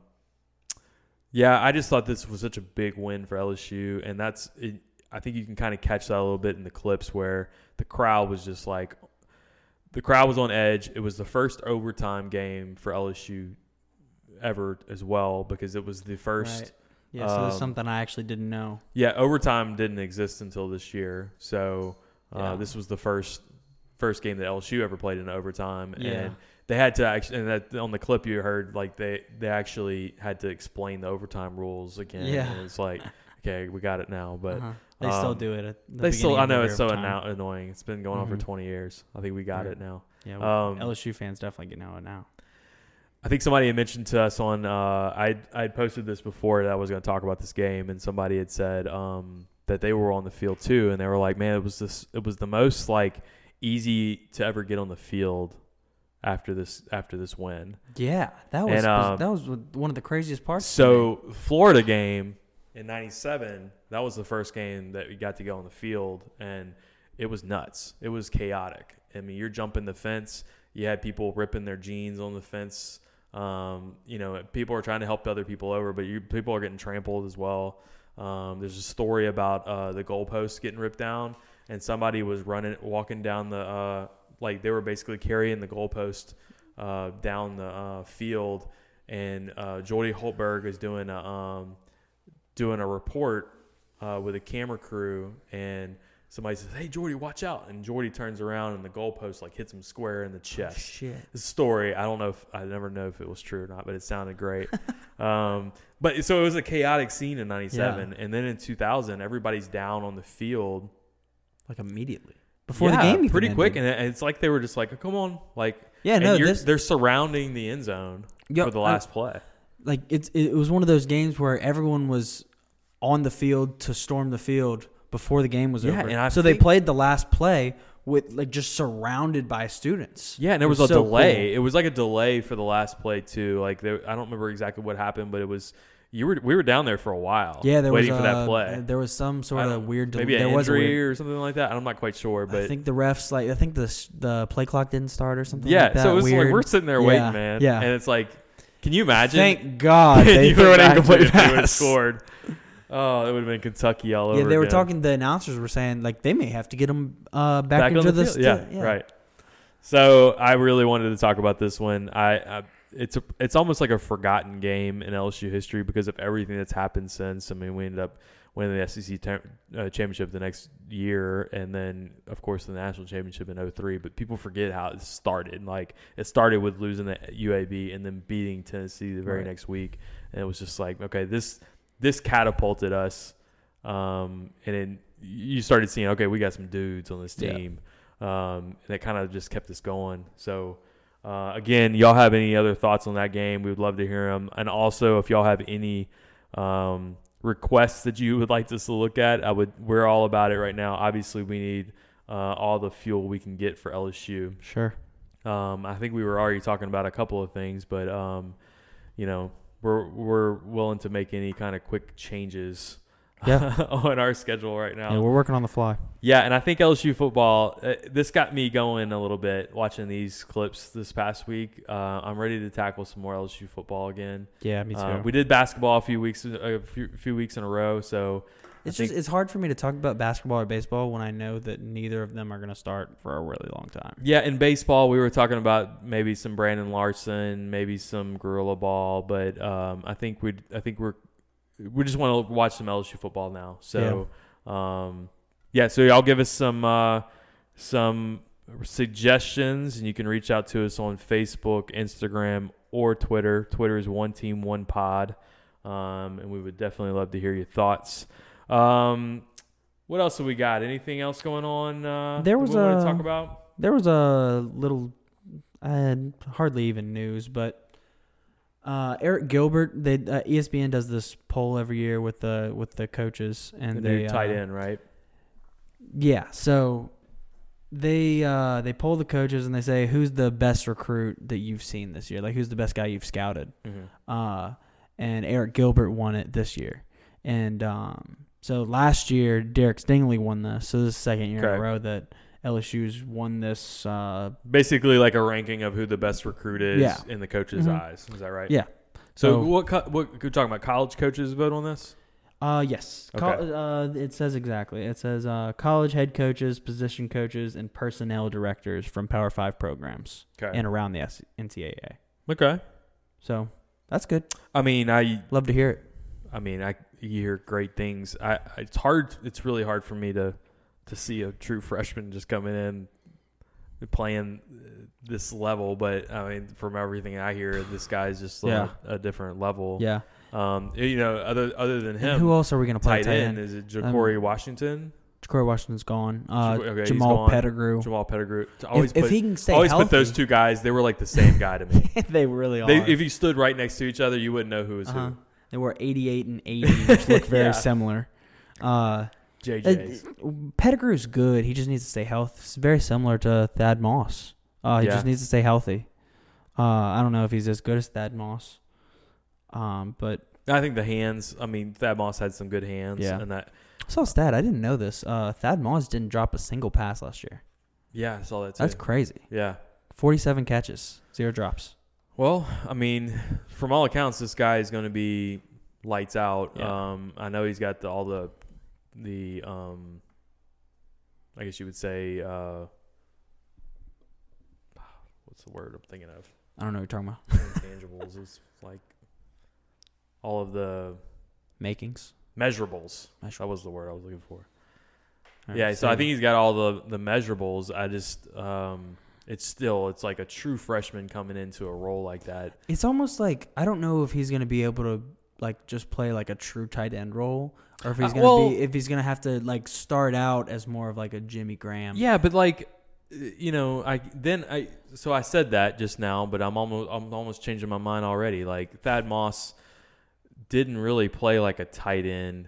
Speaker 1: yeah, I just thought this was such a big win for LSU, and that's. It, I think you can kind of catch that a little bit in the clips where the crowd was just like, the crowd was on edge. It was the first overtime game for LSU ever as well because it was the first.
Speaker 2: Right. Yeah, so that's
Speaker 1: um,
Speaker 2: something I actually didn't know.
Speaker 1: Yeah, overtime didn't exist until this year, so uh,
Speaker 2: Yeah.
Speaker 1: this was the first first game that LSU ever played in overtime,
Speaker 2: Yeah.
Speaker 1: and they had to actually. And that on the clip you heard, like they they actually had to explain the overtime rules again.
Speaker 2: Yeah.
Speaker 1: and it's like okay, we got it now, but
Speaker 2: Uh-huh. They still
Speaker 1: um,
Speaker 2: do it. At the
Speaker 1: they still.
Speaker 2: beginning
Speaker 1: I
Speaker 2: of
Speaker 1: know
Speaker 2: every
Speaker 1: it's so
Speaker 2: time.
Speaker 1: anno- annoying. It's been going on
Speaker 2: Mhm.
Speaker 1: for twenty years. I think we got
Speaker 2: Yeah.
Speaker 1: it now.
Speaker 2: Yeah,
Speaker 1: Um,
Speaker 2: LSU fans definitely get know it now.
Speaker 1: I think somebody had mentioned to us on uh, I I had posted this before that I was going to talk about this game, and somebody had said um, that they were on the field too, and they were like, "Man, it was this. It was the most like easy to ever get on the field after this after this win."
Speaker 2: Yeah, that
Speaker 1: was-
Speaker 2: was
Speaker 1: And, um,
Speaker 2: that was one of the craziest parts.
Speaker 1: So Florida game in '97, that was the first game that we got to go on the field, and it was nuts. It was chaotic. I mean, you're jumping the fence. You had people ripping their jeans on the fence. Um, you know, people are trying to help other people over, but you, people are getting trampled as well. Um, there's a story about uh, the goalposts getting ripped down, and somebody was running, walking down the, uh, like they were basically carrying the goalpost uh, down the uh, field, and uh, Jordy Holtberg is doing a, um, doing a report uh, with a camera crew, and somebody says, "Hey, Jordy, watch out!" And Jordy turns around, and the goalpost like hits him square in the chest
Speaker 2: Oh, shit.
Speaker 1: this story. I don't know if I never know if it was true or not, but it sounded great. um, but so it was a chaotic scene in '97, and then in 2000, everybody's down on the field
Speaker 2: Like immediately before the
Speaker 1: Yeah,
Speaker 2: game, even
Speaker 1: pretty quick,
Speaker 2: ended.
Speaker 1: and it- it's like they were just like, "Oh, "Come on, like."
Speaker 2: Yeah,
Speaker 1: and
Speaker 2: no,
Speaker 1: you're-
Speaker 2: this-
Speaker 1: they're surrounding the end zone
Speaker 2: Yo,
Speaker 1: for the
Speaker 2: I-
Speaker 1: last play.
Speaker 2: like it's it was one of those games where everyone was on the field to storm the field before the game was
Speaker 1: Yeah,
Speaker 2: over.
Speaker 1: and I
Speaker 2: so they
Speaker 1: think-
Speaker 2: played the last play with like just surrounded by students.
Speaker 1: Yeah, and there
Speaker 2: It
Speaker 1: was, a
Speaker 2: so
Speaker 1: delay.
Speaker 2: cool.
Speaker 1: It was like a delay for the last play too. Like there, I don't remember exactly what happened, but it was you were we were down there for a while.
Speaker 2: Yeah, there
Speaker 1: waiting
Speaker 2: was
Speaker 1: for
Speaker 2: uh,
Speaker 1: that play.
Speaker 2: There was some
Speaker 1: I
Speaker 2: sort
Speaker 1: don't-
Speaker 2: of weird delay.
Speaker 1: maybe an
Speaker 2: there was a
Speaker 1: injury
Speaker 2: weird,
Speaker 1: or something like that. I'm not quite sure, but
Speaker 2: I think the refs like I think the s- the play clock didn't start or something.
Speaker 1: Yeah,
Speaker 2: like that.
Speaker 1: so it's
Speaker 2: weird.
Speaker 1: like we're sitting there
Speaker 2: Yeah,
Speaker 1: waiting, man.
Speaker 2: Yeah,
Speaker 1: and it's like, can you imagine?
Speaker 2: thank God
Speaker 1: And
Speaker 2: they
Speaker 1: you
Speaker 2: threw
Speaker 1: would
Speaker 2: an
Speaker 1: have
Speaker 2: incomplete pass.
Speaker 1: scored. Oh, it would have been Kentucky all over.
Speaker 2: Yeah, they were
Speaker 1: again.
Speaker 2: talking. The announcers were saying like they may have to get them uh, back,
Speaker 1: back,
Speaker 2: into
Speaker 1: on the,
Speaker 2: the
Speaker 1: field. Yeah,
Speaker 2: sti-
Speaker 1: right. So I really wanted to talk about this one. I, I it's a, it's almost like a forgotten game in LSU history because of everything that's happened since. I mean, we ended up winning the SEC ter- uh, championship the next year, and then of course the national championship in 03. But people forget how it started. Like it started with losing the UAB and then beating Tennessee the very
Speaker 2: Right.
Speaker 1: next week, And it was just like, okay, this this catapulted us. Um, and then you started seeing, okay, we got some dudes on this
Speaker 2: Yeah.
Speaker 1: team. Um, and it kind of just kept us going. So, uh, again, y'all have any other thoughts on that game? We would love to hear them. And also, if y'all have any um, requests that you would like us to look at, I would. We're all about it right now. Obviously, we need uh, all the fuel we can get for LSU.
Speaker 2: Sure.
Speaker 1: Um, I think we were already talking about a couple of things, but um, you know, we're we're willing to make any kind of quick changes
Speaker 2: Yeah.
Speaker 1: on our schedule right now.
Speaker 2: yeah, we're working on the fly.
Speaker 1: Yeah, and I think LSU football. Uh, this got me going a little bit watching these clips this past week. Uh, I'm ready to tackle some more LSU football again.
Speaker 2: Yeah, me
Speaker 1: Uh, we did basketball a few weeks a few, few weeks in a row, so
Speaker 2: it's
Speaker 1: I think-
Speaker 2: just it's hard for me to talk about basketball or baseball when I know that neither of them are going to start for a really long time.
Speaker 1: Yeah, in baseball, we were talking about maybe some Brandon Larson, maybe some Gorilla Ball, but um, I think we I think we're we just want to watch some LSU football now. So, um, yeah, so y'all give us some uh, some suggestions, and you can reach out to us on Facebook, Instagram, or Twitter. Twitter is one team one pod, um, and we would definitely love to hear your thoughts. Um, what else have we got? Anything else going on? Uh,
Speaker 2: There
Speaker 1: that
Speaker 2: was
Speaker 1: we want
Speaker 2: a-
Speaker 1: to talk about.
Speaker 2: There was a little uh, hardly even news, but uh, Eric Gilbert, they uh, ESPN does this poll every year with the with the coaches and
Speaker 1: the
Speaker 2: they
Speaker 1: new tight
Speaker 2: uh,
Speaker 1: end, right?
Speaker 2: Yeah, so they uh, they poll the coaches and they say who's the best recruit that you've seen this year, like who's the best guy you've scouted.
Speaker 1: Mm-hmm.
Speaker 2: uh, and Eric Gilbert won it this year. And um, so last year, Derek Stingley won this. So this is the second year in
Speaker 1: Okay.
Speaker 2: a row that LSU's won this. Uh,
Speaker 1: Basically, like a ranking of who the best recruit is
Speaker 2: Yeah.
Speaker 1: in the coach's
Speaker 2: Mhm.
Speaker 1: eyes. Is that right?
Speaker 2: yeah.
Speaker 1: So,
Speaker 2: So-
Speaker 1: what co- what we're talking about? College coaches vote on this.
Speaker 2: Uh, yes. Col-
Speaker 1: Okay.
Speaker 2: uh, it says exactly. It says uh, college head coaches, position coaches, and personnel directors from Power Five programs
Speaker 1: Okay.
Speaker 2: and around the S- NCAA.
Speaker 1: okay.
Speaker 2: So that's good.
Speaker 1: I mean, I
Speaker 2: Love to hear it.
Speaker 1: I mean, I you hear great things. I it's hard. It's really hard for me to to see a true freshman just coming in playing uh, this level. But I mean, from everything I hear, this guy's just on
Speaker 2: Yeah.
Speaker 1: a, a different level.
Speaker 2: Yeah.
Speaker 1: Um. You know, other other than him,
Speaker 2: And who else Um, are we going to play?
Speaker 1: tight, end, is it Ja'Cory Washington?
Speaker 2: Corey Washington's gone. Uh,
Speaker 1: Okay, he's
Speaker 2: Jamal
Speaker 1: gone.
Speaker 2: Pettigrew.
Speaker 1: Jamal Pettigrew. To
Speaker 2: if,
Speaker 1: Always
Speaker 2: if
Speaker 1: put,
Speaker 2: he can stay
Speaker 1: always put those
Speaker 2: healthy-
Speaker 1: two guys. They were like the same guy to me.
Speaker 2: they really are.
Speaker 1: they, if you stood right next to each other, you wouldn't know who was
Speaker 2: Uh-huh. They were 88 and 80, which look very
Speaker 1: Yeah.
Speaker 2: similar. Uh,
Speaker 1: who. JJ's.
Speaker 2: it- Pettigrew's good. He just needs to stay healthy. It's very similar to Thad Moss. Uh, he
Speaker 1: Yeah.
Speaker 2: just needs to stay healthy. Uh, I don't know if he's as good as Thad Moss. Um, but
Speaker 1: I think the hands. I mean, Thad Moss had some good hands.
Speaker 2: Yeah.
Speaker 1: And that.
Speaker 2: I saw a stat. I didn't know this. Uh, Thad Moss didn't drop a single pass last year.
Speaker 1: Yeah, I saw that too.
Speaker 2: That's crazy.
Speaker 1: yeah.
Speaker 2: 47 catches, zero drops.
Speaker 1: Well, I mean, from all accounts, this guy is going to be lights out.
Speaker 2: Yeah.
Speaker 1: Um, I know he's got the, all the the um, I guess you would say uh, what's the word I'm thinking of?
Speaker 2: I don't know what you're talking about.
Speaker 1: intangibles is like all of the
Speaker 2: Makings.
Speaker 1: measurables. That
Speaker 2: Measurables.
Speaker 1: was the word I was looking for.
Speaker 2: All right,
Speaker 1: yeah, so I think he's got all the the measurables. I just um it's still it's like a true freshman coming into a role like that.
Speaker 2: It's almost like I don't know if he's gonna be able to like just play like a true tight end role, or if he's
Speaker 1: Uh,
Speaker 2: gonna
Speaker 1: well-
Speaker 2: be if he's gonna have to like start out as more of like a Jimmy Graham.
Speaker 1: Yeah, but like uh, you know, I then I so I said that just now, but I'm almost I'm almost changing my mind already. Like Thad Moss didn't really play like a tight end.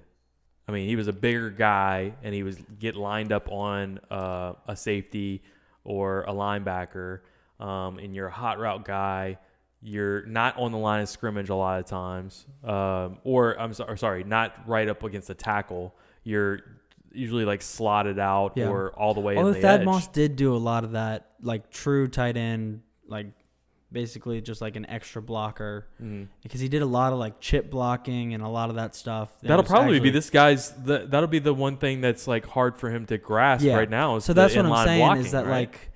Speaker 1: I mean, he was a bigger guy and he was get lined up on uh, a safety or a linebacker. Um, and you're a hot route guy. You're not on the line of scrimmage a lot of times, um, or I'm so, or sorry, not right up against a tackle. You're usually like slotted out
Speaker 2: Yeah.
Speaker 1: or all the way
Speaker 2: although
Speaker 1: in the
Speaker 2: Thad
Speaker 1: edge.
Speaker 2: Moss did do a lot of that, like true tight end, like basically just like an extra blocker,
Speaker 1: Mm-hmm.
Speaker 2: because he did a lot of like chip blocking and a lot of that stuff. and
Speaker 1: That'll
Speaker 2: was
Speaker 1: probably be
Speaker 2: actually-
Speaker 1: this guy's. The, that'll be the one thing that's like hard for him to grasp
Speaker 2: Yeah.
Speaker 1: right now. Is
Speaker 2: So
Speaker 1: the
Speaker 2: that's what
Speaker 1: inline
Speaker 2: I'm saying
Speaker 1: blocking,
Speaker 2: is that
Speaker 1: right?
Speaker 2: like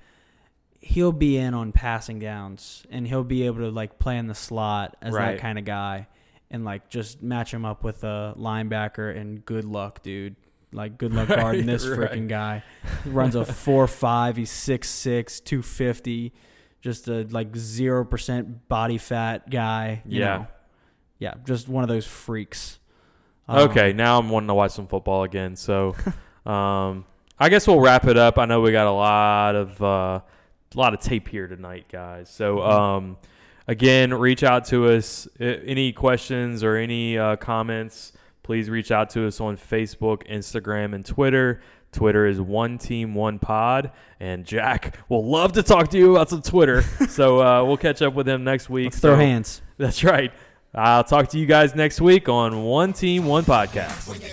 Speaker 2: he'll be in on passing downs and he'll be able to like play in the slot as
Speaker 1: Right.
Speaker 2: that kind of guy and like just match him up with a linebacker and good luck, dude. Like good luck guarding this
Speaker 1: right.
Speaker 2: freaking guy. He runs a four five, he's six six, two fifty, just a like zero percent body fat guy. you
Speaker 1: Yeah.
Speaker 2: know. Yeah, just one of those freaks. Um,
Speaker 1: Okay, now I'm wanting to watch some football again. So, um, I guess we'll wrap it up. I know we got a lot of uh, a lot of tape here tonight, guys. So,
Speaker 2: Mm-hmm.
Speaker 1: um, again, reach out to us. I- Any questions or any uh, comments? Please reach out to us on Facebook, Instagram, and Twitter. Twitter is one team, one pod, and Jack will love to talk to you about some Twitter. so uh, we'll catch up with him next week.
Speaker 2: Let's throw
Speaker 1: So-
Speaker 2: hands.
Speaker 1: That's right. I'll talk to you guys next week on One Team, One Podcast.